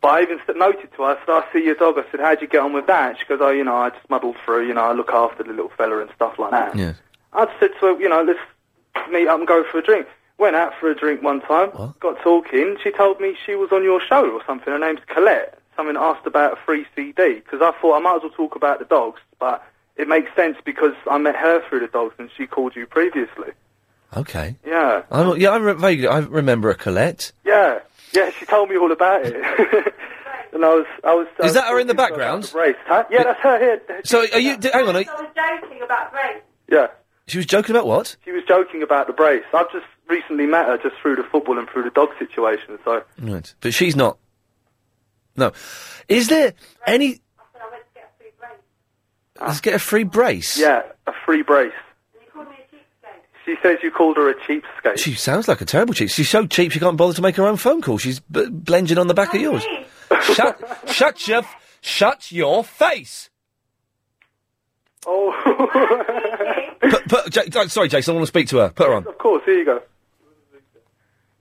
Speaker 23: But I even st- noted to her, I said, I see your dog. I said, how'd you get on with that? She goes, oh, you know, I just muddled through, you know, I look after the little fella and stuff like that.
Speaker 1: Yes.
Speaker 23: I said to her, you know, let's meet up and go for a drink. Went out for a drink one time, got talking. She told me she was on your show or something. Her name's Colette. Someone asked about a free CD because I thought I might as well talk about the dogs, but it makes sense because I met her through the dogs and she called you previously.
Speaker 1: Okay.
Speaker 23: Yeah,
Speaker 1: I'm, yeah, I re- vaguely I remember a Colette.
Speaker 23: yeah, yeah. She told me all about it. and I was, I was. I
Speaker 1: Is
Speaker 23: was
Speaker 1: that her in the
Speaker 23: talking to her
Speaker 1: background?
Speaker 23: about the race, huh? Yeah, that's her here.
Speaker 1: So are you? d- hang on. Are,
Speaker 13: was joking about race.
Speaker 23: Yeah.
Speaker 1: she was joking about what?
Speaker 23: She was joking about the brace. I've just recently met her just through the football and through the dog situation. So
Speaker 1: Right. But she's not. No. Is there any? Let's get a free brace.
Speaker 23: yeah, a free brace. She says you called her a cheapskate.
Speaker 1: She sounds like a terrible cheap. She's so cheap she can't bother to make her own phone call. She's b- blending on the
Speaker 13: Oh,
Speaker 1: back of yours. shut, shut your, f- shut your face.
Speaker 23: Oh.
Speaker 1: Put, put, Ja- Ja- sorry, Jason. I want to speak to her. Put her on.
Speaker 23: Of course, here you go.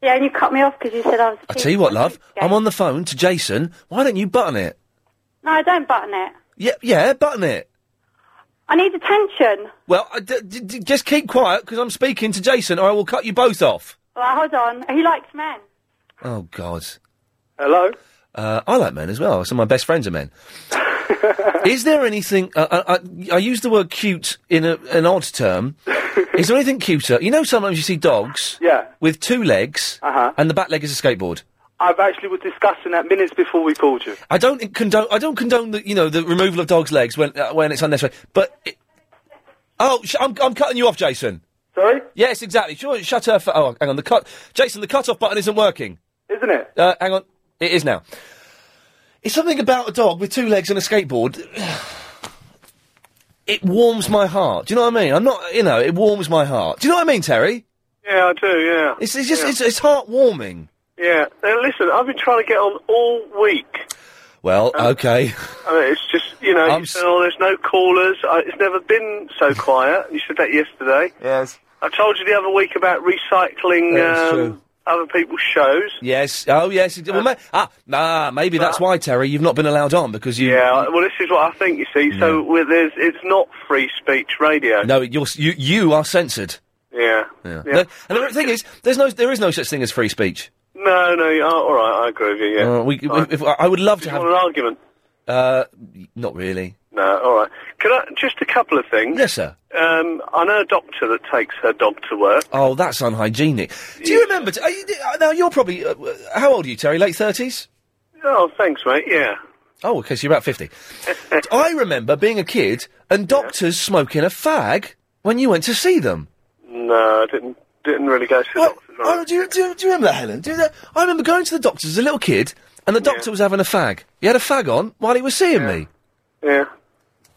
Speaker 13: Yeah, and you cut me off because you said I was.
Speaker 1: I tell you what, love. I'm on the phone to Jason. Why don't you button it?
Speaker 13: No, I don't button it.
Speaker 1: Yeah, yeah, button it.
Speaker 13: I need attention.
Speaker 1: Well, I d- d- d- just keep quiet because I'm speaking to Jason, or I will cut you both off.
Speaker 13: Well, hold on. He likes men.
Speaker 1: Oh God.
Speaker 23: Hello.
Speaker 1: Uh, I like men as well. Some of my best friends are men. Is there anything? Uh, I, I, I use the word cute in a, an odd term. Is there anything cuter? You know, sometimes you see dogs.
Speaker 23: Yeah.
Speaker 1: With two legs.
Speaker 23: Uh-huh.
Speaker 1: And the back leg is a skateboard.
Speaker 23: I've actually was discussing that minutes before we called you.
Speaker 1: I don't condone. I don't condone the you know the removal of dogs' legs when uh, when it's unnecessary. But it, oh, sh- I'm I'm cutting you off, Jason.
Speaker 23: Sorry.
Speaker 1: Yes, exactly. Sure, shut her. F- oh, hang on. The cut, Jason. The cut off button isn't working.
Speaker 23: Isn't it?
Speaker 1: Uh, hang on. It is now. It's something about a dog with two legs and a skateboard. It warms my heart. Do you know what I mean? I'm not. You know, it warms my heart. Do you know what I mean, Terry?
Speaker 24: Yeah, I do. Yeah.
Speaker 1: It's, it's just it's, it's heartwarming.
Speaker 24: Yeah. Now, listen, I've been trying to get on all week.
Speaker 1: Well,
Speaker 23: Um,
Speaker 1: okay.
Speaker 24: I mean, it's just you know, you said, oh, there's no callers. I, it's never been so quiet. You said that yesterday.
Speaker 1: Yes.
Speaker 24: I told you the other week about recycling
Speaker 1: That's true.
Speaker 24: um, other people's shows.
Speaker 1: Yes. Oh, yes. Well, ma- ah, ah, maybe that's why, Terry, you've not been allowed on because you.
Speaker 24: Yeah, well, this is what I think. You see, so we're, there's it's not free speech radio.
Speaker 1: No, you're, s- you you are censored.
Speaker 24: Yeah.
Speaker 1: Yeah.
Speaker 24: Yeah.
Speaker 1: And the thing is, there's no there is no such thing as free speech.
Speaker 24: No, no. you- Oh, all right, I agree with you. Yeah.
Speaker 1: Uh, we,
Speaker 24: All right.
Speaker 1: if, I would love
Speaker 24: Do
Speaker 1: to
Speaker 24: you
Speaker 1: have
Speaker 24: want an argument.
Speaker 1: Uh, not really.
Speaker 24: No, all right. Could I just a couple of things?
Speaker 1: Yes, sir.
Speaker 24: Um, I know a doctor that takes her dog to work.
Speaker 1: Oh, that's unhygienic. Do you remember? T- are you, uh, now you're probably uh, uh, how old are you, Terry? Late thirties.
Speaker 24: Oh, thanks, mate. Yeah.
Speaker 1: Oh, okay, so you're about fifty. I remember being a kid and doctors smoking a fag when you went to see them.
Speaker 24: No, I didn't. Didn't really go to the doctor.
Speaker 1: Oh, do you, do, you, do you remember that, Helen? Do you, remember- I remember going to the doctor as a little kid, and the doctor was having a fag. He had a fag on while he was seeing me.
Speaker 24: Yeah.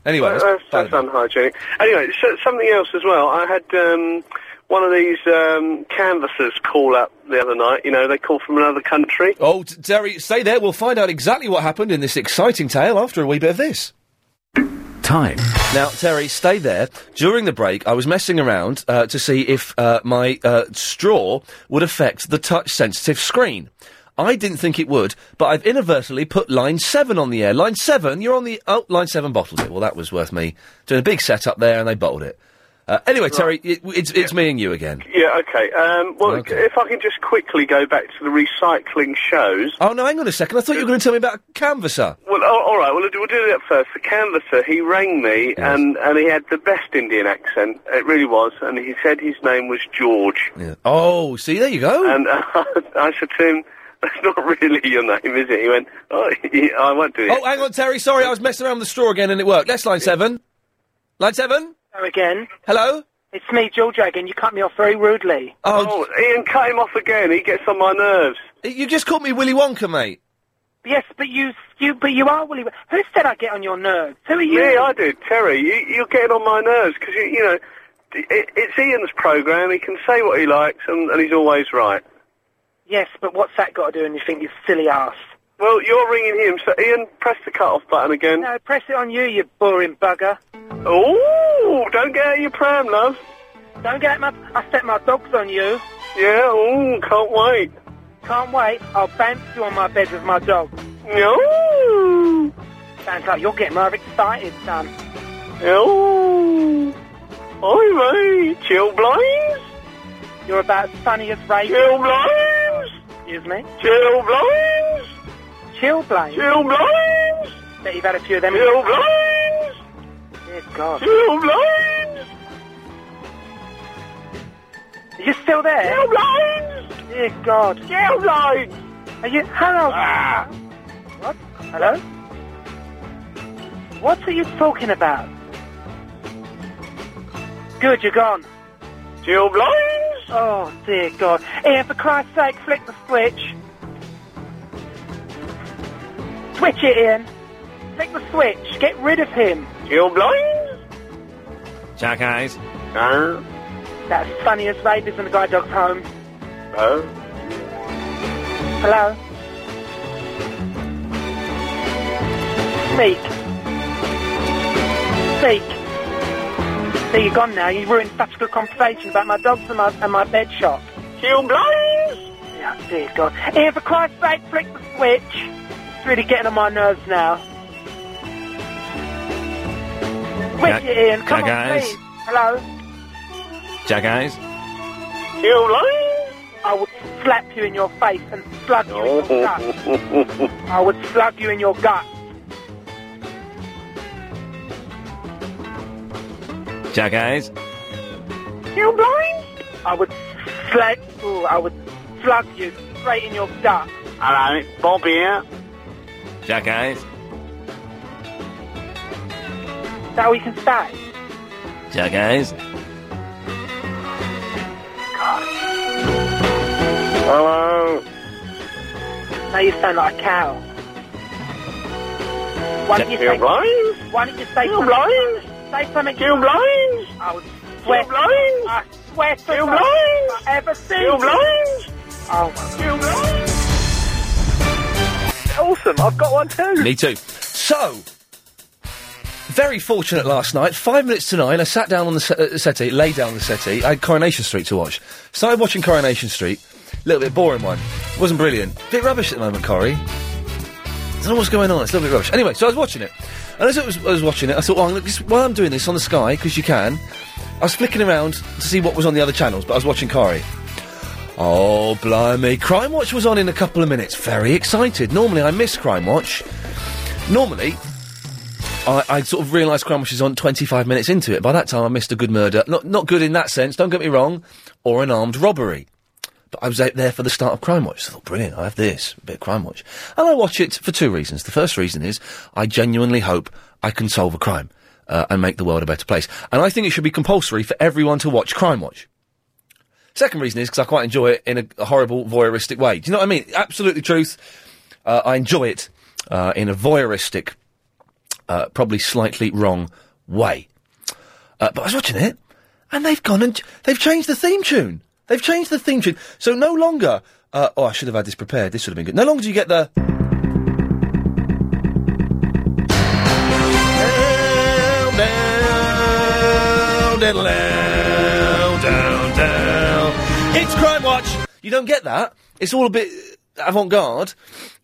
Speaker 1: Anyway,
Speaker 24: That-
Speaker 1: that's
Speaker 24: that's, that's unhygienic. Anyway, so, something else as well. I had um, one of these um, canvassers call up the other night. You know, they call from another country.
Speaker 1: Oh, t- Terry, stay there. We'll find out exactly what happened in this exciting tale after a wee bit of this. Time. Now, Terry, stay there. During the break, I was messing around uh, to see if uh, my uh, straw would affect the touch sensitive screen. I didn't think it would, but I've inadvertently put line 7 on the air. Line 7, you're on the. Oh, line 7 bottled it. Well, that was worth me doing a big setup there, and they bottled it. Uh, anyway, Terry, it, it's, it's me and you again.
Speaker 24: Yeah, okay. Um, well, if I can just quickly go back to the recycling shows.
Speaker 1: Oh, no, hang on a second. I thought you were going to tell me about a canvasser.
Speaker 24: Well, oh, all, all right. Well, we'll do, we'll do that first. The canvasser, he rang me, and, and he had the best Indian accent. It really was, and he said his name was George.
Speaker 1: Yeah. Oh, see, there you go.
Speaker 24: And uh, I said to him, "That's not really your name, is it?" He went, "Oh, yeah, I won't do it."
Speaker 1: Oh, hang on, Terry. Sorry, I was messing around with the straw again and it worked. That's line seven. Line seven?
Speaker 10: Hello again.
Speaker 1: Hello?
Speaker 10: It's me, Jill Dragon. You cut me off very rudely.
Speaker 1: Oh,
Speaker 24: Ian, cut him off again. He gets on my nerves.
Speaker 1: You just called me Willy Wonka, mate.
Speaker 10: Yes, but you, you, but you are Willy. Won- Who said I get on your nerves? Who are you?
Speaker 24: Me, I did. Terry, you, you're getting on my nerves because you, you know d- it, it's Ian's program. He can say what he likes, and, and he's always right.
Speaker 10: Yes, but what's that got to do with anything? You silly ass.
Speaker 24: Well, you're ringing him, so Ian, press the cut-off button again.
Speaker 10: No, press it on you, you boring bugger.
Speaker 24: Oh, don't get out your pram, love.
Speaker 10: Don't get my. I set my dogs on you.
Speaker 24: Yeah. Oh, can't wait.
Speaker 10: Can't wait. I'll bounce you on my bed with my dog.
Speaker 24: No.
Speaker 10: Sounds like you're getting rather excited, son.
Speaker 24: Oh. Oi, mate. Chillblinds?
Speaker 10: You're about as funny as radio.
Speaker 24: Chillblinds?
Speaker 10: Excuse me?
Speaker 24: Chillblinds?
Speaker 10: Chillblinds?
Speaker 24: Chillblinds?
Speaker 10: Bet you've had a few of them.
Speaker 24: Chillblinds?
Speaker 10: Dear God.
Speaker 24: Chillblinds?
Speaker 10: Are you still there?
Speaker 24: Chillblinds?
Speaker 10: Dear God.
Speaker 24: Chillblinds?
Speaker 10: Are you... Hello? What? Hello? What are you talking about? Good, you're gone.
Speaker 24: Chillblinds?
Speaker 10: Oh, dear God. Ian, for Christ's sake, flick the switch. Switch it, Ian. Flick the switch. Get rid of him.
Speaker 24: Chillblinds?
Speaker 1: Jack Eyes.
Speaker 24: No.
Speaker 10: That's funniest rape isn't a guy dog home.
Speaker 24: No.
Speaker 10: Hello? Speak. Speak. So you're gone now. You ruined such a good conversation about my dogs and my, and my bed shop.
Speaker 24: Chillblinds?
Speaker 10: Yeah, dear God. Here, for Christ's sake, flick the switch. It's really getting on my nerves now. Switch it, Ian. Come on,
Speaker 1: Jack eyes.
Speaker 10: please. Hello?
Speaker 1: Jack Eyes.
Speaker 24: Chillblinds?
Speaker 10: I would slap you in your face and slug you in your gut. I would slug you in your gut.
Speaker 1: Jack Eyes.
Speaker 10: You blind? I would slap. Ooh, I would slug you straight in your gut.
Speaker 25: Hello, it's Bob here.
Speaker 1: Jack Eyes.
Speaker 10: Is that all you can say?
Speaker 1: Jack Eyes.
Speaker 24: Hello?
Speaker 10: Now you sound like a cow. Why don't you
Speaker 24: You
Speaker 10: say?
Speaker 24: blind?
Speaker 10: Why don't you say?
Speaker 24: You
Speaker 10: something?
Speaker 24: blind?
Speaker 10: Say something.
Speaker 24: You blind?
Speaker 10: I would swear.
Speaker 24: You blind?
Speaker 10: I swear to
Speaker 24: You
Speaker 10: God,
Speaker 24: blind?
Speaker 10: if I ever see
Speaker 24: You blind?
Speaker 10: Oh my
Speaker 24: You blind? Awesome. I've got one too.
Speaker 1: Me too. So, very fortunate last night. Five minutes to nine, I sat down on the se- uh, settee, lay down on the settee. I had Coronation Street to watch. Started watching Coronation Street. Little bit boring one. Wasn't brilliant. Bit rubbish at the moment, Corrie. don't know what's going on. It's a little bit rubbish. Anyway, so I was watching it, and as I was, I was watching it, I thought, "Oh, look, this, while I'm doing this on the Sky, because you can." I was flicking around to see what was on the other channels, but I was watching Kari. Oh, blimey! Crime Watch was on in a couple of minutes. Very excited. Normally, I miss Crime Watch. Normally, I, I sort of realised Crime Watch is on 25 minutes into it. By that time, I missed a good murder. Not not good in that sense. Don't get me wrong, or an armed robbery. But I was out there for the start of Crime Watch. So I thought, brilliant, I have this, a bit of Crime Watch. And I watch it for two reasons. The first reason is I genuinely hope I can solve a crime uh, and make the world a better place. And I think it should be compulsory for everyone to watch Crime Watch. Second reason is because I quite enjoy it in a, a horrible voyeuristic way. Do you know what I mean? Absolutely truth. Uh, I enjoy it uh, in a voyeuristic, uh, probably slightly wrong way. Uh, but I was watching it, and they've gone and ch- they've changed the theme tune. They've changed the theme tune. So no longer. Uh, oh, I should have had this prepared. This would have been good. No longer do you get the. Down, down, diddle, down, down, down. It's Crime Watch. You don't get that. It's all a bit avant-garde.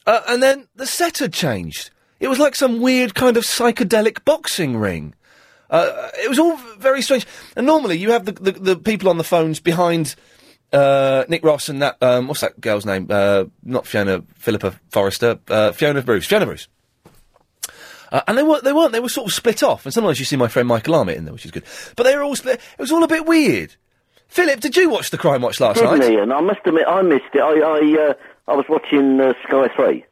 Speaker 1: Uh, and then the set had changed. It was like some weird kind of psychedelic boxing ring. Uh, it was all very strange. And normally you have the, the, the people on the phones behind uh, Nick Ross and that, um, what's that girl's name? Uh, not Fiona, Philippa Forrester, uh, Fiona Bruce, Fiona Bruce. Uh, and they weren't, they weren't, they were sort of split off. And sometimes you see my friend Michael Armit in there, which is good. But they were all split, it was all a bit weird. Philip, did you watch the Crime Watch last
Speaker 25: Didn't
Speaker 1: night?
Speaker 25: Ian? I must admit, I missed it. I I, uh, I was watching uh, Sky Three.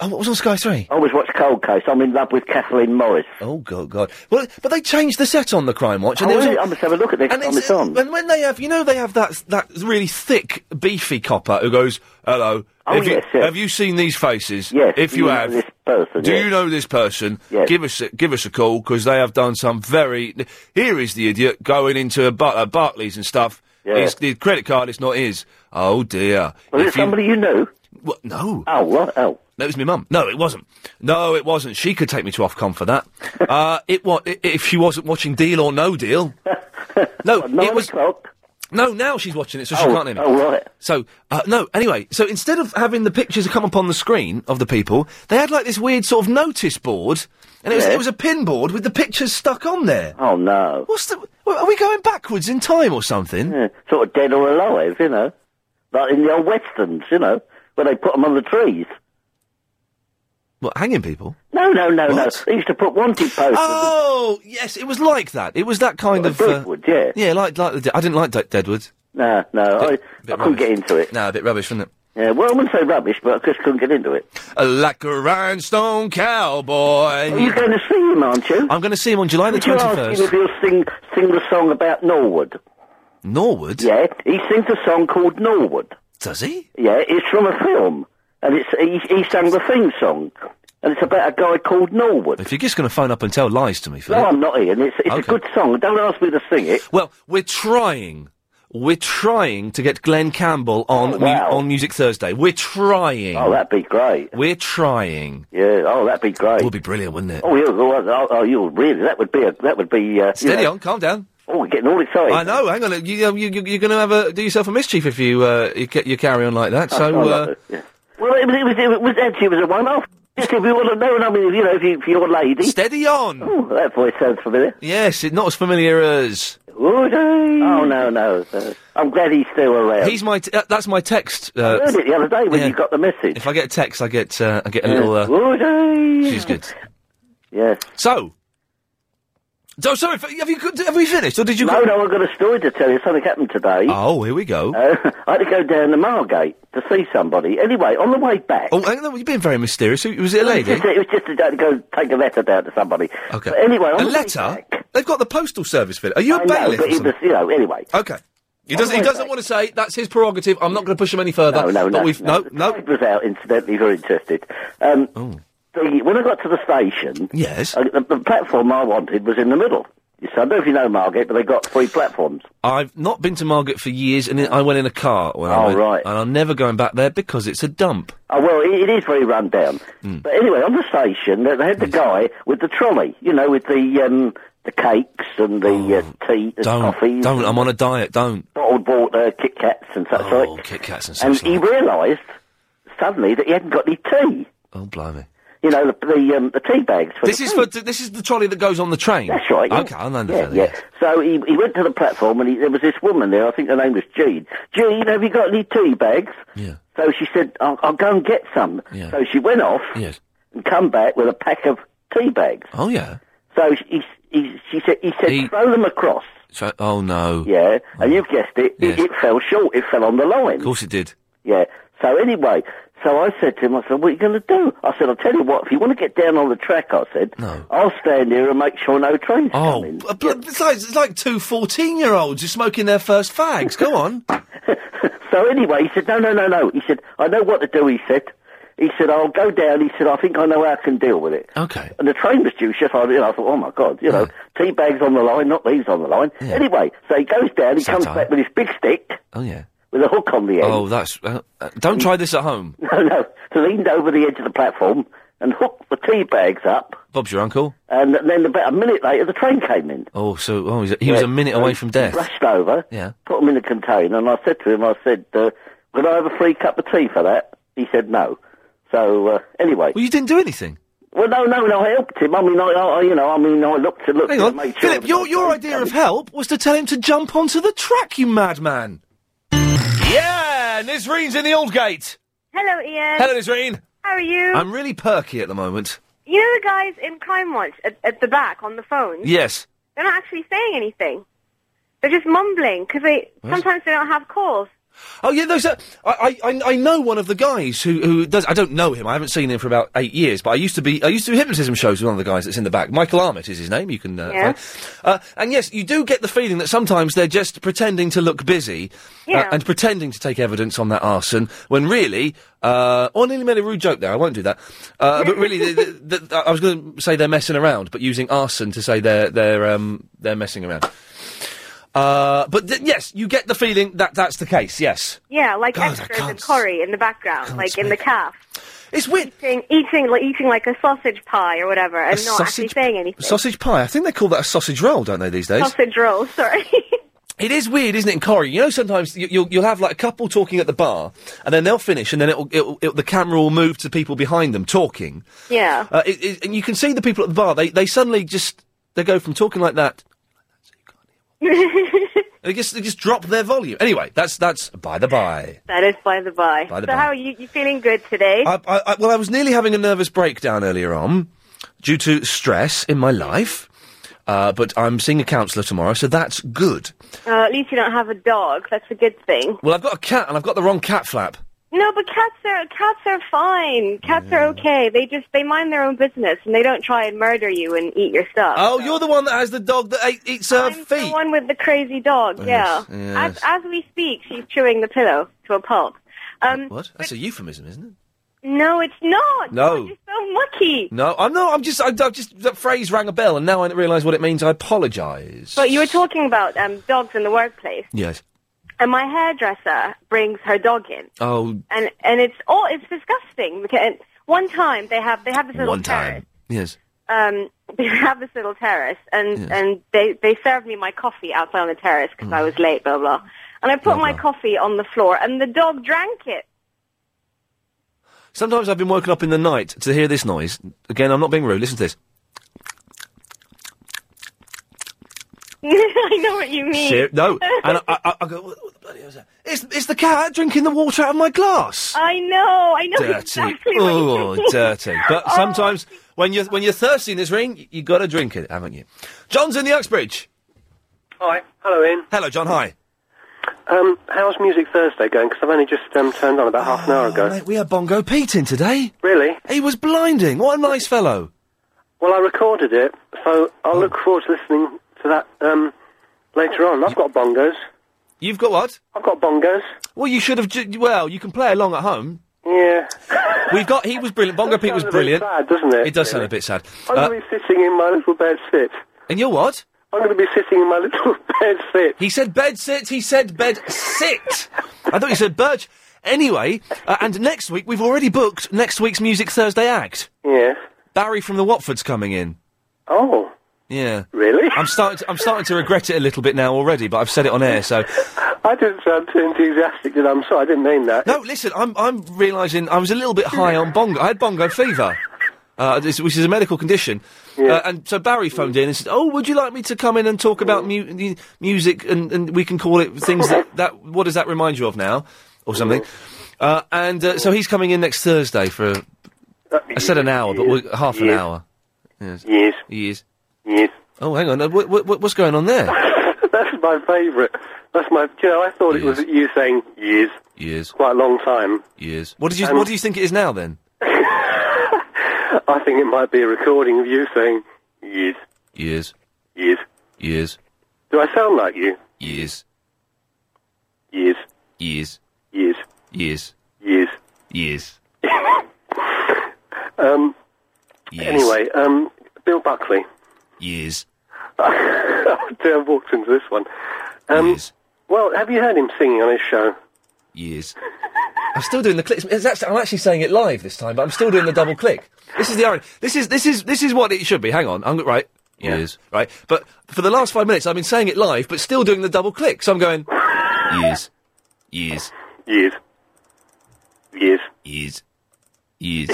Speaker 1: Oh, what was on Sky Three?
Speaker 25: I was watching Cold Case. I'm in love with Kathleen Morris.
Speaker 1: Oh God, God! Well, but they changed the set on the Crime Watch,
Speaker 25: Oh,
Speaker 1: it was
Speaker 25: really?
Speaker 1: all-
Speaker 25: I must have a look at this
Speaker 1: And
Speaker 25: time it's on.
Speaker 1: And when they have, you know, they have that that really thick, beefy copper who goes, "Hello,
Speaker 25: Oh,
Speaker 1: have,
Speaker 25: yes,
Speaker 1: you,
Speaker 25: yes.
Speaker 1: have you seen these faces? Yes. If
Speaker 25: do
Speaker 1: you
Speaker 25: you know
Speaker 1: have,
Speaker 25: this person?
Speaker 1: do
Speaker 25: Yes.
Speaker 1: you know this person?
Speaker 25: Yes.
Speaker 1: Give us a, give us a call because they have done some very. Here is the idiot going into a bar, uh, Barclays and stuff.
Speaker 25: Yeah.
Speaker 1: His, the credit card is not his. Oh dear.
Speaker 25: Was
Speaker 1: If
Speaker 25: it somebody you knew?
Speaker 1: What? No.
Speaker 25: Oh, what? Oh.
Speaker 1: That was my mum. No, it wasn't. No, it wasn't. She could take me to Ofcom for that. uh, it wa- i- if she wasn't watching Deal or No Deal. No, it was. No, now she's watching it, so she
Speaker 25: Oh,
Speaker 1: can't hear me.
Speaker 25: oh, right.
Speaker 1: So uh, no. Anyway, so instead of having the pictures come up on the screen of the people, they had like this weird sort of notice board, and it was
Speaker 25: Yeah.
Speaker 1: it was a pin board with the pictures stuck on there.
Speaker 25: Oh no!
Speaker 1: What's the? Are we going backwards in time or something?
Speaker 25: Yeah, sort of dead or alive, you know, like in the old westerns, you know, where they put them on the trees.
Speaker 1: What hanging people?
Speaker 25: No, no, no,
Speaker 1: What?
Speaker 25: no. They used to put wanted posters.
Speaker 1: Oh yes, it was like that. It was that kind of Deadwood,
Speaker 25: yeah,
Speaker 1: yeah, like like the. De- I didn't like De- Deadwood.
Speaker 25: No, no, I, I couldn't get into it.
Speaker 1: No, a bit rubbish, wasn't it?
Speaker 25: Yeah, well, I wouldn't say rubbish, but I just couldn't get into it.
Speaker 1: Like a rhinestone cowboy.
Speaker 25: You're going to see him, aren't you?
Speaker 1: I'm going to see him on July the
Speaker 25: Would you ask him if
Speaker 1: 21st.
Speaker 25: he'll sing, sing the song about Norwood?
Speaker 1: Norwood?
Speaker 25: Yeah, he sings a song called Norwood.
Speaker 1: Does he?
Speaker 25: Yeah, it's from a film, and it's he, he sang the theme song, and it's about a guy called Norwood.
Speaker 1: If you're just going to phone up and tell lies to me, Philip.
Speaker 25: No, I'm not, Ian. It's, it's a good song. Don't ask me to sing it.
Speaker 1: Well, we're trying. We're trying to get Glenn Campbell on mu- on Music Thursday. We're trying.
Speaker 25: Oh, that'd be great.
Speaker 1: We're trying.
Speaker 25: Yeah. Oh, that'd be great.
Speaker 1: Would be brilliant, wouldn't it?
Speaker 25: Oh, you, oh, oh, you really? That would be a, that would be. Uh,
Speaker 1: Steady
Speaker 25: you know-
Speaker 1: on, calm down.
Speaker 25: Oh, we're getting all excited.
Speaker 1: I know. Hang on, you, you, you, you're going to have a do yourself a mischief if you uh, you, ca- you carry on like that.
Speaker 25: Oh, I
Speaker 1: So
Speaker 25: love
Speaker 1: uh,
Speaker 25: it, Well, it was, it was, it was actually it was a one-off. Just if you want to know, I mean, if, you know, if, you, if you're a lady.
Speaker 1: Steady on.
Speaker 25: Oh, that voice sounds familiar.
Speaker 1: yes, it's not as familiar as.
Speaker 25: Would I? Oh no, no. Uh, I'm glad he's still around.
Speaker 1: He's my. T- uh, that's my text. Uh,
Speaker 25: I heard it the other day when
Speaker 1: yeah.
Speaker 25: you got the message.
Speaker 1: If I get a text, I get uh, I get a little. Uh,
Speaker 25: Would I?
Speaker 1: she's good.
Speaker 25: Yes.
Speaker 1: So. So sorry. f- Have you have we finished, or did you?
Speaker 25: No, no. I've got a story to tell you. Something happened today.
Speaker 1: Oh, here we go.
Speaker 25: Uh, I had to go down to Margate to see somebody. Anyway, on the way back.
Speaker 1: Oh, hang on, you've been very mysterious. Who- Was it a
Speaker 25: It
Speaker 1: lady?
Speaker 25: was just, it was just to go- go take a letter down to somebody.
Speaker 1: Okay.
Speaker 25: But anyway, on
Speaker 1: a
Speaker 25: the way
Speaker 1: letter. They've got the postal service for it. Are you a
Speaker 25: I know,
Speaker 1: bailiff?
Speaker 25: but it
Speaker 1: or
Speaker 25: was,
Speaker 1: something?
Speaker 25: you know, anyway.
Speaker 1: Okay. He doesn't. He doesn't want to say. That's his prerogative. I'm not going to push him any further.
Speaker 25: No, no,
Speaker 1: But
Speaker 25: no.
Speaker 1: we've-
Speaker 25: no, no. It was out, incidentally, if you're interested. Um, the, when I got to the station, uh,
Speaker 1: Oh. yes,
Speaker 25: the, the platform I wanted was in the middle. You see, I don't know if you know Margate, but they got three platforms.
Speaker 1: I've not been to Margate for years, and I went in a car. When I
Speaker 25: Oh,
Speaker 1: went,
Speaker 25: right.
Speaker 1: And I'm never going back there because it's a dump.
Speaker 25: Oh well, it, it is very run down.
Speaker 1: Hmm.
Speaker 25: But anyway, on the station, they they had the guy with the trolley, you know, with the um, the cakes and the uh, tea, the
Speaker 1: Oh, Don't,
Speaker 25: coffees,
Speaker 1: don't. I'm on a diet. Don't.
Speaker 25: bottled water, Kit Kats and such
Speaker 1: Oh,
Speaker 25: like.
Speaker 1: Kit Kats and
Speaker 25: And
Speaker 1: such.
Speaker 25: he
Speaker 1: like.
Speaker 25: realised suddenly that he hadn't got any tea.
Speaker 1: Oh, blimey.
Speaker 25: You know, the the, um, the tea bags. For
Speaker 1: This
Speaker 25: the
Speaker 1: is
Speaker 25: tea.
Speaker 1: for this is the trolley that goes on the train.
Speaker 25: That's right. yeah.
Speaker 1: Okay, I know the
Speaker 25: yeah,
Speaker 1: fella,
Speaker 25: yeah.
Speaker 1: yeah.
Speaker 25: So he, he went to the platform and he, there was this woman there. I think her name was Jean. Jean, have you got any tea bags?
Speaker 1: Yeah.
Speaker 25: So she said, I'll, I'll go and get some.
Speaker 1: Yeah.
Speaker 25: So she went off
Speaker 1: Yes.
Speaker 25: and come back with a pack of tea bags.
Speaker 1: Oh yeah.
Speaker 25: So she, he, he, she said, he said, throw them across.
Speaker 1: So, oh no.
Speaker 25: Yeah. And you've guessed it,
Speaker 1: Yes.
Speaker 25: it, it fell short. It fell on the line.
Speaker 1: Of course it did.
Speaker 25: Yeah. So anyway, so I said to him, I said, what are you going to do? I said, I'll tell you what, if you want to get down on the track, I said, no. I'll stand here and make sure no trains
Speaker 1: Oh,
Speaker 25: come in.
Speaker 1: Besides, it's like two 14 year olds who are smoking their first fags. Go on.
Speaker 25: So anyway, he said, no, no, no, no. He said, I know what to do, he said. He said, I'll go down. He said, I think I know how I can deal with it.
Speaker 1: Okay.
Speaker 25: And the train was due, chef. I, you know, I thought, oh my God, you know, tea bags on the line, not these on the line. Anyway, so he goes down, he comes back with his big stick
Speaker 1: Oh yeah.
Speaker 25: with a hook on the end.
Speaker 1: Oh, that's. Uh, uh, don't try this at home.
Speaker 25: No, no. So leaned over the edge of the platform and hooked the tea bags up.
Speaker 1: Bob's your uncle.
Speaker 25: And then about a minute later, the train came in.
Speaker 1: Oh, so oh, he's, he was
Speaker 25: Yeah.
Speaker 1: a minute away from death.
Speaker 25: Rushed over,
Speaker 1: Yeah.
Speaker 25: put them in a container, and I said to him, I said, uh, would I have a free cup of tea for that? He said no. So, uh, anyway.
Speaker 1: Well, you didn't do anything.
Speaker 25: Well, no, no, no, I helped him. I mean, I, I you know, I mean, I looked at looked
Speaker 1: Hang
Speaker 25: at
Speaker 1: on,
Speaker 25: made sure
Speaker 1: Philip.
Speaker 25: that
Speaker 1: Your
Speaker 25: I-
Speaker 1: your idea of help was to tell him to jump onto the track, you madman. Yeah, Nisreen's in the old gate.
Speaker 26: Hello, Ian.
Speaker 1: Hello, Nisreen.
Speaker 26: How are you?
Speaker 1: I'm really perky at the moment.
Speaker 26: you know the guys in Crime Watch at, at the back on the phone?
Speaker 1: Yes.
Speaker 26: They're not actually saying anything. They're just mumbling because they
Speaker 1: What?
Speaker 26: sometimes they don't have calls.
Speaker 1: Oh yeah, those are. I, I I- I know one of the guys who who does. I don't know him. I haven't seen him for about eight years. But I used to be. I used to do hypnotism shows with one of the guys that's in the back. Michael Armit is his name. You can. Uh,
Speaker 26: Yeah.
Speaker 1: find- uh, and yes, you do get the feeling that sometimes they're just pretending to look busy uh,
Speaker 26: Yeah.
Speaker 1: and pretending to take evidence on that arson when really. Uh, oh, I nearly made a rude joke there. I won't do that. Uh, but really, the, the, the, I was going to say they're messing around, but using arson to say they're they're um, they're messing around. Uh, but th- yes, you get the feeling that that's the case. Yes.
Speaker 26: Yeah, like
Speaker 1: God, I
Speaker 26: extras and Corrie in the background, like in the calf.
Speaker 1: It's weird.
Speaker 26: Eating, eating, like, eating like a sausage pie or whatever, and
Speaker 1: A
Speaker 26: not actually
Speaker 1: sausage-
Speaker 26: saying anything.
Speaker 1: Sausage pie. I think they call that a sausage roll, don't they, these days?
Speaker 26: Sausage roll, sorry.
Speaker 1: It is weird, isn't it, in Corrie? You know, sometimes you, you'll, you'll have like a couple talking at the bar, and then they'll finish, and then it'll, it'll, it'll, the camera will move to people behind them talking.
Speaker 26: yeah.
Speaker 1: Uh, it, it, and you can see the people at the bar, they, they suddenly just, they go from talking like that, they just, they just drop their volume. Anyway, that's, that's by the by.
Speaker 26: that is by the by.
Speaker 1: By Uh, the
Speaker 26: so
Speaker 1: by.
Speaker 26: how are you? You feeling good today?
Speaker 1: I, I, I, well, I was nearly having a nervous breakdown earlier on due to stress in my life, uh, but I'm seeing a counsellor tomorrow, so that's good.
Speaker 26: Uh, at least you don't have a dog. That's a good thing.
Speaker 1: Well, I've got a cat, and I've got the wrong cat flap.
Speaker 26: No, but cats are cats are fine. Cats are okay. They just they mind their own business and they don't try and murder you and eat your stuff.
Speaker 1: Oh, you're the one that has the dog that ate, eats her feet.
Speaker 26: The one with the crazy dog, yeah.
Speaker 1: yes.
Speaker 26: As, as we speak, she's chewing the pillow to a pulp. Um,
Speaker 1: What? That's a euphemism, isn't it?
Speaker 26: no, it's not.
Speaker 1: No.
Speaker 26: So mucky.
Speaker 1: No, I'm not. I'm just. I, I've just that phrase rang a bell, and now I realise what it means. I apologise.
Speaker 26: But you were talking about um, dogs in the workplace,
Speaker 1: Yes.
Speaker 26: and my hairdresser brings her dog in,
Speaker 1: Oh,
Speaker 26: and and it's all it's disgusting because and one time they have they have this little
Speaker 1: one time. Yes.
Speaker 26: um, they have this little terrace, and
Speaker 1: Yes.
Speaker 26: and they they served me my coffee outside on the terrace because
Speaker 1: Mm.
Speaker 26: I was late, blah blah. And I put my coffee on the floor, and the dog drank it.
Speaker 1: Sometimes I've been woken up in the night to hear this noise. Again, I'm not being rude. Listen to this.
Speaker 26: I know what you mean.
Speaker 1: Ser- no, and I, I, I go. What, what the bloody hell is that? It's it's the cat drinking the water out of my glass.
Speaker 26: I know, I know.
Speaker 1: dirty.
Speaker 26: Exactly what you
Speaker 1: oh,
Speaker 26: mean.
Speaker 1: dirty. But sometimes when you're when you're thirsty in this ring, y- you got to drink it, haven't you? John's in the Uxbridge.
Speaker 6: Hi. Hello, Ian.
Speaker 1: Hello, John. Hi.
Speaker 6: Um, how's Music Thursday going? Because I've only just um, turned on about half an hour ago.
Speaker 1: Mate, we had Bongo Pete in today.
Speaker 6: Really?
Speaker 1: He was blinding. What a nice fellow.
Speaker 6: Well, I recorded it, so I'll
Speaker 1: Oh.
Speaker 6: look forward to listening to that um, later on. I've got bongos.
Speaker 1: You've got what?
Speaker 6: I've got bongos.
Speaker 1: Well, you should have. Ju- well, you can play along at home.
Speaker 6: Yeah.
Speaker 1: We've got. He was brilliant. Bongo Pete was
Speaker 6: sound a bit
Speaker 1: brilliant.
Speaker 6: sad, doesn't it?
Speaker 1: It does sound a bit sad.
Speaker 6: I'm
Speaker 1: Uh,
Speaker 6: going to be sitting in my little bed sit.
Speaker 1: and you're what?
Speaker 6: I'm going to be sitting in my little bed sit.
Speaker 1: He said bed sit. He said bed sit. I thought he said birch. Anyway, uh, and next week we've already booked next week's Music Thursday act.
Speaker 6: Yeah.
Speaker 1: Barry from the Watfords coming in.
Speaker 6: Oh.
Speaker 1: Yeah.
Speaker 6: Really?
Speaker 1: I'm starting. To, I'm starting to regret it a little bit now already, but I've said it on air. So
Speaker 6: I didn't sound too enthusiastic, did I? I'm sorry, I didn't mean that.
Speaker 1: no, listen. I'm. I'm realising I was a little bit high on bongo. I had bongo fever, uh, this, which is a medical condition. Uh, and so Barry phoned in and said, "Oh, would you like me to come in and talk about mu- the music and, and we can call it things that, that what does that remind you of now, or something?" Uh, and uh, so he's coming in next Thursday for. a- I said an hour, but we're, half
Speaker 6: Uh,
Speaker 1: an
Speaker 6: Yes.
Speaker 1: hour. Yes.
Speaker 6: Yes.
Speaker 1: Yes.
Speaker 6: Yes.
Speaker 1: Oh, hang on. Uh, wh- wh- what's going on there?
Speaker 6: That's my favourite. That's my. You know, I thought it was you saying years.
Speaker 1: Years.
Speaker 6: Quite a long time.
Speaker 1: Years. What did you?
Speaker 6: Um,
Speaker 1: what do you think it is now then?
Speaker 6: I think it might be a recording of you saying years.
Speaker 1: Years.
Speaker 6: Years.
Speaker 1: Years.
Speaker 6: Do I sound like you?
Speaker 1: Years.
Speaker 6: Years.
Speaker 1: Years. Years.
Speaker 2: Years.
Speaker 1: Years.
Speaker 2: Um,
Speaker 1: Years.
Speaker 2: Anyway, um, Bill Buckley.
Speaker 1: Years.
Speaker 2: I walked into this one. Um, Well, have you heard him singing on his show?
Speaker 1: Years. I'm still doing the clicks. It's actually- I'm actually saying it live this time, but I'm still doing the double click. This is the irony. This is this is this is what it should be. Hang on, I'm right. Years. Right, but for the last five minutes, I've been saying it live, but still doing the double click. So I'm going. Years. Years.
Speaker 2: Years. Years.
Speaker 1: Years. Years.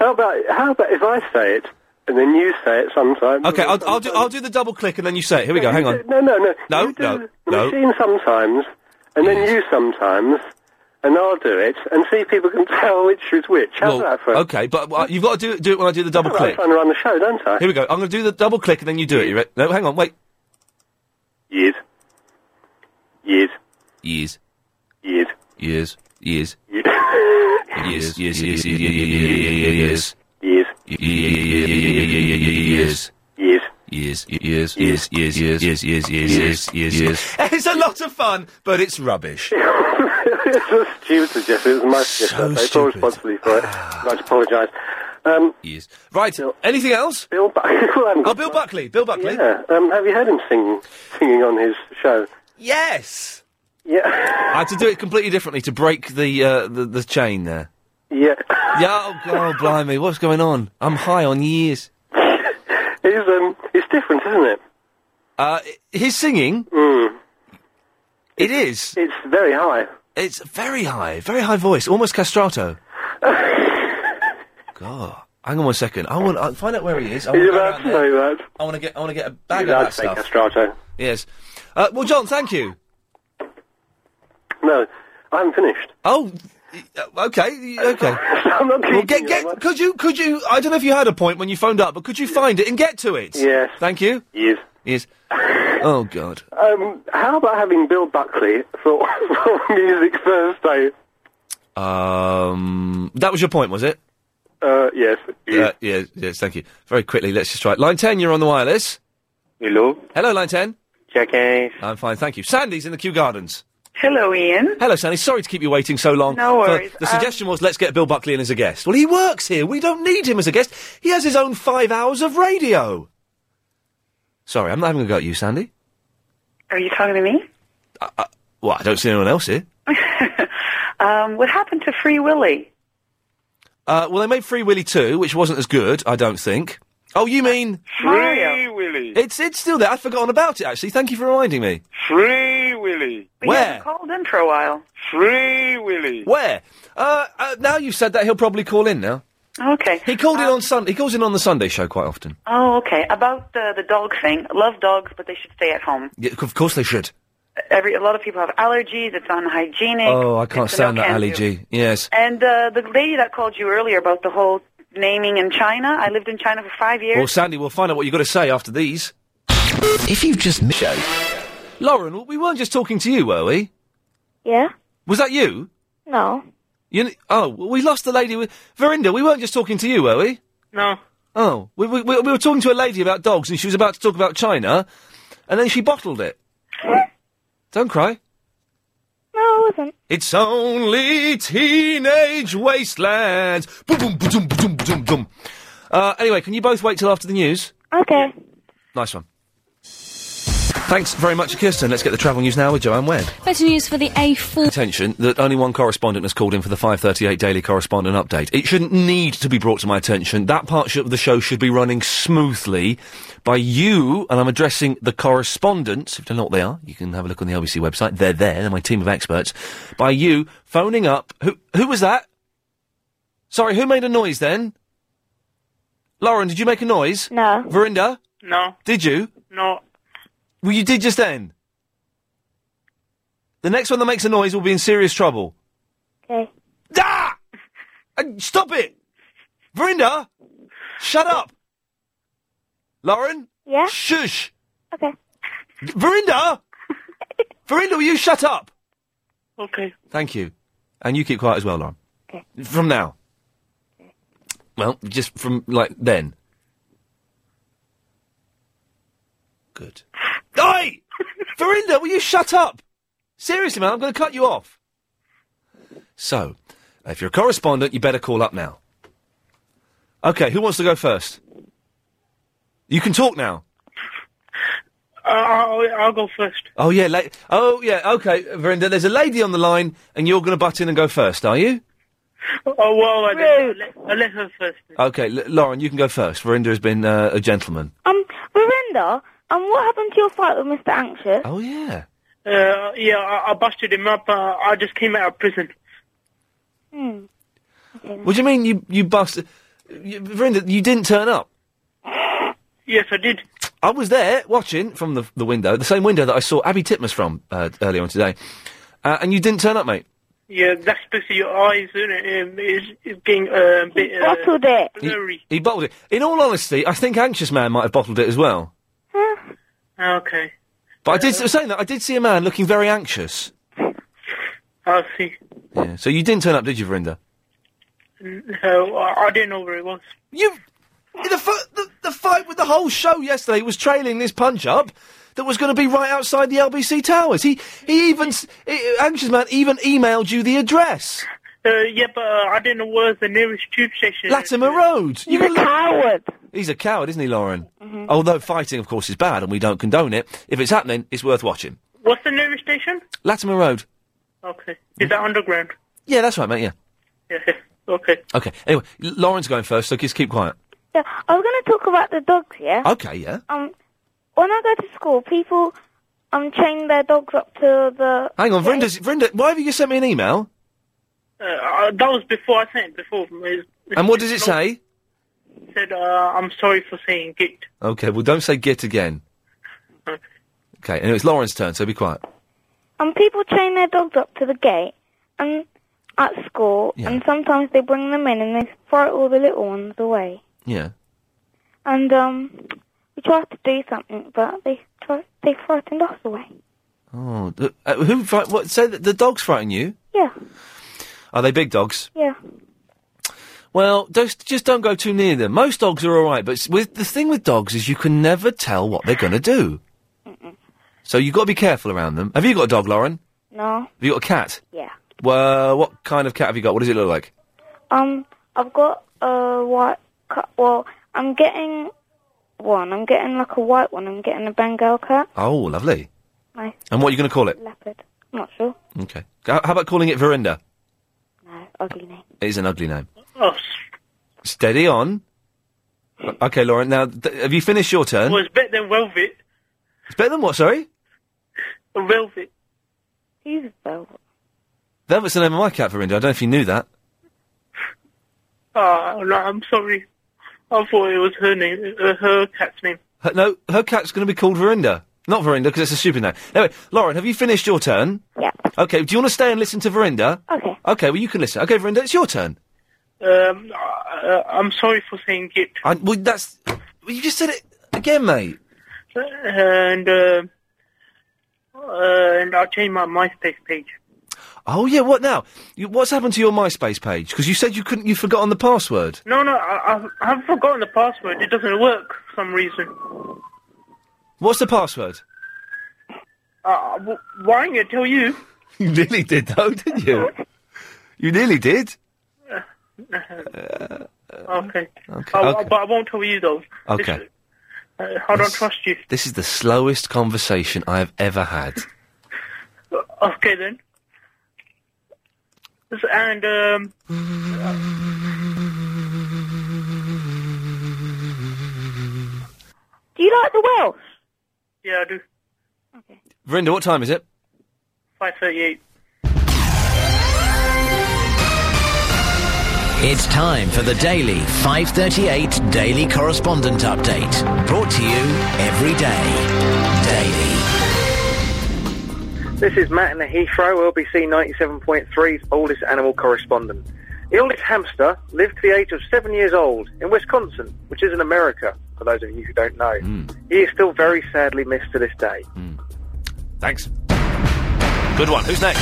Speaker 2: How about how about if I say it and then you say it sometimes?
Speaker 1: Okay, I'll, I'll do I'll do the double click and then you say it. Here we go. Hang on.
Speaker 2: No, no, no.
Speaker 1: No,
Speaker 2: You do
Speaker 1: no,
Speaker 2: the
Speaker 1: no.
Speaker 2: Machine sometimes, and then you sometimes, and I'll do it, and see if people can tell which is which. How's
Speaker 1: Well,
Speaker 2: that for?
Speaker 1: okay, but uh, you've got to do do it when I do the double
Speaker 2: I'm
Speaker 1: click.
Speaker 2: trying to run the show, don't I?
Speaker 1: Here we go. I'm going to do the double click and then you do it. You re- no, hang on. Wait.
Speaker 2: Years. Years.
Speaker 1: Years.
Speaker 2: Years.
Speaker 1: Years. Years. Years. Years. Years. Years. Years. Years.
Speaker 2: Years.
Speaker 1: Years. Years. Years. Years. Years. Years. Years. Years. Years. Years. Years. Years.
Speaker 27: It's a lot of fun, but it's rubbish.
Speaker 2: it's so stupid, Jeff. It was my so I feel responsibility for it. I apologise. Um,
Speaker 1: Yes. Ah. Right. Anything else?
Speaker 2: Bill Buckley. oh,
Speaker 1: Bill Buckley. Bill Buckley.
Speaker 2: Yeah. Um, have you heard him sing, singing on his show?
Speaker 1: Yes.
Speaker 2: Yeah.
Speaker 1: I had to do it completely differently to break the uh, the, the chain there.
Speaker 2: Yeah.
Speaker 1: Yeah. Oh, God, blimey, what's going on? I'm high on years.
Speaker 2: It's um, it's different, isn't it?
Speaker 1: Uh, his singing.
Speaker 2: Mm.
Speaker 1: It is.
Speaker 2: It's very high.
Speaker 1: It's very high, very high voice, almost castrato. God, hang on one second. I want to find out where he is. I
Speaker 2: He's
Speaker 1: wanna go
Speaker 2: about
Speaker 1: around
Speaker 2: to
Speaker 1: there.
Speaker 2: say that.
Speaker 1: I want to get. I want to get a bag
Speaker 2: He's
Speaker 1: of
Speaker 2: allowed
Speaker 1: that
Speaker 2: to say
Speaker 1: stuff.
Speaker 2: castrato.
Speaker 1: Yes. Uh, well, John, thank you.
Speaker 2: No, I haven't finished.
Speaker 1: Oh, uh, okay, y- okay.
Speaker 2: I'm not
Speaker 1: well, get, get, could you, could you? I don't know if you had a point when you phoned up, but could you find it and get to it?
Speaker 2: Yes.
Speaker 1: Thank you.
Speaker 2: Yes.
Speaker 1: Yes. Oh God.
Speaker 2: Um, how about having Bill Buckley for, for Music Thursday?
Speaker 1: Um, that was your point, was it?
Speaker 2: Uh, yes.
Speaker 1: Yeah. Yes. Yes. Thank you. Very quickly, let's just try. it. Line ten, you're on the wireless.
Speaker 14: Hello.
Speaker 1: Hello, line ten.
Speaker 14: Jackass.
Speaker 1: I'm fine, thank you. Sandy's in the Kew Gardens.
Speaker 14: Hello, Ian.
Speaker 1: Hello, Sandy. Sorry to keep you waiting so long.
Speaker 14: No
Speaker 1: For-
Speaker 14: worries.
Speaker 1: The
Speaker 14: Um,
Speaker 1: suggestion was let's get Bill Buckley in as a guest. Well, he works here. We don't need him as a guest. He has his own five hours of radio. Sorry, I'm not having a go at you, Sandy.
Speaker 14: Are you talking to me?
Speaker 1: Well, I don't see anyone else here.
Speaker 14: Um, what happened to Free Willy?
Speaker 1: Uh, well, they made Free Willy 2, which wasn't as good, I don't think. Oh, you mean...
Speaker 14: Free
Speaker 19: Willy.
Speaker 1: It's, it's still there. I'd forgotten about it, actually. Thank you for reminding me.
Speaker 19: Free Willy.
Speaker 1: Where?
Speaker 14: called in for a while.
Speaker 19: Free Willy.
Speaker 1: Where? Uh, uh, now you've said that, he'll probably call in now.
Speaker 14: Okay. Uh,
Speaker 1: He called in on Sunday. He calls in on the Sunday show quite often.
Speaker 14: Oh, okay. About the the dog thing. Love dogs, but they should stay at home.
Speaker 1: Yeah, of course they should.
Speaker 14: Every a lot of people have allergies. It's unhygienic.
Speaker 1: Oh, I can't
Speaker 14: It's a
Speaker 1: stand that,
Speaker 14: no-can
Speaker 1: Ali
Speaker 14: do.
Speaker 1: G. Yes.
Speaker 14: And uh, the lady that called you earlier about the whole naming in China. I lived in China for five years.
Speaker 1: Well, Sandy, we'll find out what you've got to say after these. If you've just missed... Lauren, we weren't just talking to you, were we?
Speaker 15: Yeah?
Speaker 1: Was that you?
Speaker 15: No.
Speaker 1: You kn- oh, well, we lost the lady with... Verinda, we weren't just talking to you, were we?
Speaker 14: No.
Speaker 1: Oh, we, we, we, we were talking to a lady about dogs and she was about to talk about China, and then she bottled it. Don't cry.
Speaker 15: No, I wasn't.
Speaker 1: It's only teenage wastelands. Boom, boom, boom, boom, boom, boom. Uh, anyway, can you both wait till after the news?
Speaker 15: Okay.
Speaker 1: Nice one. Thanks very much, Kirsten. Let's get the travel news now with Joanne Webb.
Speaker 7: Better news for the A4.
Speaker 1: Attention that only one correspondent has called in for the 538 Daily Correspondent Update. It shouldn't need to be brought to my attention. That part of the show should be running smoothly by you, and I'm addressing the correspondents. If you don't know what they are, you can have a look on the LBC website. They're there. They're my team of experts. By you phoning up. Who, who was that? Sorry, who made a noise then? Lauren, did you make a noise?
Speaker 15: No.
Speaker 1: Verinda?
Speaker 14: No.
Speaker 1: Did you?
Speaker 14: No.
Speaker 1: Well, you did just then. The next one that makes a noise will be in serious trouble.
Speaker 15: Okay.
Speaker 1: Ah! Uh, Stop it! Verinda! Shut up! Lauren?
Speaker 15: Yeah?
Speaker 1: Shush!
Speaker 15: Okay.
Speaker 1: Verinda! Verinda, will you shut up?
Speaker 15: Okay.
Speaker 1: Thank you. And you keep quiet as well, Lauren.
Speaker 15: Okay.
Speaker 1: From now. Well, just from, like, then. Good. Oi! Verinda, will you shut up? Seriously, man, I'm going to cut you off. So, if you're a correspondent, you better call up now. Okay, who wants to go first? You can talk now.
Speaker 10: Uh, I'll, I'll go first.
Speaker 1: Oh yeah, la- oh yeah, okay, Verinda. There's a lady on the line, and you're going to butt in and go first, are you?
Speaker 10: Oh, well, I don't know. Let, I'll let her first.
Speaker 1: Okay, L- Lauren, you can go first. Verinda has been uh, a gentleman.
Speaker 15: Um, Verinda, um, what happened to your fight with Mr. Anxious?
Speaker 1: Oh, yeah.
Speaker 10: Uh, yeah, I, I busted him up. Uh, I just came out of prison.
Speaker 15: Hmm. Okay.
Speaker 1: What do you mean you you busted? You, Verinda, you didn't turn up.
Speaker 10: Yes, I did.
Speaker 1: I was there watching from the the window, the same window that I saw Abby Titmus from uh, earlier on today, uh, and you didn't turn up, mate.
Speaker 10: Yeah, that's because of your eyes, isn't it? Um, it's, it's getting uh, a bit. Uh,
Speaker 15: bottled it.
Speaker 1: He, he bottled it. In all honesty, I think Anxious Man might have bottled it as well.
Speaker 10: Ah, Okay,
Speaker 1: But I did s- saying that I did see a man looking very anxious.
Speaker 10: I see.
Speaker 1: Yeah. So you didn't turn up, did you, Verinda?
Speaker 10: No, I, I didn't know where it was.
Speaker 1: You the, fu- the the fight with the whole show yesterday was trailing this punch up that was going to be right outside the LBC towers. He he even s- i- anxious man even emailed you the address.
Speaker 10: Uh, yeah, but uh, I didn't know where the nearest tube station.
Speaker 1: Latimer Road. He's
Speaker 10: a coward.
Speaker 1: He's a coward, isn't he, Lauren? Although fighting, of course, is bad, and we don't condone it. If it's happening, it's worth watching.
Speaker 10: What's the nearest station?
Speaker 1: Latimer Road.
Speaker 10: Okay, is that underground?
Speaker 1: Yeah, that's right, mate. Yeah.
Speaker 10: Yeah. Okay.
Speaker 1: Okay. Anyway, L- Lauren's going first, so just keep quiet.
Speaker 15: So, I was going to talk about the dogs, yeah?
Speaker 1: Okay. Yeah.
Speaker 15: Um, when I go to school, people um chain their dogs up to the.
Speaker 1: Hang on, Verinda. Verinda, why have you sent me an email?
Speaker 10: Uh, uh, that was before I sent it before. It's-
Speaker 1: And what does it say?
Speaker 10: It said, uh, "I'm sorry for saying git."
Speaker 1: Okay, well, don't say git again.
Speaker 10: Okay.
Speaker 1: Okay, anyway, it's Lauren's turn, so be quiet.
Speaker 15: Um, people chain their dogs up to the gate, and at school, and sometimes they bring them in and they throw all the little ones away.
Speaker 1: Yeah.
Speaker 15: And um, we tried to do something, but they try they frightened us away.
Speaker 1: Oh, the, uh, who? Fri- what? Say that the dogs frighten you?
Speaker 15: Yeah,
Speaker 1: Are they big dogs?
Speaker 15: yeah.
Speaker 1: Well, just just don't go too near them. Most dogs are all right, but s- with the thing with dogs is you can never tell what they're going to do. So you've got to be careful around them. Have you got a dog, Lauren?
Speaker 15: No,
Speaker 1: Have you got a cat?
Speaker 15: yeah.
Speaker 1: Well, what kind of cat have you got? What does it look like?
Speaker 15: Um, I've got a white. Cut. Well, I'm getting one. I'm getting like a white one. I'm getting a Bengal cat.
Speaker 1: Oh, lovely.
Speaker 15: Nice
Speaker 1: And what are you going to call it?
Speaker 15: leopard. I'm not sure.
Speaker 1: Okay. How how about calling it Verinda?
Speaker 15: No, ugly name.
Speaker 1: It is an ugly name.
Speaker 10: Oh,
Speaker 1: Steady on. Okay, Lauren. Now, th- have you finished your turn?
Speaker 10: well, it's better than velvet.
Speaker 1: It's better than what? Sorry,
Speaker 10: Velvet.
Speaker 15: Who's velvet?
Speaker 1: Velvet's the name of my cat, Verinda. I don't know if you knew that.
Speaker 10: Oh, no, I'm sorry. I thought it was her name, uh, her cat's name.
Speaker 1: Her, no, her cat's going to be called Verinda, not Verinda, because it's a stupid name. Anyway, Lauren, have you finished your turn?
Speaker 15: Yeah.
Speaker 1: Okay. Do you want to stay and listen to Verinda?
Speaker 15: Okay.
Speaker 1: Okay. Well, you can listen. Okay, Verinda, it's your turn.
Speaker 10: Um, uh, uh, I'm sorry for saying it.
Speaker 1: I, well, that's well, you just said it again, mate.
Speaker 10: And uh, uh, and I changed my MySpace page.
Speaker 1: Oh yeah. What now? You, what's happened to your MySpace page? Because you said you couldn't. You forgot on the password.
Speaker 10: No, no, I, I've, I've forgotten the password. It doesn't work for some reason.
Speaker 1: What's the password?
Speaker 10: Uh, w- why didn't I tell you?
Speaker 1: You nearly did, though, didn't you? You nearly did.
Speaker 10: Uh, okay.
Speaker 1: Uh, okay,
Speaker 10: I,
Speaker 1: okay.
Speaker 10: But I won't tell you though.
Speaker 1: Okay.
Speaker 10: Uh, I don't trust you.
Speaker 1: This is the slowest conversation I have ever had.
Speaker 10: Okay then. S- And um.
Speaker 15: Do you like the Welsh?
Speaker 10: Yeah, I do.
Speaker 1: Verinda, what time is it?
Speaker 10: Five thirty-eight.
Speaker 25: It's time for the daily 538 Daily Correspondent Update. Brought to you every day.
Speaker 2: This is Matt in the Heathrow LBC 97.3's oldest animal correspondent. The oldest hamster lived to the age of seven years old in Wisconsin, which is in America, for those of you who don't know. He is still very sadly missed to this day.
Speaker 1: Thanks. Good one. Who's next?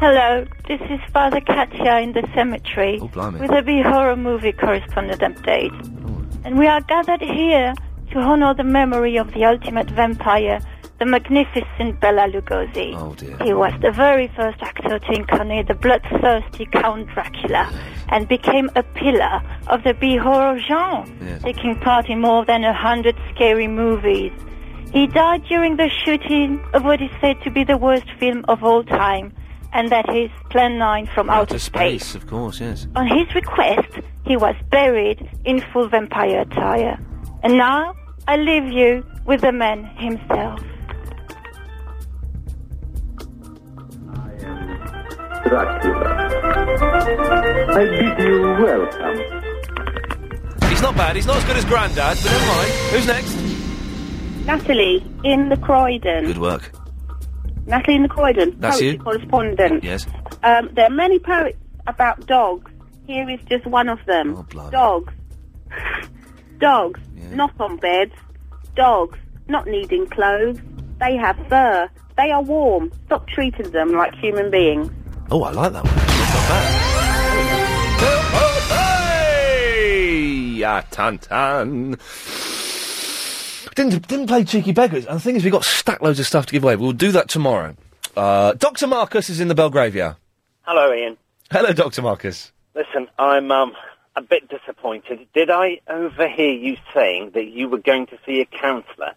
Speaker 13: Hello, this is Father Katya in the cemetery
Speaker 1: blimey.
Speaker 13: with a B horror movie correspondent update. And we are gathered here to honor the memory of the ultimate vampire, the magnificent Bela Lugosi.
Speaker 1: Oh dear.
Speaker 13: He was the very first actor to incarnate the bloodthirsty Count Dracula and became a pillar of the B-horror genre,
Speaker 1: Yes.
Speaker 13: taking part in more than a hundred scary movies. He died during the shooting of what is said to be the worst film of all time, and that is Plan 9 from Outer Space.
Speaker 1: of course, yes.
Speaker 13: On his request, he was buried in full vampire attire. And now I leave you with the man himself.
Speaker 6: I bid you welcome.
Speaker 1: He's not bad. He's not as good as Grandad, but never mind. Who's next?
Speaker 3: Natalie in the Croydon.
Speaker 1: Good work.
Speaker 3: Natalie in the Croydon.
Speaker 1: That's
Speaker 3: poetry
Speaker 1: you?
Speaker 3: Correspondent.
Speaker 1: Yes.
Speaker 3: Um, there are many poets about dogs. Here is just one of them.
Speaker 1: Oh,
Speaker 3: dogs. dogs. Not on beds. Dogs. Not needing clothes. They have fur. They are warm. Stop treating them like human beings.
Speaker 1: Oh, I like that one. It's not bad. Hey, ah, tan tan. Didn't didn't play cheeky beggars. And the thing is, we got stack loads of stuff to give away. We'll do that tomorrow. Uh, Doctor Marcus is in the Belgravia.
Speaker 21: Hello, Ian.
Speaker 1: Hello, Doctor Marcus.
Speaker 21: Listen, I'm um, a bit disappointed. Did I overhear you saying that you were going to see a counsellor?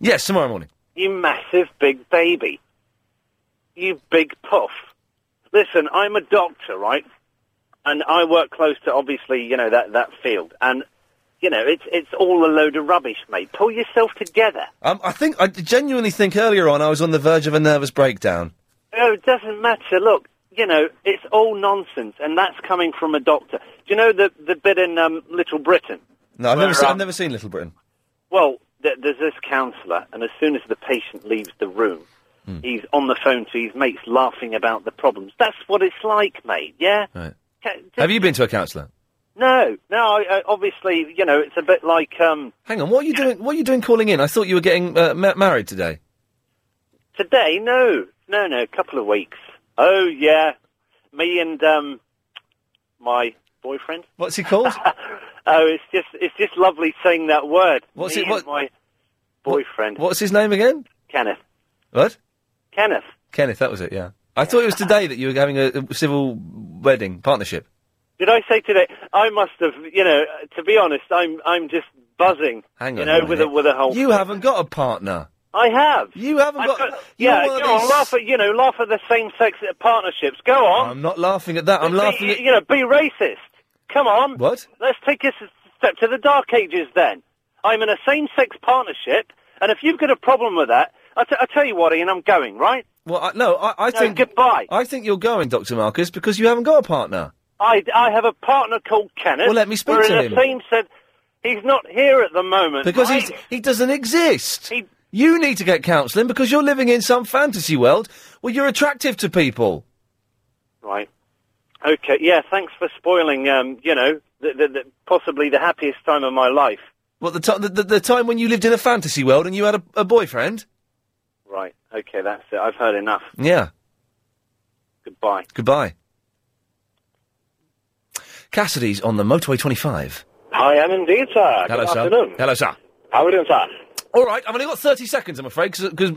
Speaker 1: Yes, tomorrow morning.
Speaker 21: You massive big baby. You big puff. Listen, I'm a doctor, right? And I work close to obviously, you know, that, that field. And you know, it's it's all a load of rubbish, mate. Pull yourself together.
Speaker 1: Um, I think I genuinely think earlier on I was on the verge of a nervous breakdown.
Speaker 21: No, Oh, it doesn't matter. Look, you know, it's all nonsense, and that's coming from a doctor. Do you know the the bit in um, Little Britain?
Speaker 1: No, I've
Speaker 21: Where,
Speaker 1: never seen, I've
Speaker 21: um,
Speaker 1: never seen Little Britain.
Speaker 21: Well, th- there's this counsellor, and as soon as the patient leaves the room,
Speaker 1: Hmm.
Speaker 21: he's on the phone to his mates, laughing about the problems. That's what it's like, mate. Yeah.
Speaker 1: Right.
Speaker 21: Ca- d-
Speaker 1: Have you been to a counsellor?
Speaker 21: No, no. I, I, obviously, you know, it's a bit like um,
Speaker 1: Hang on, what are you doing? What are you doing calling in? I thought you were getting uh, ma- married today.
Speaker 21: today. No, no, no. A couple of weeks. Oh yeah, me and um, my boyfriend.
Speaker 1: What's he called?
Speaker 21: Oh, it's just it's just lovely saying that word.
Speaker 1: What's
Speaker 21: Me
Speaker 1: it- what-
Speaker 21: and my boyfriend
Speaker 1: What's his name again?
Speaker 21: Kenneth.
Speaker 1: What?
Speaker 21: Kenneth.
Speaker 1: Kenneth, that was it. Yeah, I thought it was today that you were having a, a civil wedding partnership.
Speaker 21: Did I say today? I must have. You know, to be honest, I'm I'm just buzzing.
Speaker 1: Hang on,
Speaker 21: you know,
Speaker 1: a
Speaker 21: with a
Speaker 1: minute.
Speaker 21: with a whole.
Speaker 1: You haven't got a partner.
Speaker 21: I have.
Speaker 1: You haven't
Speaker 21: I've
Speaker 1: got- you're
Speaker 21: yeah,
Speaker 1: one of
Speaker 21: go on,
Speaker 1: these-
Speaker 21: laugh at you know, laugh at the same sex uh, partnerships. Go on.
Speaker 1: I'm not laughing at that. I'm
Speaker 21: Be-
Speaker 1: laughing
Speaker 21: You,
Speaker 1: at
Speaker 21: you know, be racist. Come on.
Speaker 1: What?
Speaker 21: Let's take a s- step to the dark ages then. I'm in a same-sex partnership, and if you've got a problem with that, I, t- I tell you what, Ian, I'm going. Right?
Speaker 1: Well, I, no, I, I
Speaker 21: No,
Speaker 1: think
Speaker 21: goodbye.
Speaker 1: I think you're going, Doctor Marcus, because you haven't got a partner.
Speaker 21: I, I have a partner called Kenneth.
Speaker 1: Well, let me speak
Speaker 21: we're
Speaker 1: to
Speaker 21: in
Speaker 1: him.
Speaker 21: The same said he's not here at the moment
Speaker 1: Because
Speaker 21: mate.
Speaker 1: he's, he doesn't exist.
Speaker 21: He-
Speaker 1: You need to get counselling because you're living in some fantasy world where you're attractive to people.
Speaker 21: Right. Okay. Yeah. Thanks for spoiling. Um, you know, the, the, the, possibly the happiest time of my life.
Speaker 1: Well, the, ti the, the, the time when you lived in a fantasy world and you had a, a boyfriend?
Speaker 21: Right. Okay. That's it. I've heard enough.
Speaker 1: Yeah.
Speaker 21: Goodbye.
Speaker 1: Goodbye. Cassidy's on the Motorway 25.
Speaker 2: I am indeed, sir.
Speaker 1: Hello,
Speaker 2: Good
Speaker 1: sir.
Speaker 2: afternoon.
Speaker 1: Hello, sir.
Speaker 2: How are you doing, sir?
Speaker 1: All right, I've only got 30 seconds, I'm afraid, because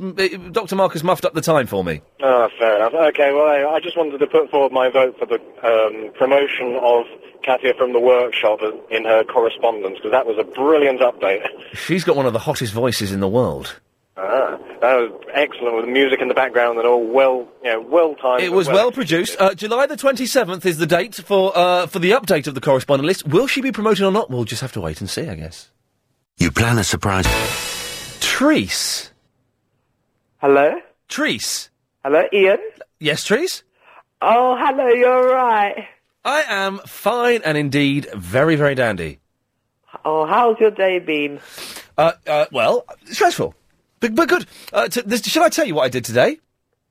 Speaker 1: Dr. Marcus muffed up the time for me.
Speaker 2: Oh, fair enough. Okay, well, I, I just wanted to put forward my vote for the um, promotion of Katia from the workshop in her correspondence, because that was a brilliant update.
Speaker 1: She's got one of the hottest voices in the world.
Speaker 2: Ah, that was excellent with the music in the background and all well, you know, well timed.
Speaker 1: It was well produced. Uh, July the 27th is the date for, uh, for the update of the correspondent list. Will she be promoted or not? We'll just have to wait and see, I guess.
Speaker 28: You plan a surprise.
Speaker 1: Treese.
Speaker 10: Hello?
Speaker 1: Treese.
Speaker 10: Hello, Ian?
Speaker 1: Yes, Treese?
Speaker 10: Oh, hello, you're right.
Speaker 1: I am fine and indeed very, very dandy.
Speaker 10: Oh, how's your day been?
Speaker 1: Uh, uh, well, stressful, but, but good. Uh, t- this, shall I tell you what I did today?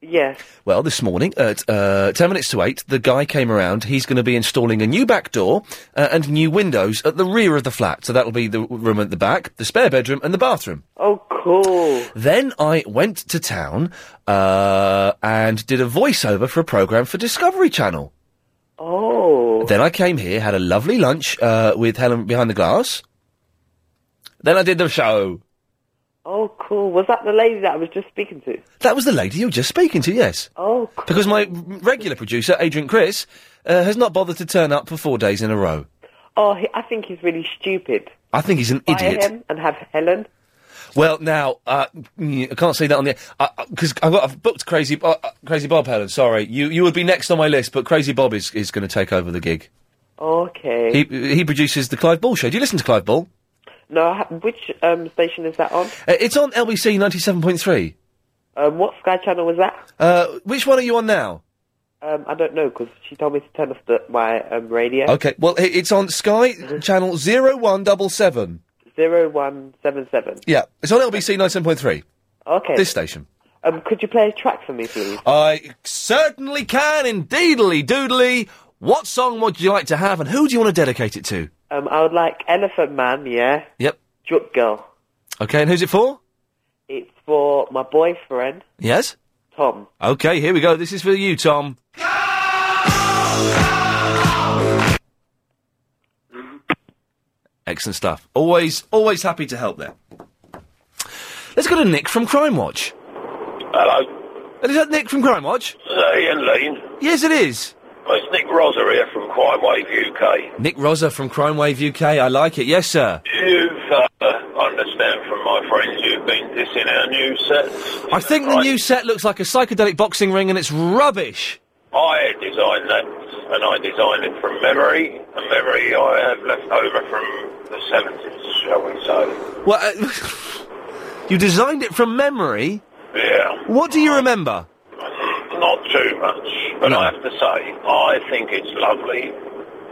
Speaker 10: Yes.
Speaker 1: Well, this morning at uh, 10 minutes to 8, the guy came around. He's going to be installing a new back door uh, and new windows at the rear of the flat. So that'll be the w- room at the back, the spare bedroom, and the bathroom.
Speaker 10: Oh, cool.
Speaker 1: Then I went to town uh, and did a voiceover for a programme for Discovery Channel.
Speaker 10: Oh.
Speaker 1: Then I came here, had a lovely lunch uh, with Helen behind the glass. Then I did the show.
Speaker 10: Oh, cool. Was that the lady that I was just speaking to?
Speaker 1: That was the lady you were just speaking to, yes.
Speaker 10: Oh, cool.
Speaker 1: Because my r- regular producer, Adrian Chris, uh, has not bothered to turn up for four days in a row.
Speaker 10: Oh, he, I think he's really stupid.
Speaker 1: I think he's an
Speaker 10: Fire
Speaker 1: idiot.
Speaker 10: him and have Helen.
Speaker 1: Well, now uh, mm, I can't say that on the because I've, got- I've booked Crazy Bo- uh, Crazy Bob. Helen, sorry, you you would be next on my list, but Crazy Bob is is going to take over the gig.
Speaker 10: Okay.
Speaker 1: He he produces the Clive Ball show. Do you listen to Clive Ball?
Speaker 10: No, I ha- which um, station is that on?
Speaker 1: Uh, it's on LBC ninety seven point three.
Speaker 10: Um, what Sky channel was that?
Speaker 1: Uh, which one are you on now?
Speaker 10: Um, I don't know because she told me to turn off the, my um, radio.
Speaker 1: Okay, well i- it's on Sky Channel zero one double seven.
Speaker 10: Zero one seven seven.
Speaker 1: Yeah, it's on LBC ninety seven point three.
Speaker 10: Okay.
Speaker 1: This station.
Speaker 10: Um, could you play a track for me, please?
Speaker 1: I certainly can, indeedly doodly. What song would you like to have, and who do you want to dedicate it to?
Speaker 10: Um, I would like Elephant Man. Yeah.
Speaker 1: Yep.
Speaker 10: Drop Girl.
Speaker 1: Okay, and who's it for?
Speaker 10: It's for my boyfriend
Speaker 1: Yes.
Speaker 10: Tom.
Speaker 1: Okay, here we go. This is for you, Tom. Excellent stuff. Always, always happy to help there. Let's go to Nick from Crime Watch.
Speaker 29: Hello.
Speaker 1: Is that Nick from Crime Watch?
Speaker 29: Hey, and Lean.
Speaker 1: Yes, it is.
Speaker 29: Well, it's Nick Rosa here from Crime Wave UK.
Speaker 1: Nick Rosa from Crime Wave UK. I like it. Yes, sir.
Speaker 29: You've, uh, I understand from my friends, you've been dissing our new set.
Speaker 1: I think the new set looks like a psychedelic boxing ring, and it's rubbish.
Speaker 29: I designed that, and I designed it from memory, a memory I have left over from the 70s, shall we say.
Speaker 1: Well, uh, you designed it from memory.
Speaker 29: Yeah,
Speaker 1: What do you remember?
Speaker 29: not too much, but I have to say, I think it's lovely.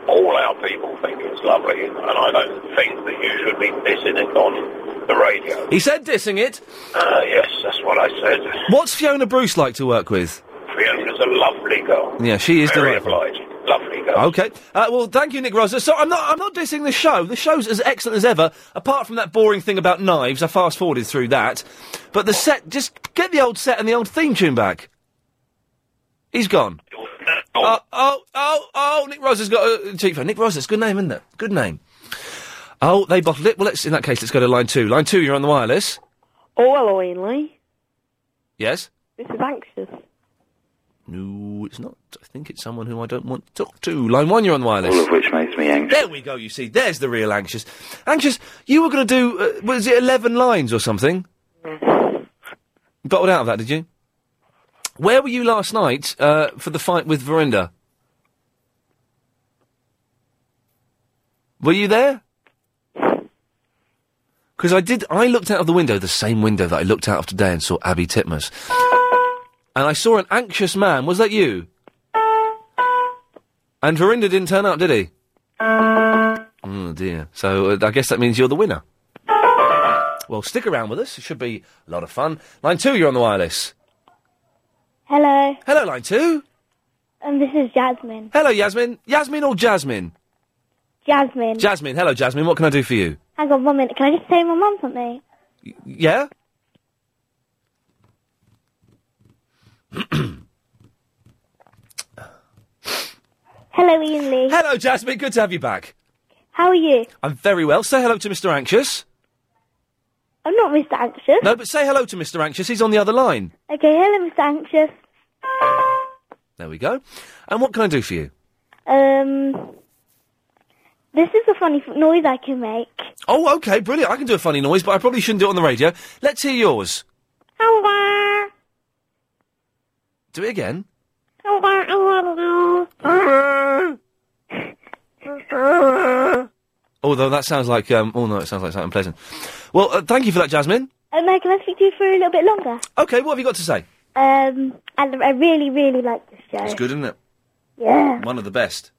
Speaker 29: All our people think it's lovely, and I don't think that you should be dissing it on the radio.
Speaker 1: He said dissing it.
Speaker 29: Uh, yes, that's what I said.
Speaker 1: What's Fiona Bruce like to work with?
Speaker 29: Fiona's a lovely girl.
Speaker 1: Yeah, she is
Speaker 29: Very
Speaker 1: delightful.
Speaker 29: obliging. Lovely girl.
Speaker 1: Okay. Uh, well, thank you, Nick Rosa. So I'm not. I'm not dissing the show. The show's as excellent as ever. Apart from that boring thing about knives, I fast forwarded through that. But the set, just get the old set and the old theme tune back. He's gone. Oh, oh, oh, oh! Nick Rosa's got a cheap phone. Nick Rosa's good name, isn't it? Good name. Oh, they bottled it. Well, let's. In that case, let's go to line two. Line two, you're on the wireless.
Speaker 14: Oh, hello, Ainley.
Speaker 1: Yes.
Speaker 14: This is anxious.
Speaker 1: No, it's not. I think it's someone who I don't want to talk to. Line one, you're on the wireless. All of
Speaker 29: which makes me anxious.
Speaker 1: There we go. You see, there's the real anxious. Anxious. You were going to do uh, was it eleven lines or something?
Speaker 29: Mm-hmm.
Speaker 1: Bottled out of that, did you? Where were you last night uh, for the fight with Verinda? Were you there? Because I did. I looked out of the window, the same window that I looked out of today, and saw Abby Titmus. And I saw an anxious man. Was that you? And Verinda didn't turn up, did he? Oh dear. So uh, I guess that means you're the winner. Well, stick around with us. It should be a lot of fun. Line two, you're on the wireless.
Speaker 15: Hello,
Speaker 1: Hello, line two.
Speaker 15: um, this is Jasmine.
Speaker 1: Hello, Yasmin. Yasmin or Jasmine?
Speaker 15: Jasmine.
Speaker 1: Jasmine. Hello, Jasmine. What can I do for you?
Speaker 15: Hang on one minute. Can I just say my mum something?
Speaker 1: Yeah.
Speaker 15: Hello, Ian Lee.
Speaker 1: Hello, Jasmine. Good to have you back.
Speaker 15: How are you?
Speaker 1: I'm very well. Say hello to Mr. Anxious.
Speaker 15: I'm not Mr. Anxious.
Speaker 1: No, but say hello to Mr. Anxious. He's on the other line.
Speaker 15: Okay, hello, Mr. Anxious.
Speaker 1: There we go. And what can I do for you?
Speaker 15: Um, this is a funny f- noise I can make.
Speaker 1: Oh, okay, brilliant. I can do a funny noise, but I probably shouldn't do it on the radio. Let's hear yours. Do it again.
Speaker 15: Um,
Speaker 1: Although that sounds like, um, oh no, it sounds like something pleasant. Well, uh, thank you for that, Jasmine.
Speaker 15: Um, uh, can I speak to you for a little bit longer?
Speaker 1: Okay, what have you got to say?
Speaker 15: Um, I, I really, really like this show.
Speaker 1: It's good, isn't it?
Speaker 15: Yeah.
Speaker 1: One of the best.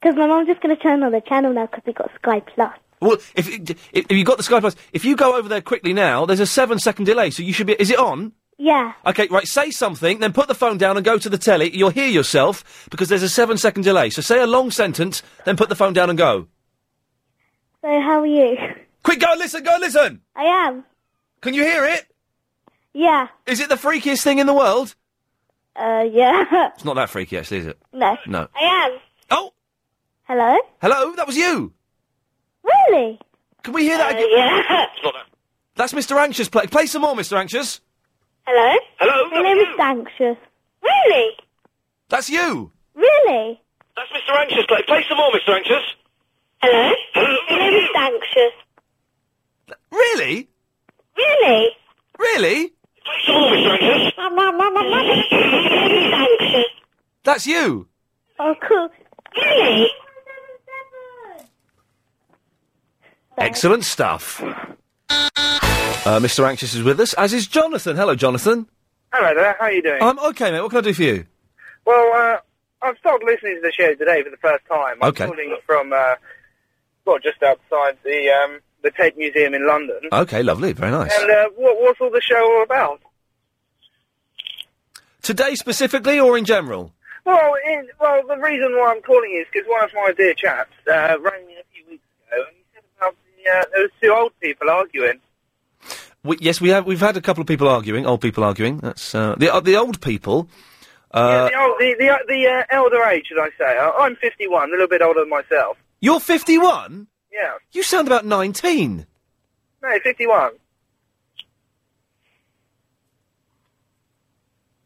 Speaker 15: Because my mum's just going to turn on the channel now because we got Sky Plus.
Speaker 1: Well, if, if if you got the Sky Plus, if you go over there quickly now, there's a seven second delay, so you should be. Is it on?
Speaker 15: Yeah.
Speaker 1: Okay, right. Say something, then put the phone down and go to the telly. You'll hear yourself because there's a seven second delay. So say a long sentence, then put the phone down and go.
Speaker 15: So how are you?
Speaker 1: Quick, go and listen. Go and listen.
Speaker 15: I am.
Speaker 1: Can you hear it?
Speaker 15: Yeah.
Speaker 1: Is it the freakiest thing in the world?
Speaker 15: Uh, yeah.
Speaker 1: It's not that freaky, actually, is it?
Speaker 15: no.
Speaker 1: No.
Speaker 15: I am.
Speaker 1: Oh.
Speaker 15: Hello.
Speaker 1: Hello, that was you.
Speaker 15: Really?
Speaker 1: Can we hear that again?
Speaker 15: yeah.
Speaker 1: That's Mr. Anxious. Play, play some more, Mr. Anxious.
Speaker 15: Hello?
Speaker 1: Hello,
Speaker 15: My name is Anxious. Really?
Speaker 1: That's you.
Speaker 15: Really?
Speaker 1: That's Mr. Anxious. Play, play some more, Mr. Anxious.
Speaker 15: Hello? My name is Anxious.
Speaker 1: Really?
Speaker 15: Really?
Speaker 1: Really?
Speaker 15: My, my, my, my, my.
Speaker 1: That's you.
Speaker 15: Oh, cool. Really?
Speaker 1: Excellent stuff. Uh, Mr. Anxious is with us, as is Jonathan. Hello, Jonathan.
Speaker 6: Hello there, how are you doing?
Speaker 1: I'm Um, okay, mate. What can I do for you?
Speaker 6: well, uh, I've started listening to the show today for the first time. I'm
Speaker 1: Okay.
Speaker 6: calling from, uh, well, just outside the um, the Tate Museum in London.
Speaker 1: Okay, lovely. Very nice.
Speaker 6: And uh, what, what's all the show all about?
Speaker 1: Today specifically or in general?
Speaker 6: Well, in, well, the reason why I'm calling is because one of my dear chaps uh, rang me a few weeks ago and he said about the, uh, there was two old people arguing.
Speaker 1: We, yes, we have. We've had a couple of people arguing, old people arguing. That's uh, the uh, the old people. Uh,
Speaker 6: the old, the, the, the uh, elder age, should I say? I, I'm 51, a little bit older than myself.
Speaker 1: You're 51.
Speaker 6: Yeah,
Speaker 1: You sound about 19.
Speaker 6: no, 51.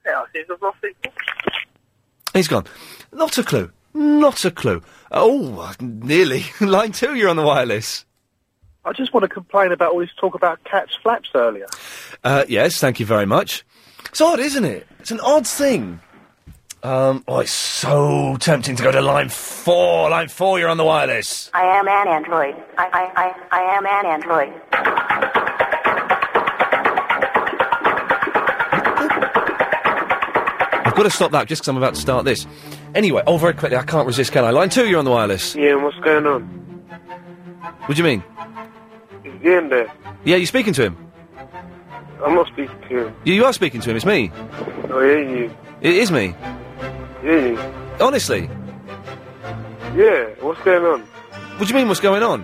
Speaker 6: Yeah, I seem to have lost it.
Speaker 1: He's gone. Not a clue. Not a clue. Oh, nearly. Line two. You're on the wireless.
Speaker 30: I just want to complain about all this talk about cat's flaps earlier.
Speaker 1: Uh, yes, thank you very much. It's odd, isn't it? It's an odd thing. Um, oh, it's so tempting to go to line four. Line four, you're on the wireless.
Speaker 26: I am an android. I, I, I, I am an android.
Speaker 1: I've got to stop that just because I'm about to start this. Anyway, oh, very quickly, I can't resist, can I? Line two, you're on the wireless.
Speaker 6: Yeah, what's going on?
Speaker 1: What do you mean?
Speaker 6: Is Ian there?
Speaker 1: Yeah, you're speaking to him.
Speaker 6: I'm not speaking to him.
Speaker 1: You, you are speaking to him, it's me.
Speaker 6: Oh, yeah, you.
Speaker 1: It is me.
Speaker 6: Yeah, you.
Speaker 1: Honestly.
Speaker 6: Yeah, what's going on?
Speaker 1: What do you mean, what's going on?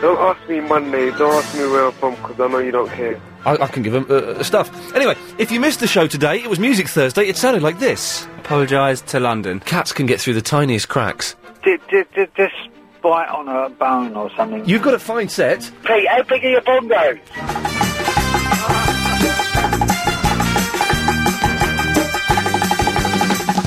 Speaker 6: Don't ask me my name, don't ask me where I'm from, because I know you don't care.
Speaker 1: I, I can give him uh, uh, stuff. Anyway, if you missed the show today, it was Music Thursday. It sounded like this. Apologise to London. Cats can get through the tiniest cracks.
Speaker 8: Did, did, did this bite on a bone or something?
Speaker 1: You've got a fine set.
Speaker 8: Pete, how big are your bongo?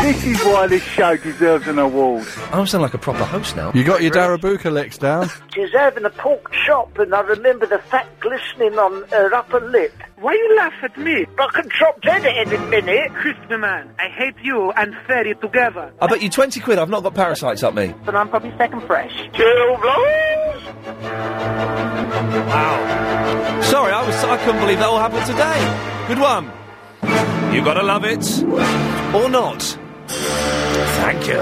Speaker 1: This is why this show deserves an award. I sound like a proper host now. You got your Darabuka licks down.
Speaker 4: Deserving a pork chop, and I remember the fat glistening on her upper lip. Why you laugh at me? I can drop dead at any minute.
Speaker 19: Crispy man, I hate you and Ferry together.
Speaker 1: I bet you 20 quid I've not got parasites up me.
Speaker 19: But I'm probably second fresh.
Speaker 1: Wow. Sorry, I was I couldn't believe that all happened today. Good one. You gotta love it. Or not. Thank you.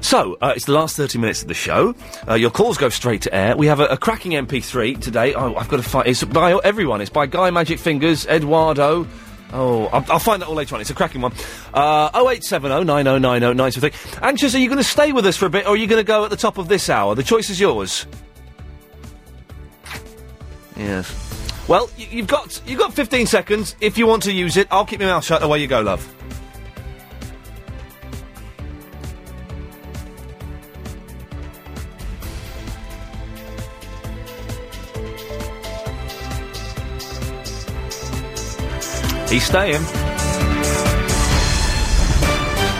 Speaker 1: So, uh, it's the last 30 minutes of the show. Uh, your calls go straight to air. We have a, a cracking MP3 today. Oh, I've got to find... It's by everyone. It's by Guy Magic Fingers, Eduardo... Oh, I'll, I'll find that all later on. It's a cracking one. Uh, 0870 9090 973. Anxious, are you going to stay with us for a bit, or are you going to go at the top of this hour? The choice is yours. Yes. Well, y- you've got you've got 15 seconds. If you want to use it, I'll keep my mouth shut. Away you go, love. He's staying.